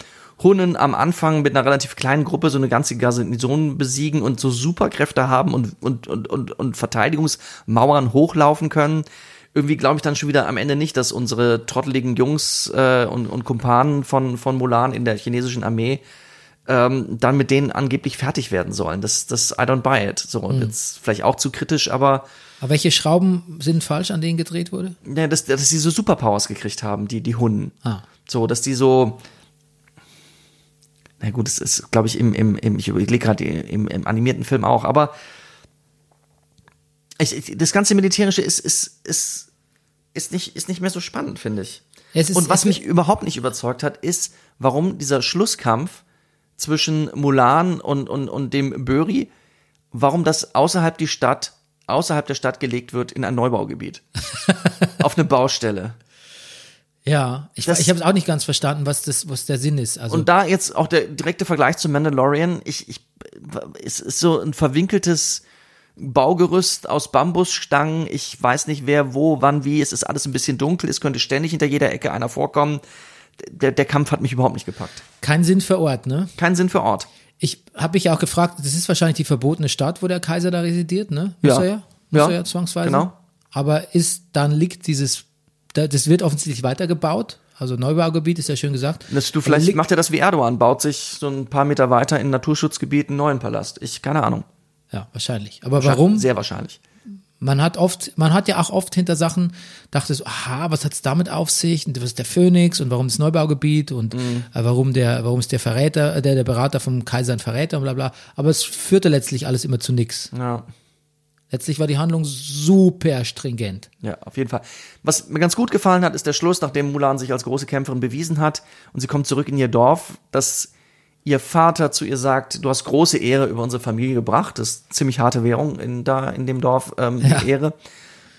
B: Hunnen am Anfang mit einer relativ kleinen Gruppe so eine ganze Garnison besiegen und so Superkräfte haben und und und und, und Verteidigungsmauern hochlaufen können. Irgendwie glaube ich dann schon wieder am Ende nicht, dass unsere trotteligen Jungs äh, und, und Kumpanen von, von Mulan in der chinesischen Armee ähm, dann mit denen angeblich fertig werden sollen. Das, das I don't buy it. So, und jetzt vielleicht auch zu kritisch, aber
A: Aber welche Schrauben sind falsch, an denen gedreht wurde?
B: ja, ne, dass, dass sie so Superpowers gekriegt haben, die, die Hunden.
A: Ah.
B: So, dass die so. Na gut, es ist, glaube ich, im, im, im ich überlege gerade im, im animierten Film auch, aber ich, ich, das ganze Militärische ist, ist, ist, ist, nicht, ist nicht mehr so spannend, finde ich.
A: Es ist-
B: Und was
A: es-
B: mich überhaupt nicht überzeugt hat, ist, warum dieser Schlusskampf zwischen Mulan und, und, und dem Böri, warum das außerhalb die Stadt, außerhalb der Stadt gelegt wird in ein Neubaugebiet. auf eine Baustelle.
A: Ja, ich,
B: Das-
A: ich habe es auch nicht ganz verstanden, was das, was der Sinn ist. Also
B: Und da jetzt auch der direkte Vergleich zu Mandalorian, ich, ich, es ist so ein verwinkeltes Baugerüst aus Bambusstangen. Ich weiß nicht, wer, wo, wann, wie. Es ist alles ein bisschen dunkel. Es könnte ständig hinter jeder Ecke einer vorkommen. Der, der Kampf hat mich überhaupt nicht gepackt.
A: kein Sinn für Ort, ne?
B: Kein Sinn für Ort.
A: Ich habe mich ja auch gefragt, das ist wahrscheinlich die verbotene Stadt, wo der Kaiser da residiert, ne? Muss
B: Ja.
A: er ja? Muss
B: Ja,
A: er ja zwangsweise.
B: genau.
A: Aber ist, dann liegt dieses, da- das wird offensichtlich weitergebaut. Also Neubaugebiet ist ja schön gesagt.
B: Das, du, vielleicht
A: liegt,
B: macht er das wie Erdogan, baut sich so ein paar Meter weiter in Naturschutzgebiet einen neuen Palast. Ich, keine Ahnung.
A: ja, wahrscheinlich. Aber warum?
B: Sehr wahrscheinlich.
A: Man hat oft, man hat ja auch oft hinter Sachen, dachte so, aha, was hat's damit auf sich? Und was ist der Phönix und warum das Neubaugebiet und
B: Mhm.
A: äh, warum der, warum ist der Verräter, äh, der, der Berater vom Kaiser ein Verräter und bla bla. Aber es führte letztlich alles immer zu nichts.
B: Ja.
A: Letztlich war die Handlung super stringent.
B: Ja, auf jeden Fall. Was mir ganz gut gefallen hat, ist der Schluss, nachdem Mulan sich als große Kämpferin bewiesen hat und sie kommt zurück in ihr Dorf, dass ihr Vater zu ihr sagt, du hast große Ehre über unsere Familie gebracht. Das ist ziemlich harte Währung in, da in dem Dorf, ähm, die Ehre.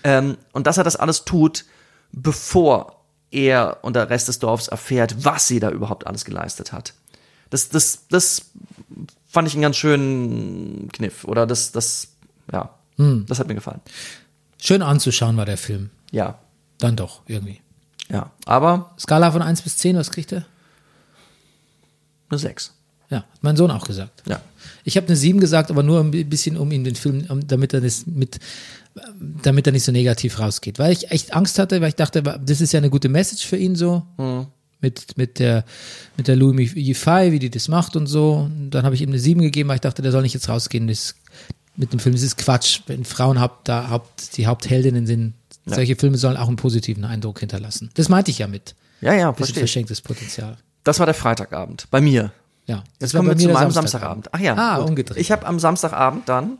B: Ähm, und dass er das alles tut, bevor er und der Rest des Dorfs erfährt, was sie da überhaupt alles geleistet hat. Das, das, das fand ich einen ganz schönen Kniff. Oder das, das, ja, das hat mir gefallen.
A: Schön anzuschauen war der Film.
B: Ja,
A: Dann doch, irgendwie.
B: ja. Aber
A: Skala von 1 bis 10, was kriegt er?
B: Eine 6.
A: Ja, hat mein Sohn auch gesagt.
B: Ja.
A: Ich habe eine 7 gesagt, aber nur ein bisschen, um ihm den Film, um, damit er das mit, damit er nicht so negativ rausgeht. Weil ich echt Angst hatte, weil ich dachte, das ist ja eine gute Message für ihn so.
B: Hm.
A: Mit, mit der, mit der Louis Yifai, wie die das macht und so. Und dann habe ich ihm eine 7 gegeben, weil ich dachte, der soll nicht jetzt rausgehen. Das, mit dem Film, das ist Quatsch. Wenn Frauen haupt, da haupt, die Hauptheldinnen sind, solche Filme sollen auch einen positiven Eindruck hinterlassen. Das meinte ich ja mit.
B: Ja, ja,
A: Bisschen
B: verstehe. ich.
A: verschenktes Potenzial.
B: Das war der Freitagabend bei mir.
A: Ja.
B: Jetzt
A: Das war
B: kommen
A: bei
B: wir zu
A: mir der
B: meinem
A: Samstagabend.
B: Samstagabend. Ach ja.
A: Ah,
B: gut.
A: umgedreht.
B: Ich habe am Samstagabend dann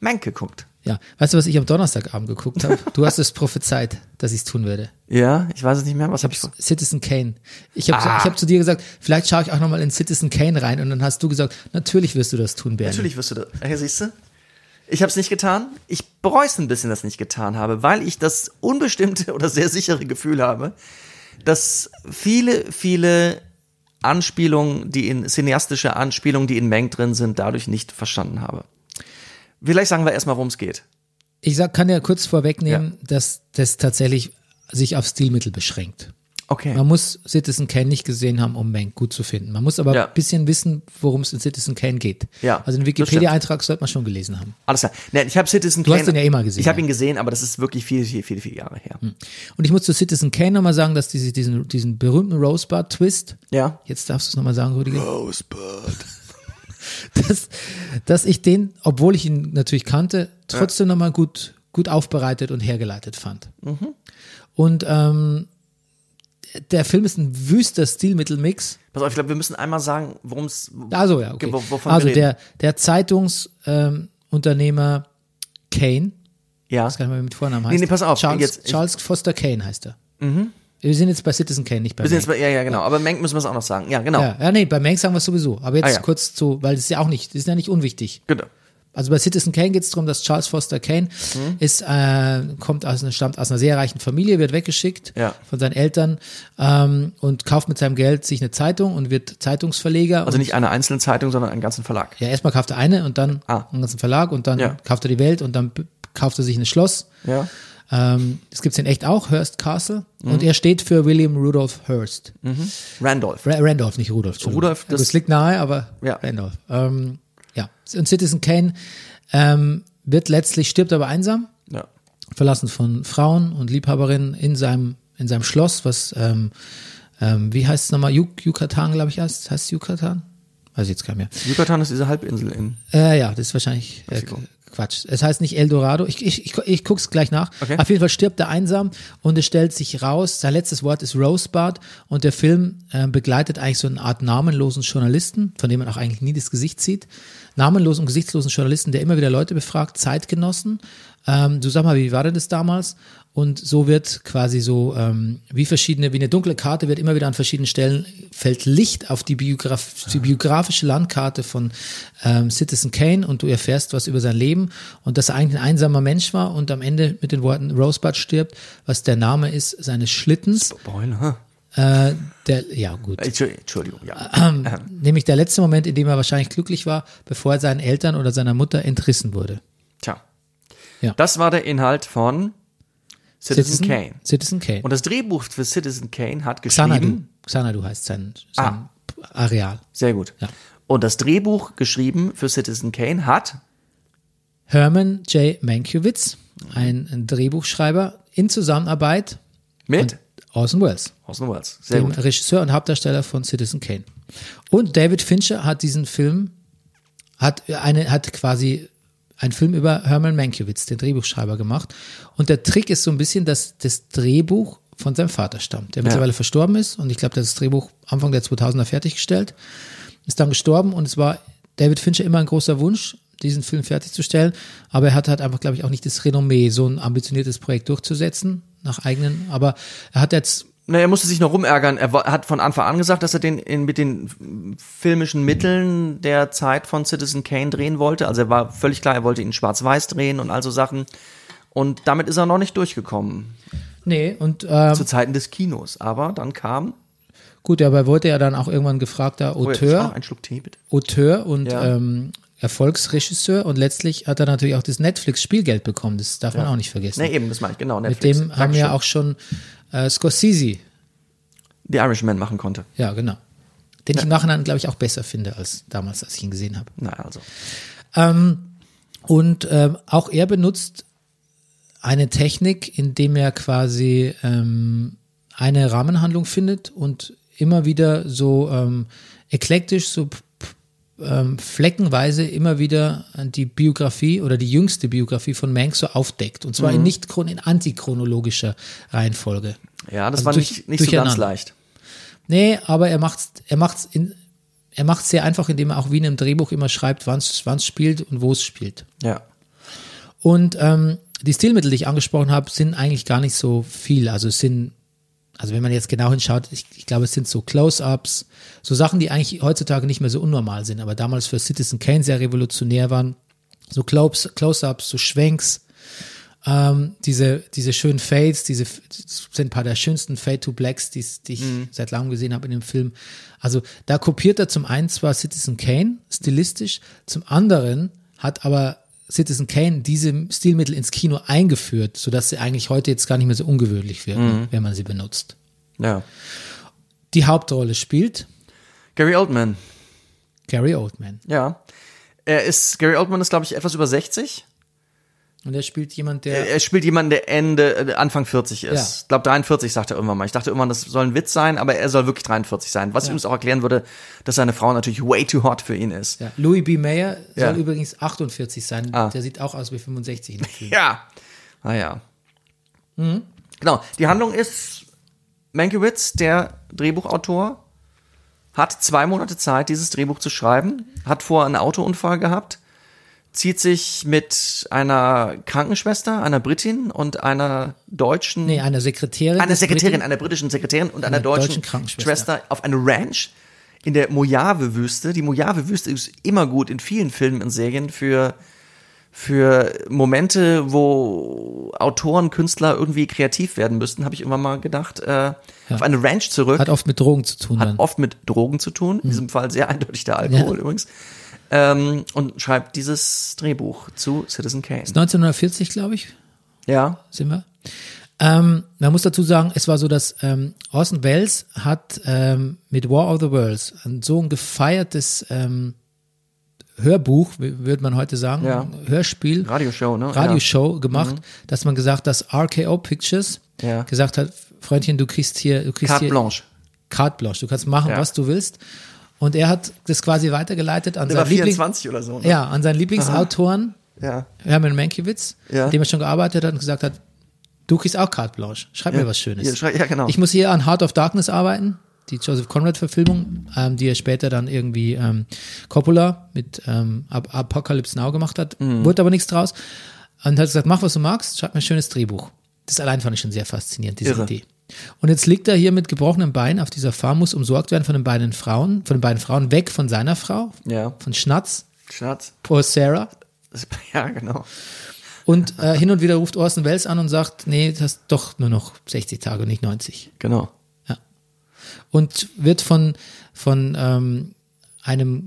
B: Mank geguckt.
A: Ja, weißt du, was ich am Donnerstagabend geguckt habe? Du hast es prophezeit, dass ich es tun werde.
B: Ja, ich weiß es nicht mehr. Was habe ich? vor-
A: Citizen Kane. Ich habe
B: Ah.
A: ich hab zu dir gesagt, vielleicht schaue ich auch nochmal in Citizen Kane rein und dann hast du gesagt, natürlich wirst du das tun, Bernie.
B: Natürlich wirst du das. Hey, siehst du? Ich habe es nicht getan. Ich bereue es ein bisschen, dass ich nicht getan habe, weil ich das unbestimmte oder sehr sichere Gefühl habe, dass viele, viele Anspielungen, die in cineastische Anspielungen, die in Meng drin sind, dadurch nicht verstanden habe. Vielleicht sagen wir erstmal, worum es geht.
A: Ich sag, kann ja kurz vorwegnehmen, dass das tatsächlich sich auf Stilmittel beschränkt.
B: Okay.
A: Man muss Citizen Kane nicht gesehen haben, um Mank gut zu finden. Man muss aber
B: Ja.
A: ein bisschen wissen, worum es in Citizen Kane geht.
B: Ja,
A: Also den
B: das
A: Wikipedia-Eintrag sollte man schon gelesen haben.
B: Alles klar. Nein, ich habe Citizen
A: Du hast ihn ja eh mal gesehen, Hm.
B: Ich habe
A: ja.
B: ihn gesehen, aber das ist wirklich viele, viele, viele, viele Jahre her.
A: Und ich muss zu Citizen Kane nochmal sagen, dass diese, diesen, diesen berühmten Rosebud-Twist,
B: Ja.
A: jetzt darfst du es nochmal sagen, Rüdiger. Rosebud. dass, dass ich den, obwohl ich ihn natürlich kannte, trotzdem nochmal gut, gut aufbereitet und hergeleitet fand.
B: Mhm.
A: Und ähm, der Film ist ein wüster Stilmittelmix.
B: Pass auf, ich glaube, wir müssen einmal sagen, worum es.
A: Also ja, okay.
B: Wo- wovon
A: Also
B: wir reden.
A: der, der Zeitungsunternehmer ähm, Unternehmer Kane,
B: ja.
A: das kann ich mal mit Vornamen heißt.
B: nee, pass auf,
A: Charles,
B: jetzt- ich-
A: Charles Foster Kane heißt er. Wir sind jetzt bei Citizen Kane, nicht bei
B: Wir sind jetzt
A: Mank.
B: bei, ja, ja, genau. Aber Menk müssen wir es auch noch sagen. Ja, genau.
A: ja, ja, nee, bei Mank sagen wir es sowieso. Aber jetzt
B: Ah, ja.
A: kurz zu, weil das ist ja auch nicht, das ist ja nicht unwichtig.
B: Genau.
A: Also bei Citizen Kane geht es darum, dass Charles Foster Kane
B: Mhm.
A: ist, äh, kommt aus, einer- stammt aus einer sehr reichen Familie, wird weggeschickt
B: Ja.
A: von seinen Eltern ähm, und kauft mit seinem Geld sich eine Zeitung und wird Zeitungsverleger.
B: Also
A: und
B: nicht eine einzelne Zeitung, sondern einen ganzen Verlag.
A: Ja, erstmal kauft er eine und dann
B: Ah.
A: einen ganzen Verlag und dann
B: Ja.
A: kauft er die Welt und dann b- kauft er sich ein Schloss.
B: Ja.
A: Ähm, das gibt's in echt auch, Hearst Castle.
B: Mhm.
A: Und er steht für William Rudolph Hearst.
B: Randolph.
A: Ra Randolph, nicht Rudolph. Entschuldigung.
B: Mhm. Rudolph,
A: das,
B: das-
A: das liegt nahe, aber
B: Ja.
A: Randolph. Ähm, ja. Und Citizen Kane ähm, wird letztlich, stirbt aber einsam,
B: Ja.
A: verlassen von Frauen und Liebhaberinnen in seinem, in seinem Schloss, was, ähm, ähm, wie heißt es nochmal? Yuk Yucatan, glaube ich, heißt Heißt Yucatan? Weiß ich jetzt gar nicht mehr.
B: Yucatan ist diese Halbinsel in.
A: Äh, ja, das ist wahrscheinlich äh,
B: Mexiko.
A: Quatsch. Es heißt nicht Eldorado. Ich, ich, ich, ich guck's gleich nach.
B: Okay.
A: Auf jeden Fall stirbt er einsam und es stellt sich raus, sein letztes Wort ist Rosebud und der Film äh, begleitet eigentlich so eine Art namenlosen Journalisten, von dem man auch eigentlich nie das Gesicht sieht. Namenlosen und gesichtslosen Journalisten, der immer wieder Leute befragt, Zeitgenossen. Ähm, du sag mal, wie war denn das damals? Und so wird quasi so, ähm, wie verschiedene, wie eine dunkle Karte wird immer wieder an verschiedenen Stellen, fällt Licht auf die, Biograf die biografische Landkarte von ähm, Citizen Kane und du erfährst was über sein Leben und dass er eigentlich ein einsamer Mensch war und am Ende mit den Worten Rosebud stirbt, was der Name ist seines Schlittens.
B: Boiler.
A: Äh, der, ja, gut.
B: Äh, Entschuldigung, ja.
A: Nämlich der letzte Moment, in dem er wahrscheinlich glücklich war, bevor er seinen Eltern oder seiner Mutter entrissen wurde.
B: Tja.
A: Ja.
B: Das war der Inhalt von Citizen, Kane.
A: Citizen Kane.
B: Und das Drehbuch für Citizen Kane hat geschrieben.
A: Xanadu. Xanadu heißt sein, sein
B: Ah.
A: Areal.
B: Sehr gut.
A: Ja.
B: Und das Drehbuch geschrieben für Citizen Kane hat
A: Herman J. Mankiewicz, ein, ein Drehbuchschreiber in Zusammenarbeit
B: mit
A: Orson Welles,
B: Orson Welles. Sehr
A: dem
B: gut.
A: Regisseur und Hauptdarsteller von Citizen Kane. Und David Fincher hat diesen Film, hat eine, hat quasi einen Film über Herman Mankiewicz, den Drehbuchschreiber, gemacht. Und der Trick ist so ein bisschen, dass das Drehbuch von seinem Vater stammt, der mittlerweile verstorben ist. Und ich glaube, der hat das Drehbuch Anfang der 2000er fertiggestellt. ist dann gestorben und es war David Fincher immer ein großer Wunsch, diesen Film fertigzustellen, aber er hatte halt einfach, glaube ich, auch nicht das Renommee, so ein ambitioniertes Projekt durchzusetzen, nach eigenen, aber er hat jetzt,
B: Na, er musste sich noch rumärgern. Er wa- hat von Anfang an gesagt, dass er den in, mit den filmischen Mitteln der Zeit von Citizen Kane drehen wollte. Also er war völlig klar, er wollte ihn in schwarz-weiß drehen und all so Sachen. Und damit ist er noch nicht durchgekommen.
A: nee, und ähm,
B: Zu Zeiten des Kinos. Aber dann kam.
A: gut, aber er wurde ja dann auch irgendwann gefragter
B: Oh, jetzt ist
A: Auteur,
B: auch ein Schluck Tee, bitte.
A: Auteur und
B: Ja.
A: ähm, Erfolgsregisseur und letztlich hat er natürlich auch das Netflix-Spielgeld bekommen, das darf man auch nicht vergessen.
B: Ne, eben, das meine ich, genau.
A: Mit dem haben ja auch schon äh, Scorsese,
B: The Irishman machen konnte.
A: ja genau, den ich im Nachhinein, glaube ich, auch besser finde als damals, als ich ihn gesehen habe.
B: Na, also.
A: Und ähm, auch er benutzt eine Technik, indem er quasi ähm, eine Rahmenhandlung findet und immer wieder so ähm, eklektisch, so p- p- ähm, fleckenweise immer wieder die Biografie oder die jüngste Biografie von Mank so aufdeckt. Und zwar in nicht chron- in antichronologischer Reihenfolge.
B: Ja, das
A: Also
B: war
A: durch-
B: nicht, nicht so ganz
A: durcheinander.
B: leicht.
A: Nee, aber er macht's, er macht's in, er macht's sehr einfach, indem er auch wie in einem Drehbuch immer schreibt, wann's, wann's spielt und wo es spielt.
B: Ja.
A: Und ähm, die Stilmittel, die ich angesprochen habe, sind eigentlich gar nicht so viel. Also es sind, also wenn man jetzt genau hinschaut, ich, ich glaube, es sind so Close-ups, so Sachen, die eigentlich heutzutage nicht mehr so unnormal sind, aber damals für Citizen Kane sehr revolutionär waren. so Close- Close-ups, so Schwenks, ähm, diese, diese schönen Fades, diese f- sind ein paar der schönsten Fade-to-Blacks, die die ich
B: Mhm.
A: seit langem gesehen habe in dem Film. Also da kopiert er zum einen zwar Citizen Kane stilistisch, zum anderen hat aber Citizen Kane diese Stilmittel ins Kino eingeführt, sodass sie eigentlich heute jetzt gar nicht mehr so ungewöhnlich
B: Mhm.
A: wirken, wenn man sie benutzt.
B: Ja.
A: Die Hauptrolle spielt
B: Gary Oldman.
A: Gary Oldman.
B: Ja. Er ist, Gary Oldman ist, glaube ich, etwas über 60.
A: Und er spielt jemand, der.
B: Er spielt jemanden, der Ende, äh, Anfang 40 ist.
A: Ja.
B: Ich glaube, 43 sagt er irgendwann mal. Ich dachte irgendwann, das soll ein Witz sein, aber er soll wirklich 43 sein. Was übrigens auch erklären würde, dass seine Frau natürlich way too hot für ihn ist.
A: Ja, Louis B. Mayer
B: Ja. Ah.
A: soll übrigens 48 sein. Der sieht auch aus wie 65 in dem Film.
B: Ja. Naja.
A: Mhm.
B: Genau. Die Handlung ist, Mankiewicz, der Drehbuchautor, hat zwei Monate Zeit, dieses Drehbuch zu schreiben, hat vorher einen Autounfall gehabt, zieht sich mit einer Krankenschwester, einer Britin und einer deutschen
A: Nee, einer Sekretärin.
B: einer
A: des
B: Sekretärin,
A: Briten-
B: einer britischen Sekretärin und einer deutschen,
A: deutschen Krankenschwester.
B: Schwester auf eine Ranch in der Mojave-Wüste. Die Mojave-Wüste ist immer gut in vielen Filmen und Serien für, für Momente, wo Autoren, Künstler irgendwie kreativ werden müssten, habe ich irgendwann mal gedacht. Äh, Auf eine Ranch zurück
A: Hat oft mit Drogen zu tun.
B: hat
A: dann.
B: oft mit Drogen zu tun, in diesem Fall sehr eindeutig der Alkohol
A: Ja.
B: übrigens, ähm, und schreibt dieses Drehbuch zu Citizen Kane.
A: 1940, glaube ich,
B: Ja,
A: sind wir. Ähm, man muss dazu sagen, es war so, dass ähm, Orson Welles hat ähm, mit War of the Worlds ein, so ein gefeiertes ähm, Hörbuch, w- würde man heute sagen,
B: Ja.
A: Hörspiel,
B: Radioshow, ne?
A: Radioshow gemacht, dass man gesagt, dass RKO Pictures
B: Ja.
A: gesagt hat, Freundchen, du kriegst hier, du kriegst
B: Carte
A: hier
B: Blanche.
A: Carte Blanche. Du kannst machen,
B: Ja.
A: was du willst. Und er hat das quasi weitergeleitet an
B: Der war
A: seinen, Liebling
B: 24 oder so. Ne?
A: ja, an seinen Lieblingsautoren,
B: ja.
A: Hermann Mankiewicz,
B: Ja.
A: mit dem er schon gearbeitet hat und gesagt hat, du kriegst auch Carte Blanche. Schreib mir was Schönes.
B: Ja, schrei- ja, genau.
A: Ich muss hier an Heart of Darkness arbeiten, die Joseph Conrad-Verfilmung, ähm, die er später dann irgendwie ähm, Coppola mit ähm, Ap Apocalypse Now gemacht hat.
B: Mhm.
A: Wurde aber nichts draus. Und hat gesagt, mach, was du magst, schreib mir ein schönes Drehbuch. Das allein fand ich schon sehr faszinierend, diese
B: Irre.
A: Idee. Und jetzt liegt er hier mit gebrochenem Bein auf dieser Farm, muss umsorgt werden von den beiden Frauen, von den beiden Frauen, weg von seiner Frau,
B: Ja.
A: von Schnatz,
B: Schnatz.
A: poor Sarah.
B: Ja, genau.
A: Und äh, hin und wieder ruft Orson Welles an und sagt, nee, das ist doch nur noch 60 Tage und nicht 90.
B: Genau.
A: Und wird von, von ähm, einem,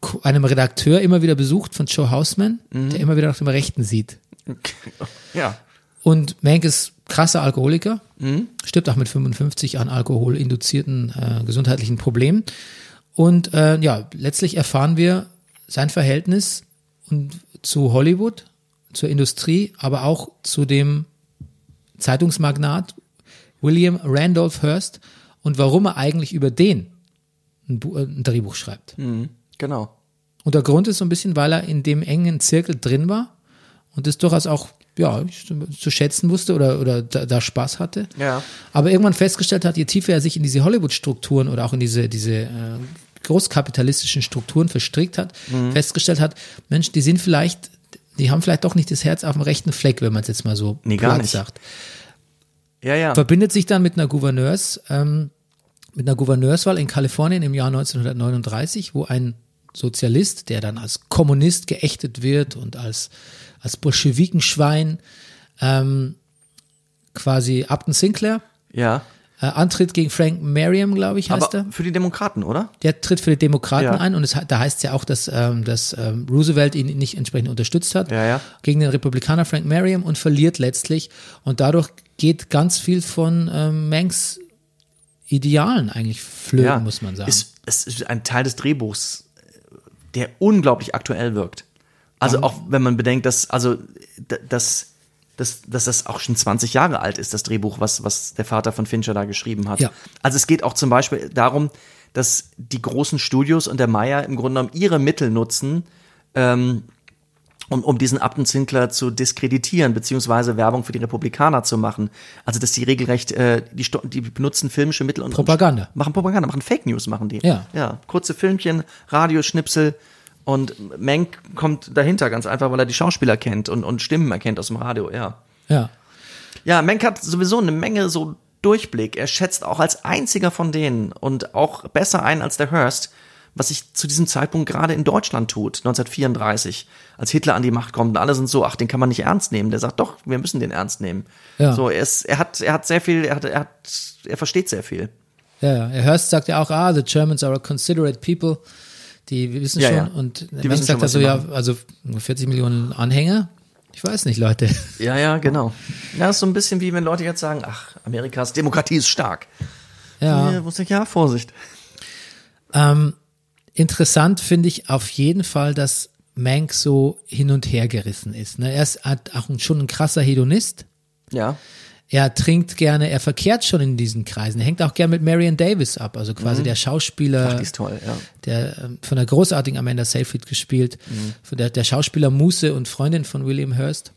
A: Ko- einem Redakteur immer wieder besucht, von Joe Hausman, der immer wieder nach dem Rechten sieht.
B: Ja.
A: Und Mank ist krasser Alkoholiker, stirbt auch mit 55 an alkoholinduzierten äh, gesundheitlichen Problemen. Und äh, ja, letztlich erfahren wir sein Verhältnis und zu Hollywood, zur Industrie, aber auch zu dem Zeitungsmagnat William Randolph Hearst und warum er eigentlich über den ein, Bu äh, ein Drehbuch schreibt.
B: Genau.
A: Und der Grund ist so ein bisschen, weil er in dem engen Zirkel drin war und das durchaus auch ja, zu schätzen wusste oder, oder da, da Spaß hatte.
B: Ja.
A: Aber irgendwann festgestellt hat, je tiefer er sich in diese Hollywood-Strukturen oder auch in diese, diese äh, großkapitalistischen Strukturen verstrickt hat,
B: Mhm.
A: festgestellt hat, Mensch, die sind vielleicht, die haben vielleicht doch nicht das Herz auf dem rechten Fleck, wenn man es jetzt mal so
B: Nee, gar
A: platt
B: nicht.
A: sagt
B: Ja, ja.
A: verbindet sich dann mit einer Gouverneurs, ähm, mit einer Gouverneurswahl in Kalifornien im Jahr 1939, wo ein Sozialist, der dann als Kommunist geächtet wird und als, als Bolschewikenschwein ähm, quasi Upton Sinclair
B: ja.
A: äh, antritt gegen Frank Merriam, glaube ich, heißt
B: Aber
A: er.
B: für die Demokraten, oder?
A: Der tritt für die Demokraten
B: Ja.
A: ein und es, he- da heißt es ja auch, dass, ähm, dass ähm, Roosevelt ihn nicht entsprechend unterstützt hat
B: Ja, ja.
A: gegen den Republikaner Frank Merriam und verliert letztlich. Und dadurch geht ganz viel von ähm, Manks Idealen eigentlich flöten,
B: ja.
A: muss man sagen.
B: Ist, es ist ein Teil des Drehbuchs, der unglaublich aktuell wirkt. Also auch wenn man bedenkt, dass, also, d- dass, dass, dass das auch schon 20 Jahre alt ist, das Drehbuch, was, was der Vater von Fincher da geschrieben hat.
A: Ja.
B: Also es geht auch zum Beispiel darum, dass die großen Studios und der Meier im Grunde genommen ihre Mittel nutzen, ähm, um, um diesen Upton Sinclair zu diskreditieren, beziehungsweise Werbung für die Republikaner zu machen. Also, dass die regelrecht, äh, die, Sto- die benutzen filmische Mittel und
A: Propaganda.
B: Und machen Propaganda, machen Fake News, machen die.
A: Ja.
B: ja. Kurze Filmchen, Radioschnipsel und Menk kommt dahinter ganz einfach, weil er die Schauspieler kennt und, und Stimmen erkennt aus dem Radio, ja.
A: ja.
B: Ja, Menk hat sowieso eine Menge so Durchblick. Er schätzt auch als einziger von denen und auch besser ein als der Hearst, was sich zu diesem Zeitpunkt gerade in Deutschland tut, 1934, als Hitler an die Macht kommt und alle sind so, ach, den kann man nicht ernst nehmen. Der sagt, doch, wir müssen den ernst nehmen.
A: Ja.
B: So, er, ist, er hat, er hat sehr viel, er hat, er hat, er versteht sehr viel.
A: Ja, ja. Er Hearst sagt ja auch, ah, the Germans are a considerate people. Die wissen
B: Ja,
A: schon.
B: ja.
A: Und
B: Die
A: Mensch
B: wissen schon,
A: sagt das
B: was
A: so,
B: sie
A: ja,
B: machen.
A: also 40 Millionen Anhänger. Ich weiß nicht, Leute.
B: Ja, ja, genau. Ja, ist so ein bisschen wie wenn Leute jetzt sagen, ach, Amerikas Demokratie ist stark.
A: Ja.
B: Ja, wusste ich, ja, Vorsicht.
A: Ähm, interessant finde ich auf jeden Fall, dass Mank so hin und her gerissen ist. Ne? Er ist hat auch ein, schon ein krasser Hedonist.
B: Ja.
A: Er trinkt gerne, er verkehrt schon in diesen Kreisen. Er hängt auch gerne mit Marion Davis ab, also quasi der Schauspieler.
B: Mhm. Ach, die ist toll, ja.
A: der ähm, von der großartigen Amanda Seyfried gespielt,
B: Mhm.
A: von der, der Schauspieler Muse und Freundin von William Hurst.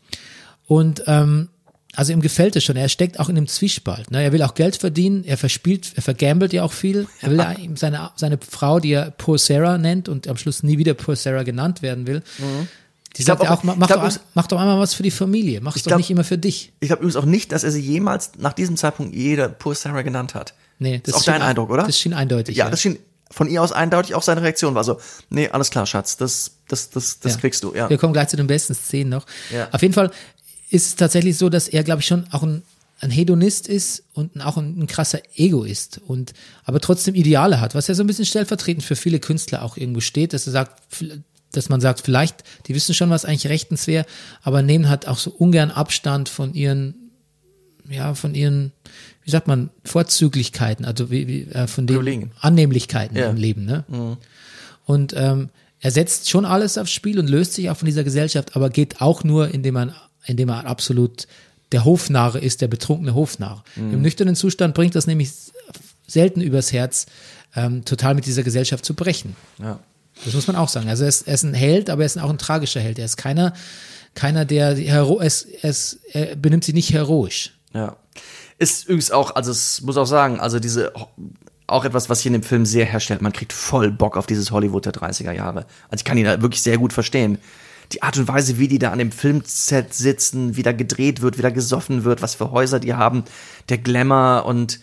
A: Und ähm, also ihm gefällt es schon. Er steckt auch in einem Zwiespalt. Ne? Er will auch Geld verdienen, er verspielt, er vergambelt ja auch viel. Er will ja. ihm seine, seine Frau, die er Poor Sarah nennt und am Schluss nie wieder Poor Sarah genannt werden will, die
B: glaub
A: sagt ja
B: auch-
A: auch, mach,
B: Mhm. ich
A: mach,
B: glaub
A: doch,
B: auch-
A: ein- mach doch einmal was für die Familie, mach's doch
B: glaub-
A: nicht immer für dich.
B: Ich glaube übrigens auch nicht, dass er sie jemals nach diesem Zeitpunkt jeder Poor Sarah genannt hat.
A: Nee, das
B: ist auch
A: schien
B: dein
A: ein-
B: Eindruck, oder?
A: das schien eindeutig,
B: Ja,
A: ja.
B: das schien von ihr aus eindeutig auch seine Reaktion war so, nee, alles klar, Schatz, das, das, das, das
A: Ja.
B: kriegst du, ja.
A: Wir kommen gleich zu den besten Szenen noch.
B: Ja.
A: Auf jeden Fall ist es tatsächlich so, dass er, glaube ich, schon auch ein, ein Hedonist ist und ein- auch ein, ein krasser Egoist und aber trotzdem Ideale hat, was ja so ein bisschen stellvertretend für viele Künstler auch irgendwo steht, dass er sagt, vi- dass man sagt, vielleicht, die wissen schon, was eigentlich rechtens wäre, aber nehmen halt auch so ungern Abstand von ihren, ja, von ihren, wie sagt man, Vorzüglichkeiten, also wie, wie, äh, von den
B: Privilegien.
A: Annehmlichkeiten
B: Ja. Mhm.
A: im Leben, ne? Und ähm, er setzt schon alles aufs Spiel und löst sich auch von dieser Gesellschaft, aber geht auch nur, indem man, indem er absolut der Hofnarre ist, der betrunkene Hofnarre.
B: Mhm.
A: Im nüchternen Zustand bringt das nämlich selten übers Herz, ähm, total mit dieser Gesellschaft zu brechen.
B: ja.
A: Das muss man auch sagen. Also er ist, er ist ein Held, aber er ist auch ein tragischer Held. Er ist keiner, keiner der die Hero, es, es, er benimmt sich nicht heroisch.
B: Ja. Ist übrigens auch, also es muss auch sagen, also diese, auch etwas, was hier in dem Film sehr herstellt, man kriegt voll Bock auf dieses Hollywood der 30er Jahre. Also ich kann ihn da wirklich sehr gut verstehen. Die Art und Weise, wie die da an dem Filmset sitzen, wie da gedreht wird, wie da gesoffen wird, was für Häuser die haben, der Glamour und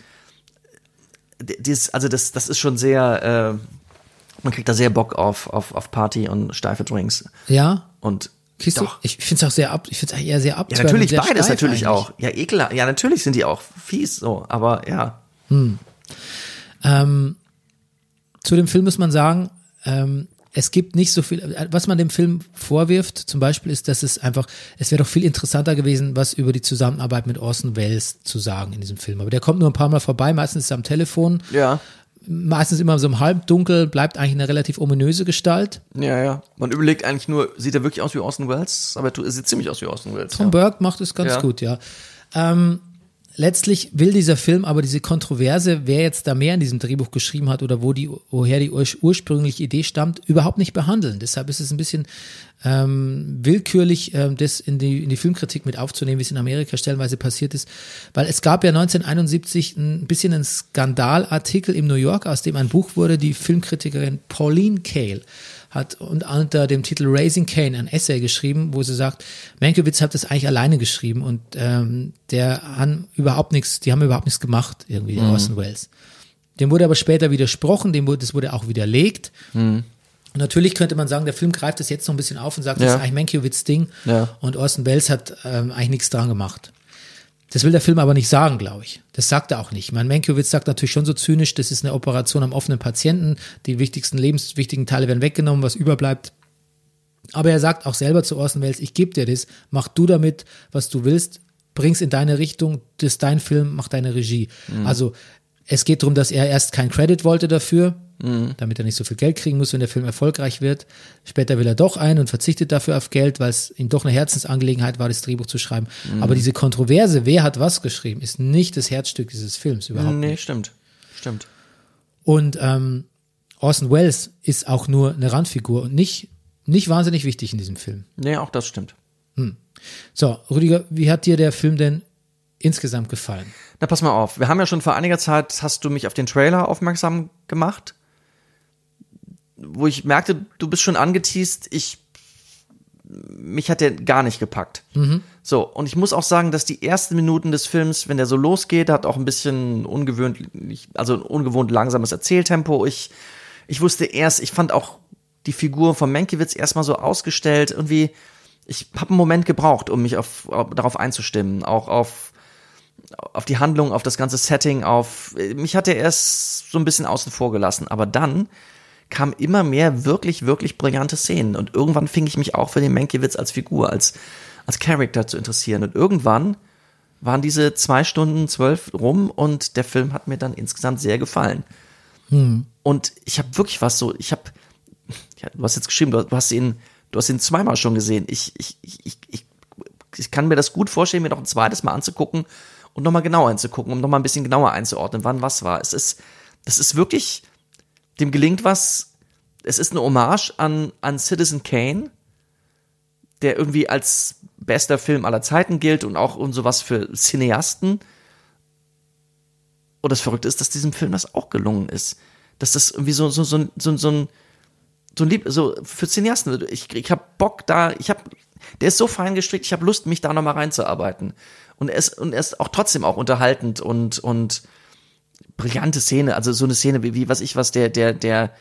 B: d- dies, also das, das ist schon sehr, äh, man kriegt da sehr Bock auf, auf, auf Party und steife Drinks.
A: Ja?
B: Und
A: Kriegst
B: doch.
A: Du, ich finde es auch sehr ab, ich finde es eher sehr ab.
B: Ja, natürlich, beides natürlich auch. Ja, ekel, ja, natürlich sind die auch fies so, aber ja.
A: Ähm, zu dem Film muss man sagen, ähm, es gibt nicht so viel, was man dem Film vorwirft, zum Beispiel ist, dass es einfach, es wäre doch viel interessanter gewesen, was über die Zusammenarbeit mit Orson Welles zu sagen in diesem Film. Aber der kommt nur ein paar Mal vorbei, meistens ist er am Telefon,
B: Ja,
A: meistens immer so im Halbdunkel, bleibt eigentlich eine relativ ominöse Gestalt.
B: ja, ja. Man überlegt eigentlich nur, sieht er wirklich aus wie Orson Welles? Aber er sieht ziemlich aus wie Orson Welles.
A: Tom Burke macht es ganz
B: Ja.
A: gut, ja. Ähm, letztlich will dieser Film aber diese Kontroverse, wer jetzt da mehr in diesem Drehbuch geschrieben hat oder wo die, woher die ur ursprüngliche Idee stammt, überhaupt nicht behandeln. Deshalb ist es ein bisschen ähm, willkürlich, ähm, das in die, in die Filmkritik mit aufzunehmen, wie es in Amerika stellenweise passiert ist. Weil es gab ja 1971 ein bisschen einen Skandalartikel im New York, aus dem ein Buch wurde, die Filmkritikerin Pauline Kael hat und unter dem Titel Raising Kane ein Essay geschrieben, wo sie sagt, Mankiewicz hat das eigentlich alleine geschrieben und ähm, der haben überhaupt nichts, die haben überhaupt nichts gemacht, irgendwie, der Orson Welles. Dem wurde aber später widersprochen, dem wurde, das wurde auch widerlegt.
B: Mhm.
A: Und natürlich könnte man sagen, der Film greift das jetzt noch ein bisschen auf und sagt, das
B: Ja.
A: ist eigentlich Mankiewicz Ding
B: Ja.
A: und Orson Welles hat ähm, eigentlich nichts dran gemacht. Das will der Film aber nicht sagen, glaube ich. Das sagt er auch nicht. Mein Mankiewicz sagt natürlich schon so zynisch, das ist eine Operation am offenen Patienten, die wichtigsten lebenswichtigen Teile werden weggenommen, was überbleibt. Aber er sagt auch selber zu Orson Welles, ich gebe dir das, mach du damit, was du willst, bring's in deine Richtung, das ist dein Film, mach deine Regie. Also es geht darum, dass er erst keinen Credit wollte dafür, damit er nicht so viel Geld kriegen muss, wenn der Film erfolgreich wird. Später will er doch ein und verzichtet dafür auf Geld, weil es ihm doch eine Herzensangelegenheit war, das Drehbuch zu schreiben. Aber diese Kontroverse, wer hat was geschrieben, ist nicht das Herzstück dieses Films überhaupt
B: Nee, stimmt. Stimmt.
A: und ähm, Orson Welles ist auch nur eine Randfigur und nicht, nicht wahnsinnig wichtig in diesem Film.
B: Nee, auch das stimmt.
A: So, Rüdiger, wie hat dir der Film denn insgesamt gefallen?
B: Na, pass mal auf. Wir haben ja schon vor einiger Zeit, hast du mich auf den Trailer aufmerksam gemacht, wo ich merkte, du bist schon angeteased, ich, mich hat der gar nicht gepackt. So, und ich muss auch sagen, dass die ersten Minuten des Films, wenn der so losgeht, hat auch ein bisschen ungewöhnlich, also ein ungewohnt langsames Erzähltempo. Ich, ich wusste erst, ich fand auch die Figur von Menkiewicz erstmal so ausgestellt, irgendwie, ich habe einen Moment gebraucht, um mich auf, auf, darauf einzustimmen, auch auf, auf die Handlung, auf das ganze Setting, auf, mich hat er erst so ein bisschen außen vor gelassen, aber dann kamen immer mehr wirklich, wirklich brillante Szenen und irgendwann fing ich mich auch für den Menkiewicz als Figur, als, als Charakter zu interessieren und irgendwann waren diese zwei Stunden zwölf rum und der Film hat mir dann insgesamt sehr gefallen. Und ich habe wirklich was so, ich habe, ja, du hast jetzt geschrieben, du hast ihn, du hast ihn zweimal schon gesehen. Ich, ich, ich, ich, ich- ich kann mir das gut vorstellen, mir noch ein zweites Mal anzugucken und nochmal genau anzugucken, um nochmal ein bisschen genauer einzuordnen, wann was war. Es ist, das ist wirklich, dem gelingt was, es ist eine Hommage an, an Citizen Kane, der irgendwie als bester Film aller Zeiten gilt und auch und sowas für Cineasten. Und das Verrückte ist, dass diesem Film das auch gelungen ist. Dass das irgendwie so, so, so, ein- so, ein- so ein, so ein Lieb, so für Cineasten. Ich, ich hab Bock da, ich hab, der ist so fein gestrickt, ich hab Lust, mich da nochmal reinzuarbeiten. Und er ist, und er ist auch trotzdem auch unterhaltend und, und brillante Szene, also so eine Szene wie, wie was ich was, der, der, der,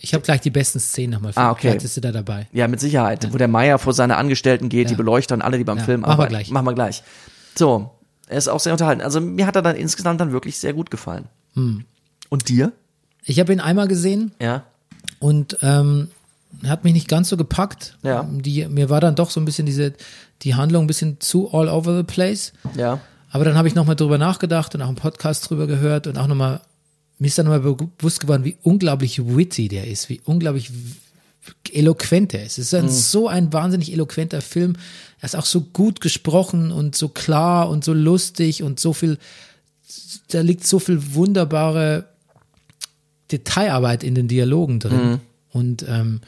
A: Ich habe gleich die besten Szenen nochmal. für-
B: Ah, okay.
A: Vielleicht ist du da dabei.
B: ja, mit Sicherheit. Wo der Meier vor seine Angestellten geht, die
A: Ja.
B: beleuchten alle, die beim
A: Ja,
B: Film
A: machen wir
B: arbeiten.
A: gleich.
B: Machen wir gleich. So, er ist auch sehr unterhalten. Also mir hat er dann insgesamt dann wirklich sehr gut gefallen.
A: Hm.
B: Und dir?
A: Ich habe ihn einmal gesehen
B: Ja.
A: und ähm, hat mich nicht ganz so gepackt.
B: Ja.
A: Die, mir war dann doch so ein bisschen diese, die Handlung ein bisschen zu all over the place.
B: Ja.
A: Aber dann habe ich nochmal drüber nachgedacht und auch einen Podcast drüber gehört und auch nochmal, mir ist dann nochmal bewusst geworden, wie unglaublich witty der ist, wie unglaublich w- eloquent er ist. Es ist ein, so ein wahnsinnig eloquenter Film. Er ist auch so gut gesprochen und so klar und so lustig und so viel, da liegt so viel wunderbare Detailarbeit in den Dialogen drin.
B: Mhm.
A: Und ähm,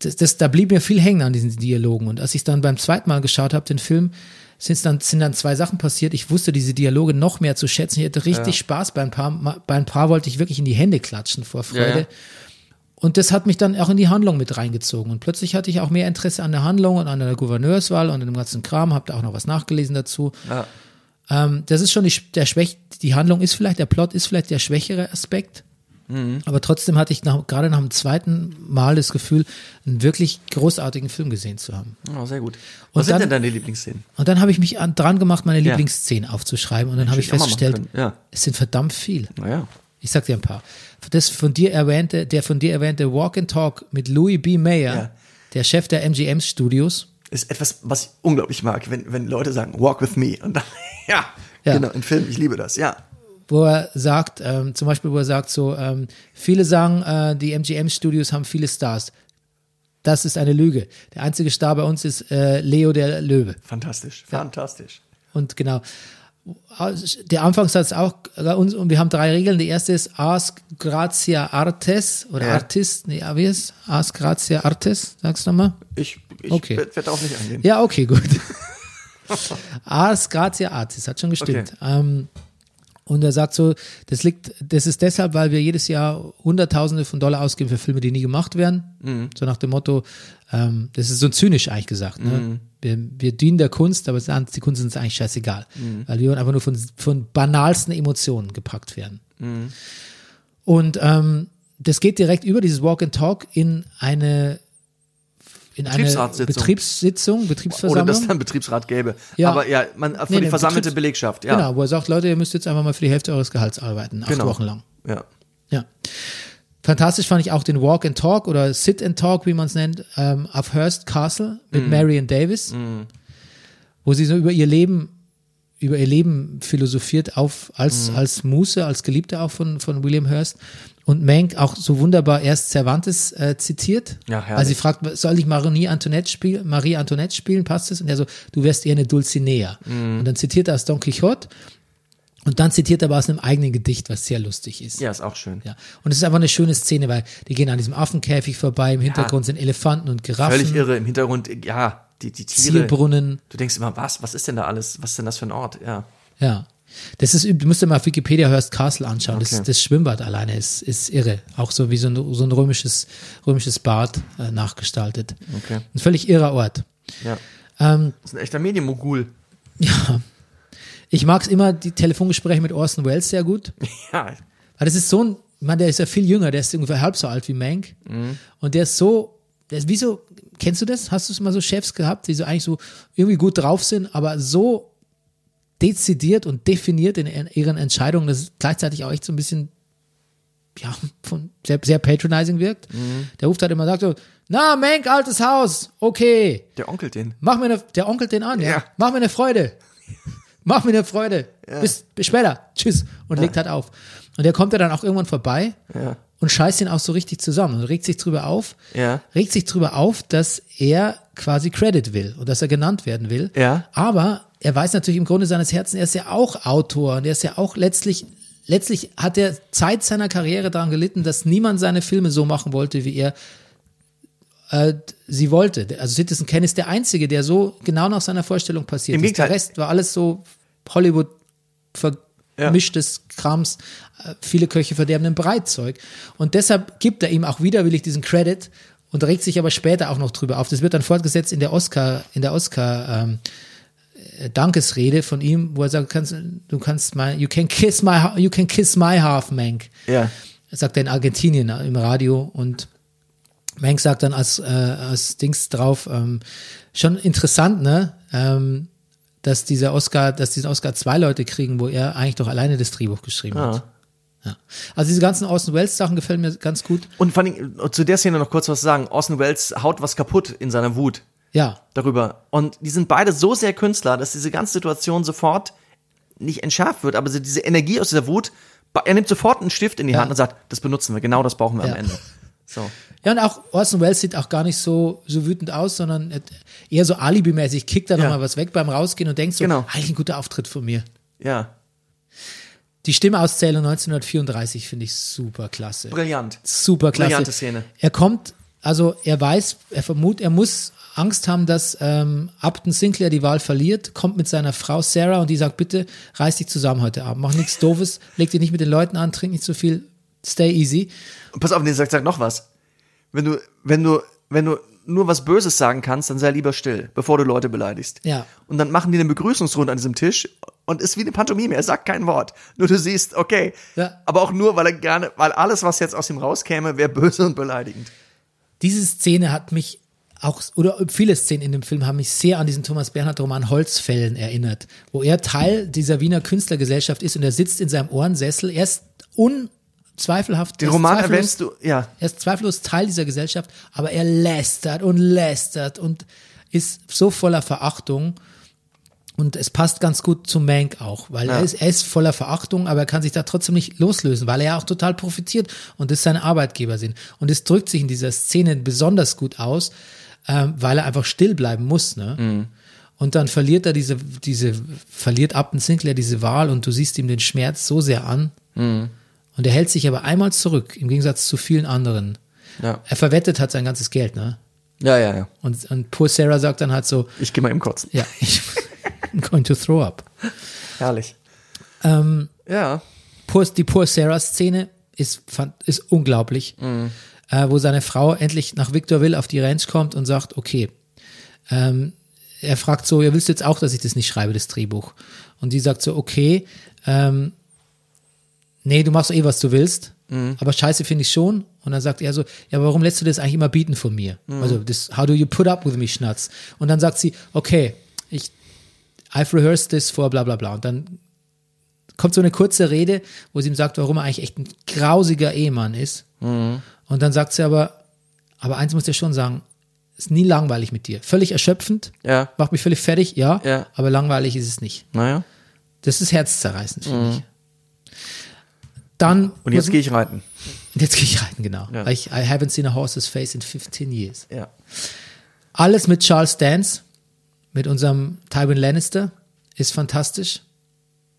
A: das, das, da blieb mir viel hängen an diesen Dialogen. Und als ich dann beim zweiten Mal geschaut habe, den Film, sind dann, sind dann zwei Sachen passiert. Ich wusste diese Dialoge noch mehr zu schätzen. Ich hatte richtig Spaß. Bei ein, paar, Ma- bei ein paar wollte ich wirklich in die Hände klatschen vor Freude.
B: Ja, ja.
A: Und das hat mich dann auch in die Handlung mit reingezogen. Und plötzlich hatte ich auch mehr Interesse an der Handlung und an der Gouverneurswahl und an dem ganzen Kram. Hab da auch noch was nachgelesen dazu. Ähm, das ist schon die, Sch- der Schwäch, die Handlung ist vielleicht, der Plot ist vielleicht der schwächere Aspekt.
B: Mhm.
A: Aber trotzdem hatte ich nach, gerade nach dem zweiten Mal das Gefühl, einen wirklich großartigen Film gesehen zu haben.
B: Oh, sehr gut. Was
A: Und
B: sind
A: dann-
B: denn deine Lieblingsszenen?
A: Und dann habe ich mich an, dran gemacht, meine Lieblingsszenen aufzuschreiben. Und dann habe ich
B: Hätte ich auch mal machen
A: festgestellt,
B: können, ja.
A: es sind verdammt viel.
B: Naja.
A: Ich sag dir ein paar. Das von dir erwähnte, der von dir erwähnte Walk and Talk mit Louis B. Mayer,
B: Ja.
A: der Chef der MGM Studios.
B: Ist etwas, was ich unglaublich mag, wenn, wenn Leute sagen, walk with me. Und dann, ja,
A: Ja.
B: genau, im Film, ich liebe das, ja.
A: wo er sagt, ähm, zum Beispiel, wo er sagt so, ähm, viele sagen, äh, die MGM-Studios haben viele Stars. Das ist eine Lüge. Der einzige Star bei uns ist äh, Leo der Löwe.
B: Fantastisch, fantastisch.
A: Und genau. Der Anfangssatz auch, äh, uns- und wir haben drei Regeln. Die erste ist Ask Gratia Artes oder
B: Ja.
A: Artis, nee, wie ist Ask Gratia Artes, sag's nochmal.
B: Ich, ich
A: Okay.
B: werde werd auch nicht angehen.
A: Ja, okay, gut. Ars gratia artis, hat schon gestimmt. Ähm, und er sagt so, das liegt, das ist deshalb, weil wir jedes Jahr Hunderttausende von Dollar ausgeben für Filme, die nie gemacht werden. So nach dem Motto, ähm, das ist so zynisch eigentlich gesagt. Ne? Wir, wir dienen der Kunst, aber es ist- die Kunst ist uns eigentlich scheißegal, weil wir einfach nur von, von banalsten Emotionen gepackt werden. Und ähm, das geht direkt über dieses Walk and Talk in eine in eine
B: Betriebsratssitzung.
A: Betriebssitzung,
B: Oder
A: Betriebsversammlung.
B: dass dann Betriebsrat gäbe.
A: Ja.
B: Aber ja, man, für
A: Nee,
B: die
A: nee,
B: versammelte
A: Betriebs-
B: Belegschaft, ja.
A: Genau, wo er sagt, Leute, ihr müsst jetzt einfach mal für die Hälfte eures Gehalts arbeiten, acht
B: Genau.
A: Wochen lang.
B: Ja.
A: Ja. Fantastisch fand ich auch den Walk and Talk oder Sit and Talk, wie man es nennt, ähm, auf Hearst Castle
B: Mhm.
A: mit Marion Davis, wo sie so über ihr Leben, über ihr Leben philosophiert, auf, als,
B: Mhm.
A: als Muse, als Geliebte auch von, von William Hearst. Und Mank auch so wunderbar erst Cervantes äh, zitiert.
B: Ja, herrlich.
A: also sie fragt, soll ich Marie Antoinette, spiel, Marie Antoinette spielen? Passt es? Und er so, du wärst eher eine Dulcinea.
B: Mhm.
A: Und dann zitiert er aus Don Quixote und dann zitiert er aber aus einem eigenen Gedicht, was sehr lustig ist.
B: ja, ist auch schön.
A: Ja. Und es ist einfach eine schöne Szene, weil die gehen an diesem Affenkäfig vorbei, im Hintergrund sind Elefanten und Giraffen,
B: Völlig irre im Hintergrund, ja, die, die Tiere.
A: Zierbrunnen.
B: Du denkst immer, was, was ist denn da alles? Was ist denn das für ein Ort? Ja.
A: Ja. Das ist, du musst dir mal auf Wikipedia Hearst Castle anschauen.
B: Okay.
A: Das, das Schwimmbad alleine ist, ist irre. Auch so wie so ein, so ein römisches, römisches Bad äh, nachgestaltet.
B: Okay.
A: Ein völlig irrer Ort.
B: ja.
A: Ähm,
B: Ist ein echter Medienmogul.
A: ich mag immer die Telefongespräche mit Orson Welles sehr gut.
B: Ja.
A: Weil das ist so ein ich meine, der ist ja viel jünger, der ist ungefähr halb so alt wie Mank. Und der ist so, der ist wie so, kennst du das? Hast du es mal so Chefs gehabt, die so eigentlich so irgendwie gut drauf sind, aber so dezidiert und definiert in ihren- ihren Entscheidungen, dass es gleichzeitig auch echt so ein bisschen ja, von sehr, sehr patronizing wirkt. Der ruft halt immer und sagt so, na, Mank, altes Haus, okay.
B: Der Onkel den.
A: Mach mir ne, der Onkel den an, ja.
B: Ja.
A: Mach mir eine Freude. Mach mir eine Freude. Bis, bis später. Tschüss. Und legt halt auf. Und der kommt ja dann auch irgendwann vorbei und scheißt ihn auch so richtig zusammen und regt sich drüber auf,
B: Ja.
A: regt sich drüber auf, dass er quasi Credit will und dass er genannt werden will.
B: Ja.
A: Aber er weiß natürlich im Grunde seines Herzens, er ist ja auch Autor und er ist ja auch letztlich, letztlich hat er Zeit seiner Karriere daran gelitten, dass niemand seine Filme so machen wollte, wie er äh, sie wollte. Also Citizen Kane ist der Einzige, der so genau nach seiner Vorstellung passiert
B: Im
A: ist. Der
B: Gegenteil.
A: Rest war alles so Hollywood vermischtes Krams, äh, viele Köche verderben den Breitzeug. Und deshalb gibt er ihm auch widerwillig diesen Credit und regt sich aber später auch noch drüber auf. Das wird dann fortgesetzt in der Oscar, in der Oscar ähm, äh, Dankesrede von ihm, wo er sagt, kannst, du kannst my, you can kiss my, ha- you can kiss my half, Mank.
B: Ja.
A: Das sagt er in Argentinien im Radio und Mank sagt dann als, äh, als Dings drauf, ähm, schon interessant, ne? Ähm, dass dieser Oscar, dass diesen Oscar zwei Leute kriegen, wo er eigentlich doch alleine das Drehbuch geschrieben
B: Ah.
A: hat. Ja. Also diese ganzen Orson Welles Sachen gefallen mir ganz gut.
B: Und vor allem, äh, zu der Szene noch kurz was sagen. Orson Welles haut was kaputt in seiner Wut
A: Ja,
B: darüber. Und die sind beide so sehr Künstler, dass diese ganze Situation sofort nicht entschärft wird, aber so diese Energie aus dieser Wut, ba- er nimmt sofort einen Stift in die Hand und sagt, das benutzen wir, genau das brauchen wir
A: Ja.
B: am Ende. So.
A: Ja, und auch Orson Welles sieht auch gar nicht so, so wütend aus, sondern eher so alibimäßig, kickt da noch
B: Ja.
A: nochmal was weg beim Rausgehen und denkt so,
B: Genau.
A: eigentlich ein guter Auftritt von mir.
B: Ja.
A: Die Stimmauszählung 1934 finde ich super klasse.
B: Brillant.
A: Super klasse.
B: Brillante Szene.
A: Er kommt, also er weiß, er vermutet, er muss Angst haben, dass ähm, Upton Sinclair die Wahl verliert, kommt mit seiner Frau Sarah und die sagt, bitte reiß dich zusammen heute Abend, mach nichts Doofes, leg dich nicht mit den Leuten an, trink nicht zu viel, stay easy.
B: Und pass auf, nee, sagt, sagt noch was. Wenn du, wenn du, wenn du nur was Böses sagen kannst, dann sei lieber still, bevor du Leute beleidigst.
A: Ja.
B: Und dann machen die eine Begrüßungsrunde an diesem Tisch und ist wie eine Pantomime. Er sagt kein Wort. Nur du siehst, okay.
A: Ja.
B: Aber auch nur, weil er gerne, weil alles, was jetzt aus ihm rauskäme, wäre böse und beleidigend.
A: Diese Szene hat mich auch, oder viele Szenen in dem Film haben mich sehr an diesen Thomas Bernhard Roman Holzfällen erinnert, wo er Teil dieser Wiener Künstlergesellschaft ist und er sitzt in seinem Ohrensessel, er ist unzweifelhaft.
B: Den
A: er ist
B: Roman
A: zweifellos-
B: erwähnst du, ja.
A: Er ist zweifellos Teil dieser Gesellschaft, aber er lästert und lästert und ist so voller Verachtung. Und es passt ganz gut zu Mank auch, weil er, ist, er ist voller Verachtung, aber er kann sich da trotzdem nicht loslösen, weil er ja auch total profitiert und das seine Arbeitgeber sind. Und es drückt sich in dieser Szene besonders gut aus, ähm, weil er einfach still bleiben muss. Ne? Und dann verliert er diese, diese, verliert Upton Sinclair diese Wahl und du siehst ihm den Schmerz so sehr an. Und er hält sich aber einmal zurück, im Gegensatz zu vielen anderen.
B: Ja.
A: Er verwettet hat sein ganzes Geld, ne?
B: Ja, ja, ja.
A: Und, und poor Sarah sagt dann halt so,
B: Ich gehe mal eben kurz.
A: ja, ich, I'm going to throw up.
B: Herrlich.
A: Ähm,
B: Ja.
A: Poor, die Poor Sarah-Szene ist, fand, ist unglaublich, äh, wo seine Frau endlich nach Victorville auf die Ranch kommt und sagt, okay, ähm, er fragt so, ja, willst du jetzt auch, dass ich das nicht schreibe, das Drehbuch? Und die sagt so, okay, ähm, nee, du machst eh, was du willst, aber scheiße finde ich schon. Und dann sagt er so, ja, aber warum lässt du das eigentlich immer bieten von mir? Also, das, how do you put up with me, Schnatz? Und dann sagt sie, okay, ich, I've rehearsed this for bla bla bla. Und dann kommt so eine kurze Rede, wo sie ihm sagt, warum er eigentlich echt ein grausiger Ehemann ist. Und dann sagt sie aber, aber eins muss ich dir schon sagen, ist nie langweilig mit dir. Völlig erschöpfend,
B: Ja.
A: macht mich völlig fertig, ja,
B: Ja.
A: aber langweilig ist es nicht.
B: Naja.
A: Das ist herzzerreißend, finde ich. Dann
B: Mhm. Und jetzt gehe ich reiten.
A: und jetzt gehe ich reiten, genau.
B: Ja.
A: Weil Ich, I haven't seen a horse's face in 15 years.
B: Ja.
A: Alles mit Charles Dance, mit unserem Tywin Lannister, ist fantastisch.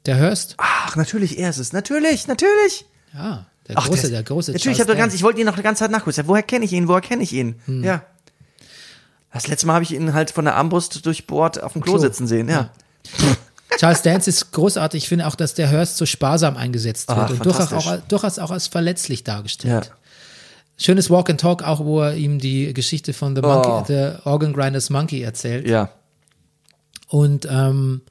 A: Der Hurst,
B: Ach, natürlich, er ist es. Natürlich, natürlich.
A: ja, der
B: Ach,
A: große, der,
B: ist-
A: große
B: Natürlich, ich,
A: Charles Hm.
B: hab doch ganz,
A: Dance.
B: ich wollte ihn noch die ganze Zeit nachgucken. Woher kenne ich ihn? Woher kenne ich ihn? Ja. Das letzte Mal habe ich ihn halt von der Armbrust durchbohrt auf dem Klo,
A: Klo.
B: sitzen sehen. Ja.
A: Charles Dance ist großartig. Ich finde auch, dass der Hurst so sparsam eingesetzt wird
B: Ah,
A: und durchaus auch,
B: fantastisch.
A: durchaus auch als verletzlich
B: ja.
A: dargestellt. Schönes Walk and Talk auch, wo er ihm die Geschichte von The, Monkey,
B: Oh.
A: The Organ Grinders Monkey erzählt.
B: Ja.
A: Und ähm,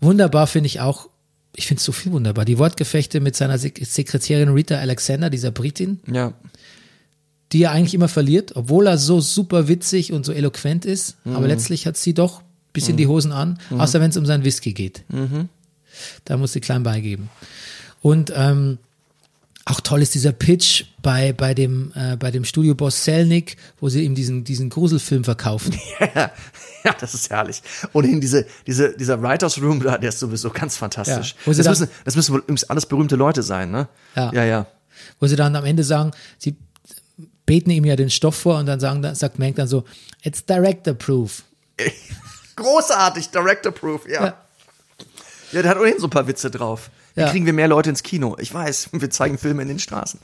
A: wunderbar finde ich auch, ich finde es so viel wunderbar. Die Wortgefechte mit seiner Sek Sekretärin Rita Alexander, dieser Britin,
B: Ja.
A: die er eigentlich immer verliert, obwohl er so super witzig und so eloquent ist. Aber letztlich hat sie doch ein bisschen die Hosen an, außer wenn es um seinen Whisky geht. Da muss sie klein beigeben. Und ähm, auch toll ist dieser Pitch bei, bei dem, äh, bei dem Studioboss Selnick, wo sie ihm diesen, diesen Gruselfilm verkaufen.
B: Ja, das ist herrlich. Ohnehin diese, diese, dieser Writers Room da, der ist sowieso ganz fantastisch.
A: Ja, wo sie
B: das,
A: dann-
B: müssen, das müssen wohl übrigens alles berühmte Leute sein, ne?
A: Ja.
B: Ja, ja.
A: wo sie dann am Ende sagen, sie beten ihm ja den Stoff vor und dann sagen, dann sagt Mank dann so, it's director proof.
B: Großartig, Director Proof, ja. ja.
A: Ja.
B: der hat ohnehin so ein paar Witze drauf. Wie
A: Ja.
B: kriegen wir mehr Leute ins Kino? Ich weiß, wir zeigen Filme in den Straßen.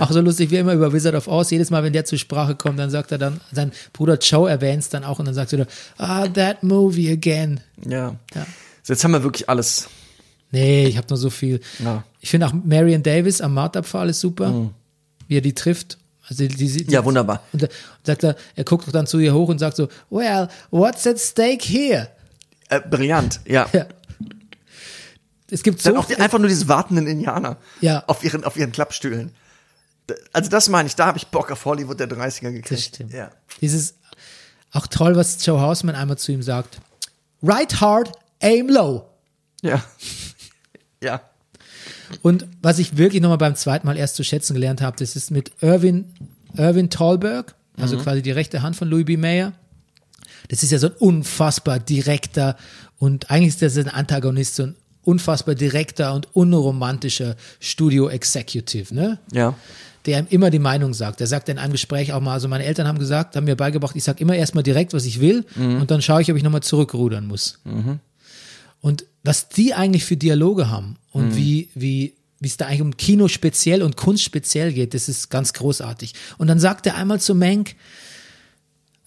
A: Auch so lustig wie immer über Wizard of Oz. Jedes Mal, wenn der zur Sprache kommt, dann sagt er dann, sein Bruder Joe erwähnt es dann auch und dann sagt er, wieder, ah, that movie again.
B: Ja.
A: Ja.
B: So, jetzt haben wir wirklich alles.
A: Nee, ich habe nur so viel.
B: Ja. Mhm.
A: Ich finde auch Marion Davis am Marterpfahl ist super, wie er die trifft. Also die, die, die,
B: Ja, wunderbar.
A: Und da sagt er, er guckt dann zu ihr hoch und sagt so, well, what's at stake here?
B: Äh, brillant, ja.
A: Ja. Es gibt so
B: Dann auch die, einfach nur diese wartenden Indianer
A: Ja.
B: auf, ihren, auf ihren Klappstühlen. D- Also das meine ich, da habe ich Bock auf Hollywood der 30er gekriegt.
A: Das stimmt.
B: Ja.
A: Dieses auch toll, was Joe Hausmann einmal zu ihm sagt. Right hard, aim low.
B: Ja. ja.
A: Und was ich wirklich nochmal beim zweiten Mal erst zu schätzen gelernt habe, das ist mit Irvin, Irvin Thalberg, also quasi die rechte Hand von Louis B. Mayer. Das ist ja so ein unfassbar direkter und eigentlich ist das ein Antagonist, so ein unfassbar direkter und unromantischer Studio Executive, ne?
B: Ja.
A: der ihm immer die Meinung sagt. Er sagt in einem Gespräch auch mal, also meine Eltern haben gesagt, haben mir beigebracht, ich sage immer erstmal direkt, was ich will
B: Mhm.
A: und dann schaue ich, ob ich nochmal zurückrudern muss. Und was die eigentlich für Dialoge haben und
B: Mhm.
A: wie, wie, wie es da eigentlich um Kino speziell und Kunst speziell geht, das ist ganz großartig. Und dann sagt er einmal zu Menk,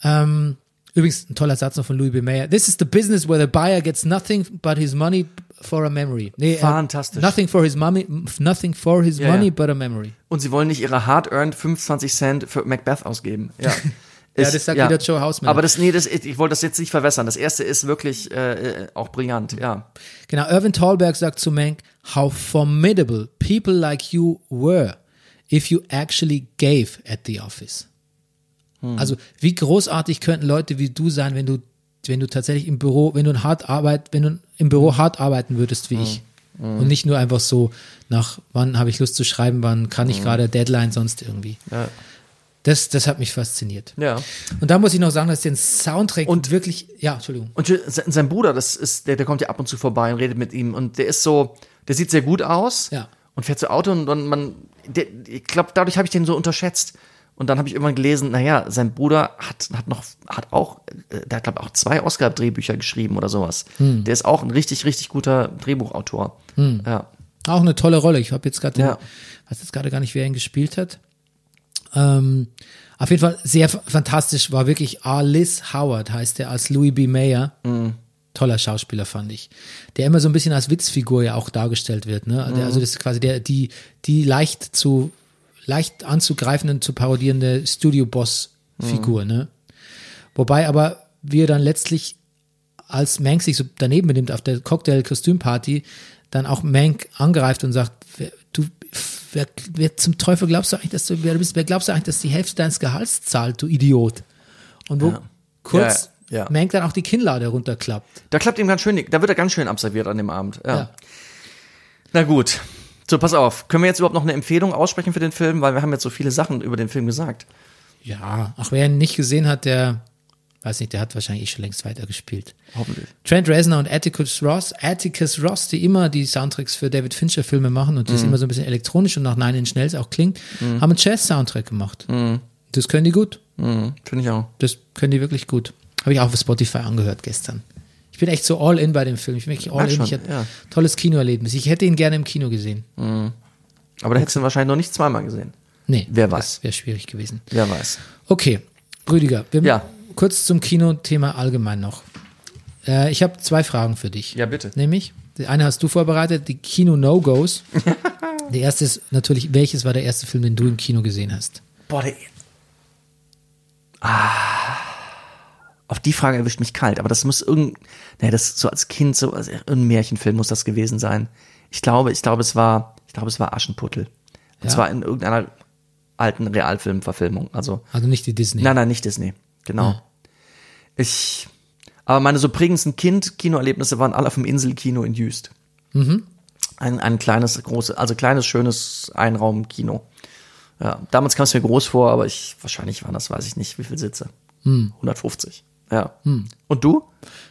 A: ähm, übrigens ein toller Satz noch von Louis B. Mayer, this is the business where the buyer gets nothing but his money for a memory. Nee, äh,
B: Fantastisch.
A: nothing for his money, nothing for his
B: Ja,
A: money
B: ja.
A: but a memory.
B: Und sie wollen nicht ihre hard-earned 25 Cent für Macbeth ausgeben. Ja. Ist-
A: das sagt wieder Joe Hausmann.
B: Aber das, nee, das, ich wollte das jetzt nicht verwässern. Das erste ist wirklich äh, äh, auch brillant, ja.
A: Genau, Irvin Thalberg sagt zu Mank, how formidable people like you were if you actually gave at the office.
B: Hm.
A: Also, wie großartig könnten Leute wie du sein, wenn du, wenn du tatsächlich im Büro, wenn du ein hart arbeit, wenn du im
B: Hm.
A: Büro hart arbeiten würdest wie ich. Und nicht nur einfach so nach, wann habe ich Lust zu schreiben, wann kann ich gerade Deadline, sonst irgendwie.
B: Hm. Ja.
A: Das, das hat mich fasziniert.
B: Ja.
A: Und da muss ich noch sagen, dass den Soundtrack
B: Und-
A: und wirklich, ja, Entschuldigung.
B: Und se- sein Bruder, das ist, der, der kommt ja ab und zu vorbei und redet mit ihm. Und der ist so, der sieht sehr gut aus
A: Ja.
B: und fährt so Auto und dann man, der, ich glaube, dadurch habe ich den so unterschätzt. Und dann habe ich irgendwann gelesen, naja, sein Bruder hat, hat noch, hat auch, äh, der hat, glaube ich, auch zwei Oscar-Drehbücher geschrieben oder sowas. Der ist auch ein richtig, richtig guter Drehbuchautor. Ja.
A: Auch eine tolle Rolle. Ich habe jetzt gerade, den-
B: Ja.
A: weiß jetzt gerade gar nicht, wer ihn gespielt hat. Ähm, auf jeden Fall sehr f- fantastisch war wirklich A. Liz Howard, heißt er, als Louis B. Mayer. Toller Schauspieler, fand ich. Der immer so ein bisschen als Witzfigur ja auch dargestellt wird. Ne? Der, also das ist quasi der, die, die leicht zu, leicht anzugreifende, und zu parodierende Studio-Boss-Figur. Ne? Wobei aber wir dann letztlich als Mank sich so daneben benimmt auf der Cocktail-Kostümparty, dann auch Mank angreift und sagt, wer, du, wer, wer zum Teufel glaubst du eigentlich, dass du, wer du bist, wer glaubst du eigentlich, dass die Hälfte deines Gehalts zahlt, du Idiot? Und wo kurz
B: Ja, ja.
A: Mank dann auch die Kinnlade runterklappt.
B: Da klappt ihm ganz schön, da wird er ganz schön abserviert an dem Abend. Ja.
A: Ja.
B: Na gut. So, pass auf. Können wir jetzt überhaupt noch eine Empfehlung aussprechen für den Film? Weil wir haben jetzt so viele Sachen über den Film gesagt.
A: ja, ach, wer ihn nicht gesehen hat, der, weiß nicht, der hat wahrscheinlich eh schon längst weitergespielt.
B: Hoffentlich.
A: Trent Reznor und Atticus Ross, Atticus Ross, die immer die Soundtracks für David Fincher Filme machen und
B: Mhm.
A: das immer so ein bisschen elektronisch und nach Nine Inch Nails auch klingt, haben einen Jazz-Soundtrack gemacht. Das können die gut.
B: Mhm, Finde ich auch.
A: Das können die wirklich gut. Habe ich auch auf Spotify angehört gestern. Ich bin echt so all in bei dem Film. Ich bin wirklich all
B: Merk
A: in.
B: schon,
A: ich hatte
B: ja.
A: tolles Kinoerlebnis. Ich hätte ihn gerne im Kino gesehen.
B: Aber da hättest du ihn wahrscheinlich noch nicht zweimal gesehen.
A: Nee,
B: Wer weiß.
A: das wäre schwierig gewesen.
B: Wer weiß.
A: Okay, Rüdiger, wir
B: Ja.
A: kurz zum Kinothema allgemein noch. Äh, ich habe zwei Fragen für dich.
B: Ja, bitte.
A: Nämlich, die eine hast du vorbereitet, die Kino-No-Gos. die erste ist natürlich, welches war der erste Film, den du im Kino gesehen hast?
B: Boah, der. Auf die Frage erwischt mich kalt, aber das muss irgend, nee, das so als Kind, so als irgendein Märchenfilm muss das gewesen sein. Ich glaube, ich glaube, es war, ich glaube, es war Aschenputtel.
A: Ja.
B: Und zwar in irgendeiner alten Realfilmverfilmung. Also,
A: Also nicht die Disney.
B: nein, nein, nicht Disney. Genau.
A: Hm.
B: Ich, aber meine so prägendsten Kind-Kinoerlebnisse waren alle auf dem Inselkino in Jüst.
A: Mhm.
B: Ein, ein kleines, großes, also kleines, schönes Einraum-Kino. Ja, damals kam es mir groß vor, aber ich, wahrscheinlich waren das, weiß ich nicht, wie viel Sitze.
A: Hm.
B: 150. Ja. Und du?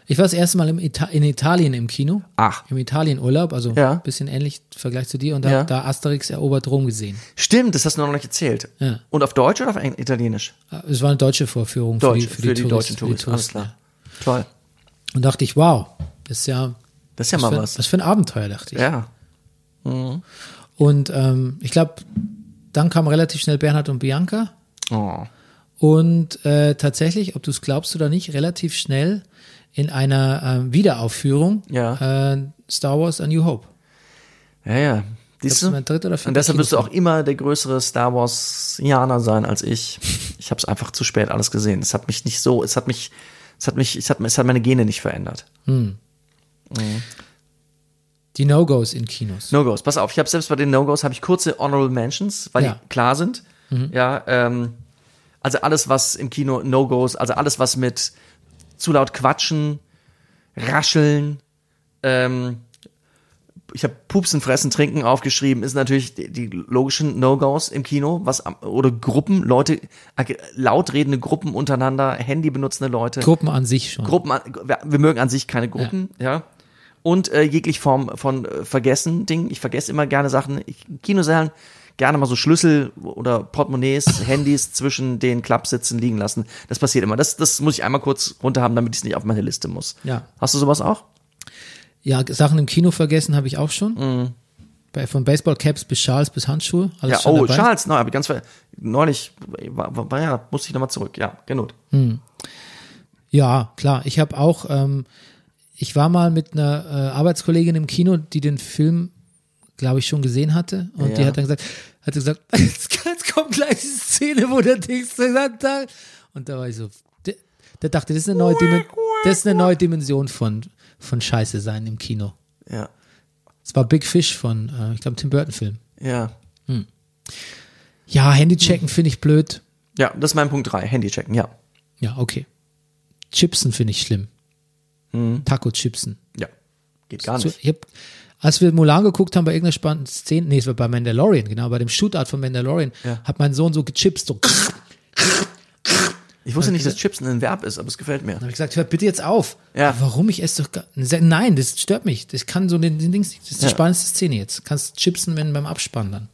A: Ich war das erste Mal im Ita in Italien im Kino.
B: Ach.
A: Im Italienurlaub, also
B: Ja.
A: ein bisschen ähnlich im Vergleich zu dir und da,
B: Ja.
A: da Asterix erobert Rom gesehen.
B: Stimmt, das hast du noch nicht erzählt.
A: Ja.
B: Und auf Deutsch oder auf Eng- Italienisch?
A: Es war eine deutsche Vorführung für die,
B: Deutsch,
A: für die, Touristen,
B: deutschen Touristen, alles klar. Toll.
A: ja. Und dachte ich, wow, das ist ja,
B: Das ist ja
A: was,
B: mal
A: für,
B: was.
A: was für ein Abenteuer, dachte ich.
B: Ja.
A: Und ähm, ich glaube, dann kam relativ schnell Bernhard und Bianca.
B: Oh.
A: Und äh, tatsächlich, ob du es glaubst oder nicht, relativ schnell in einer ähm, Wiederaufführung
B: Ja.
A: äh, Star Wars A New Hope.
B: Ja, ja. Siehst
A: Das
B: du?
A: ist mein dritter oder vierter
B: Und deshalb wirst du auch
A: Kinofilm.
B: immer der größere Star Wars-Janer sein als ich. Ich habe es einfach zu spät alles gesehen. Es hat mich nicht so, es hat mich, es hat mich, es hat, es hat meine Gene nicht verändert.
A: Die No-Gos in Kinos.
B: No-Gos, pass auf, ich habe selbst bei den No-Gos habe ich kurze Honorable Mentions, weil
A: Ja.
B: die klar sind. Ja, ähm, also alles, was im Kino No-Gos, also alles, was mit zu laut quatschen, rascheln, ähm, ich habe Pupsen, Fressen, Trinken aufgeschrieben, ist natürlich die, die logischen No-Gos im Kino, was am- oder Gruppen, Leute, äh, laut redende Gruppen untereinander, Handy benutzende Leute.
A: Gruppen an sich schon.
B: Gruppen, an- wir- wir mögen an sich keine Gruppen, ja. Und äh, jegliche Form von äh, vergessen Ding. Ich vergesse immer gerne Sachen. Ich, in Kinosälen gerne mal so Schlüssel oder Portemonnaies, Handys zwischen den Klappsitzen liegen lassen. Das passiert immer. Das, das muss ich einmal kurz runter haben, damit ich es nicht auf meine Liste muss.
A: Ja.
B: Hast du sowas auch?
A: Ja, Sachen im Kino vergessen habe ich auch schon. Bei, von Baseballcaps bis Schals bis Handschuhe. Alles
B: Mhm. ja,
A: schon
B: oh,
A: dabei.
B: Charles, nein, habe ich ganz ver neulich war, war, war ja, musste ich nochmal zurück. Ja, genug.
A: Ja, klar. Ich habe auch, ähm, ich war mal mit einer äh, Arbeitskollegin im Kino, die den Film, glaube ich, schon gesehen hatte. Und die
B: Ja.
A: hat dann gesagt, hat sie gesagt, jetzt, jetzt kommt gleich die Szene, wo der Dings gesagt hat. Und da war ich so, der, der dachte, das ist eine neue, Dimen das ist eine neue Dimension von, von Scheiße sein im Kino.
B: Ja,
A: Es war Big Fish von, äh, ich glaube, Tim Burton-Film.
B: ja.
A: Ja, Handy checken finde ich blöd.
B: Ja, das ist mein Punkt drei Handy checken, ja.
A: Ja, okay. Chipsen finde ich schlimm. Taco-Chipsen.
B: Ja. Geht gar
A: So,
B: nicht.
A: ich hab, als wir Mulan geguckt haben, bei irgendeiner spannenden Szene, nee, es war bei Mandalorian, genau, bei dem Shootout von Mandalorian, hat mein Sohn so gechipst, so. Dann
B: Ich
A: Äh,
B: wusste nicht, dass Chips ein Verb ist, aber es gefällt mir.
A: habe ich gesagt, hört bitte jetzt auf.
B: Ja.
A: Warum? Ich esse doch gar, nein, das stört mich. Das kann so den, den Dings nicht. Das ist die
B: Ja.
A: spannendste Szene jetzt. Kannst chipsen, wenn beim Abspann dann.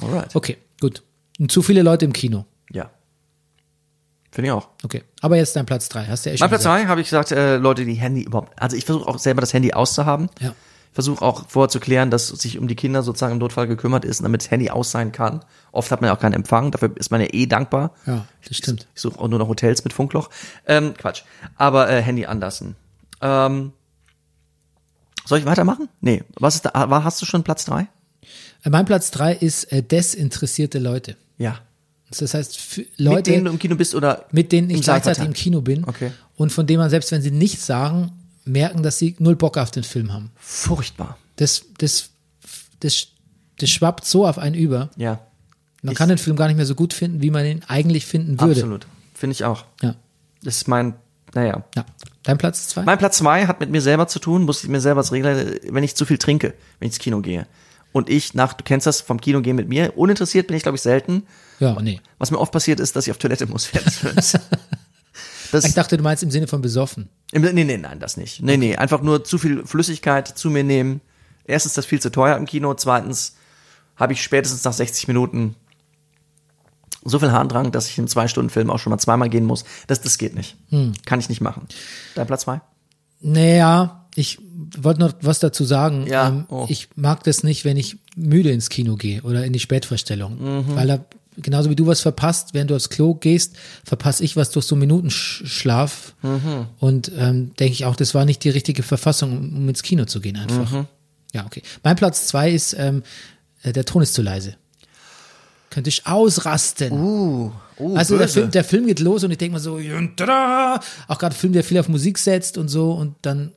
B: Alright.
A: Okay, gut. Und zu viele Leute im Kino.
B: Ja. Finde ich auch.
A: Okay. Aber jetzt dein Platz drei. Hast du ja eh schon
B: Mein Platz
A: gesagt.
B: 2 habe ich gesagt, äh, Leute, die Handy überhaupt. Also ich versuche auch selber das Handy auszuhaben.
A: Ja.
B: Versuche auch vorher zu klären, dass sich um die Kinder sozusagen im Notfall gekümmert ist, damit das Handy aus sein kann. Oft hat man ja auch keinen Empfang, dafür ist man ja eh dankbar.
A: Ja, das stimmt.
B: Ich suche auch nur noch Hotels mit Funkloch. Ähm, Quatsch. Aber äh, Handy anlassen. Ähm, soll ich weitermachen? Nee. Was ist da? ah, war- Hast du schon Platz 3?
A: Äh, Mein Platz drei ist äh, desinteressierte Leute.
B: Ja.
A: Das heißt, für
B: Mit
A: Leute,
B: denen du im Kino bist oder
A: mit denen ich
B: im Saal
A: gleichzeitig im
B: verteilt?
A: Kino bin
B: Okay.
A: und von denen man, selbst wenn sie nichts sagen, merken, dass sie null Bock auf den Film haben.
B: Furchtbar.
A: Das, das, das, das schwappt so auf einen über.
B: Ja.
A: Man
B: Ich-
A: kann den Film gar nicht mehr so gut finden, wie man ihn eigentlich finden würde.
B: Absolut. Finde ich auch.
A: Ja.
B: Das ist mein, naja.
A: ja. Dein Platz zwei?
B: Mein Platz zwei hat mit mir selber zu tun, muss ich mir selber als Regler, wenn ich zu viel trinke, wenn ich ins Kino gehe. Und ich nach, du kennst das vom Kino gehen mit mir, uninteressiert bin ich, glaube ich, selten.
A: ja, nee.
B: Was mir oft passiert ist, dass ich auf Toilette muss während des Films.
A: Ich
B: Das,
A: dachte, du meinst im Sinne von besoffen.
B: im- nee, nee, nein, das nicht. Nee, nee, einfach nur zu viel Flüssigkeit zu mir nehmen. Erstens, das ist viel zu teuer im Kino. Zweitens, habe ich spätestens nach 60 Minuten so viel Harndrang, dass ich im Zwei-Stunden-Film auch schon mal zweimal gehen muss. Das, das geht nicht.
A: Hm.
B: Kann ich nicht machen. Dein Platz zwei?
A: Naja, ich wollte noch was dazu sagen.
B: Ja,
A: Ähm,
B: oh.
A: Ich mag das nicht, wenn ich müde ins Kino gehe oder in die Spätvorstellung.
B: Mhm.
A: Weil da, genauso wie du was verpasst, während du aufs Klo gehst, verpasse ich was durch so Minutenschlaf.
B: Mhm.
A: Und ähm, denke ich auch, das war nicht die richtige Verfassung, um, um ins Kino zu gehen
B: Mhm.
A: einfach. Ja, okay. Mein Platz zwei ist, ähm, äh, der Ton ist zu leise. Könnte ich ausrasten.
B: Uh, uh,
A: also der
B: böse.
A: Film, der Film geht los und ich denke mir so, "Jun, tada!" auch gerade Film, der viel auf Musik setzt und so und dann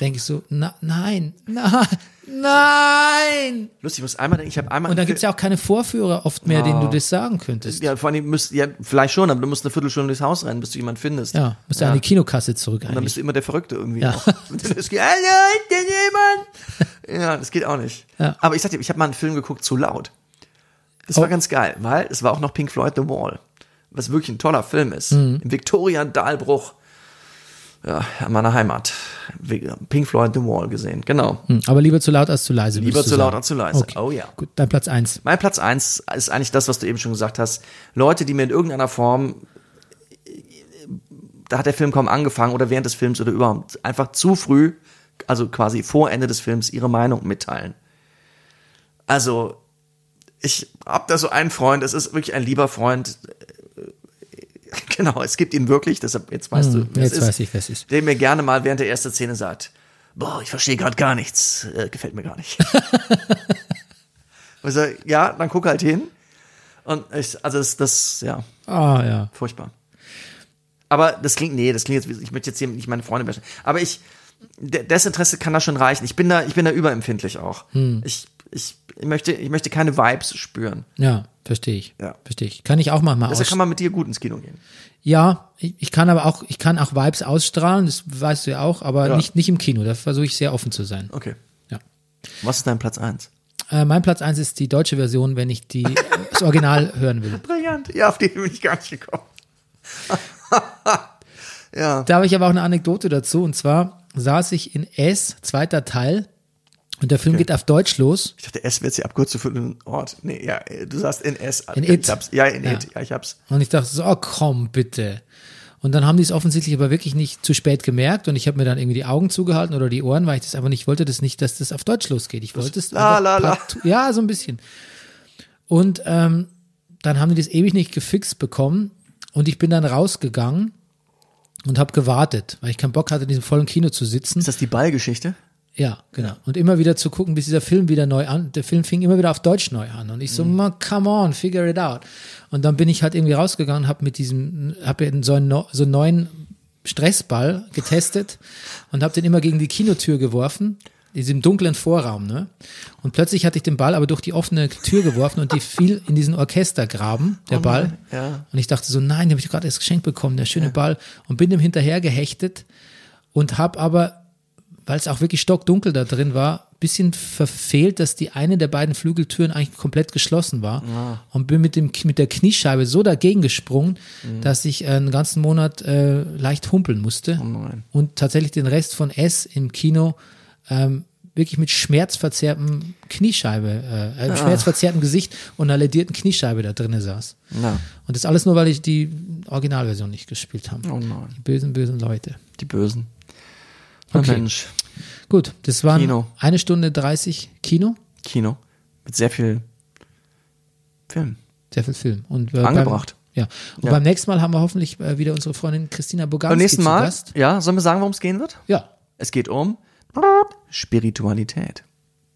A: denke ich so, na, nein, na, nein.
B: Lustig, ich muss einmal denken, ich habe einmal.
A: Und dann gibt's ja auch keine Vorführer oft mehr, denen du das sagen könntest. Ja,
B: Ah. Ja, vor allem müsst, ja, vielleicht schon, aber du musst eine Viertelstunde durchs Haus rennen, bis du jemanden findest.
A: musst ja an die Kinokasse zurück
B: Dann
A: eigentlich.
B: bist du immer der Verrückte irgendwie.
A: Ja.
B: Ja. Es geht, hallo, ist da jemand? Ja, das geht auch nicht.
A: Ja.
B: Aber ich sag dir, ich habe mal einen Film geguckt, zu laut. Das
A: Oh.
B: war ganz geil, weil es war auch noch Pink Floyd The Wall, was wirklich ein toller Film ist.
A: Mhm.
B: Im Viktorian-Dahlbruch ja, an meiner Heimat. Pink Floyd The Wall gesehen, genau.
A: Hm, Aber lieber zu laut als zu leise.
B: Lieber
A: würdest du
B: zu laut
A: sagen.
B: als zu leise.
A: Okay.
B: Oh ja.
A: Gut, dein Platz eins.
B: Mein Platz eins ist eigentlich das, was du eben schon gesagt hast. Leute, die mir in irgendeiner Form, da hat der Film kaum angefangen oder während des Films oder überhaupt, einfach zu früh, also quasi vor Ende des Films, ihre Meinung mitteilen. Also, ich hab da so einen Freund, es ist wirklich ein lieber Freund. Genau, es gibt ihn wirklich, deshalb, jetzt weißt du, wer es
A: Hm, Jetzt
B: ist
A: weiß ich, wer es ist.
B: der mir gerne mal während der ersten Szene sagt, boah, ich verstehe gerade gar nichts, äh, gefällt mir gar nicht. also, ja, dann guck halt hin. Und ich, also das, das, ja,
A: Ah, ja.
B: furchtbar. Aber das klingt, nee, das klingt jetzt, ich möchte jetzt hier nicht meine Freunde bashen. Aber ich, de- Desinteresse kann da schon reichen. Ich bin da, ich bin da überempfindlich auch.
A: Hm.
B: Ich, ich, ich möchte, ich möchte keine Vibes spüren.
A: Ja, verstehe ich.
B: Ja.
A: Verstehe ich. Kann ich auch manchmal
B: Deshalb
A: aus.
B: kann man mit dir gut ins Kino gehen.
A: Ja, ich, ich kann aber auch, ich kann auch Vibes ausstrahlen, das weißt du ja auch, aber
B: Ja.
A: nicht, nicht im Kino. Da versuche ich sehr offen zu sein.
B: Okay.
A: Ja.
B: Was ist dein Platz eins?
A: Äh, mein Platz eins ist die deutsche Version, wenn ich die, das Original hören will.
B: Brillant. Ja, auf die bin ich gar nicht gekommen. ja.
A: Da habe ich aber auch eine Anekdote dazu. Und zwar saß ich in S, zweiter Teil, und der Film geht auf Deutsch los.
B: Ich dachte, S wird sie abkürzt für einen Ort. Nee, ja, du sagst in S.
A: In
B: ich
A: it.
B: Hab's. Ja, in
A: Ja.
B: it. Ja, ich hab's.
A: Und ich dachte so, oh, komm bitte. Und dann haben die es offensichtlich aber wirklich nicht zu spät gemerkt und ich habe mir dann irgendwie die Augen zugehalten oder die Ohren, weil ich das einfach nicht wollte, das nicht, dass das auf Deutsch losgeht. Ich wollte es
B: la,
A: einfach
B: la, la.
A: partout- ja so ein bisschen. Und ähm, dann haben die das ewig nicht gefixt bekommen und ich bin dann rausgegangen und habe gewartet, weil ich keinen Bock hatte, in diesem vollen Kino zu sitzen.
B: Ist das die Ballgeschichte?
A: Ja, genau. Und immer wieder zu gucken, bis dieser Film wieder neu an, der Film fing immer wieder auf Deutsch neu an. Und ich so, man, come on, figure it out. Und dann bin ich halt irgendwie rausgegangen, habe mit diesem, habe so einen, neu- so einen neuen Stressball getestet und habe den immer gegen die Kinotür geworfen, in diesem dunklen Vorraum, ne? Und plötzlich hatte ich den Ball aber durch die offene Tür geworfen und die fiel in diesen Orchestergraben, der Ball.
B: ja.
A: Und ich dachte so, nein, den habe ich doch gerade erst geschenkt bekommen, der schöne Ball. Und bin dem hinterher gehechtet und habe aber weil es auch wirklich stockdunkel da drin war, bisschen verfehlt, dass die eine der beiden Flügeltüren eigentlich komplett geschlossen war und bin mit, dem, mit der Kniescheibe so dagegen gesprungen, dass ich äh, einen ganzen Monat äh, leicht humpeln musste und tatsächlich den Rest von S im Kino ähm, wirklich mit schmerzverzerrtem Kniescheibe, äh, äh, schmerzverzerrtem Gesicht und einer ledierten Kniescheibe da drinne saß.
B: Na.
A: Und das alles nur, weil ich die Originalversion nicht gespielt habe.
B: Oh nein.
A: Die bösen, bösen Leute.
B: Die Bösen. Na
A: Okay.
B: Mensch.
A: Gut, das waren
B: Kino.
A: eine Stunde 30 Kino,
B: Kino. Mit sehr viel Film.
A: sehr viel Film. Und, äh,
B: Angebracht.
A: Beim, ja. Und
B: Ja.
A: beim nächsten Mal haben wir hoffentlich äh, wieder unsere Freundin Christina Boganski
B: Beim nächsten
A: zu
B: Mal,
A: Gast.
B: ja, sollen wir sagen, worum es gehen wird?
A: Ja,
B: Es geht um Spiritualität.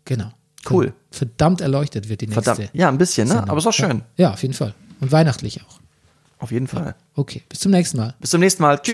A: genau.
B: Cool.
A: Verdammt erleuchtet wird die nächste.
B: Verdammt. Ja, ein bisschen, ne? Aber es war schön.
A: Ja, auf jeden Fall. Und weihnachtlich auch.
B: Auf jeden Fall.
A: Okay, bis zum nächsten Mal.
B: Bis zum nächsten Mal. Tschüss.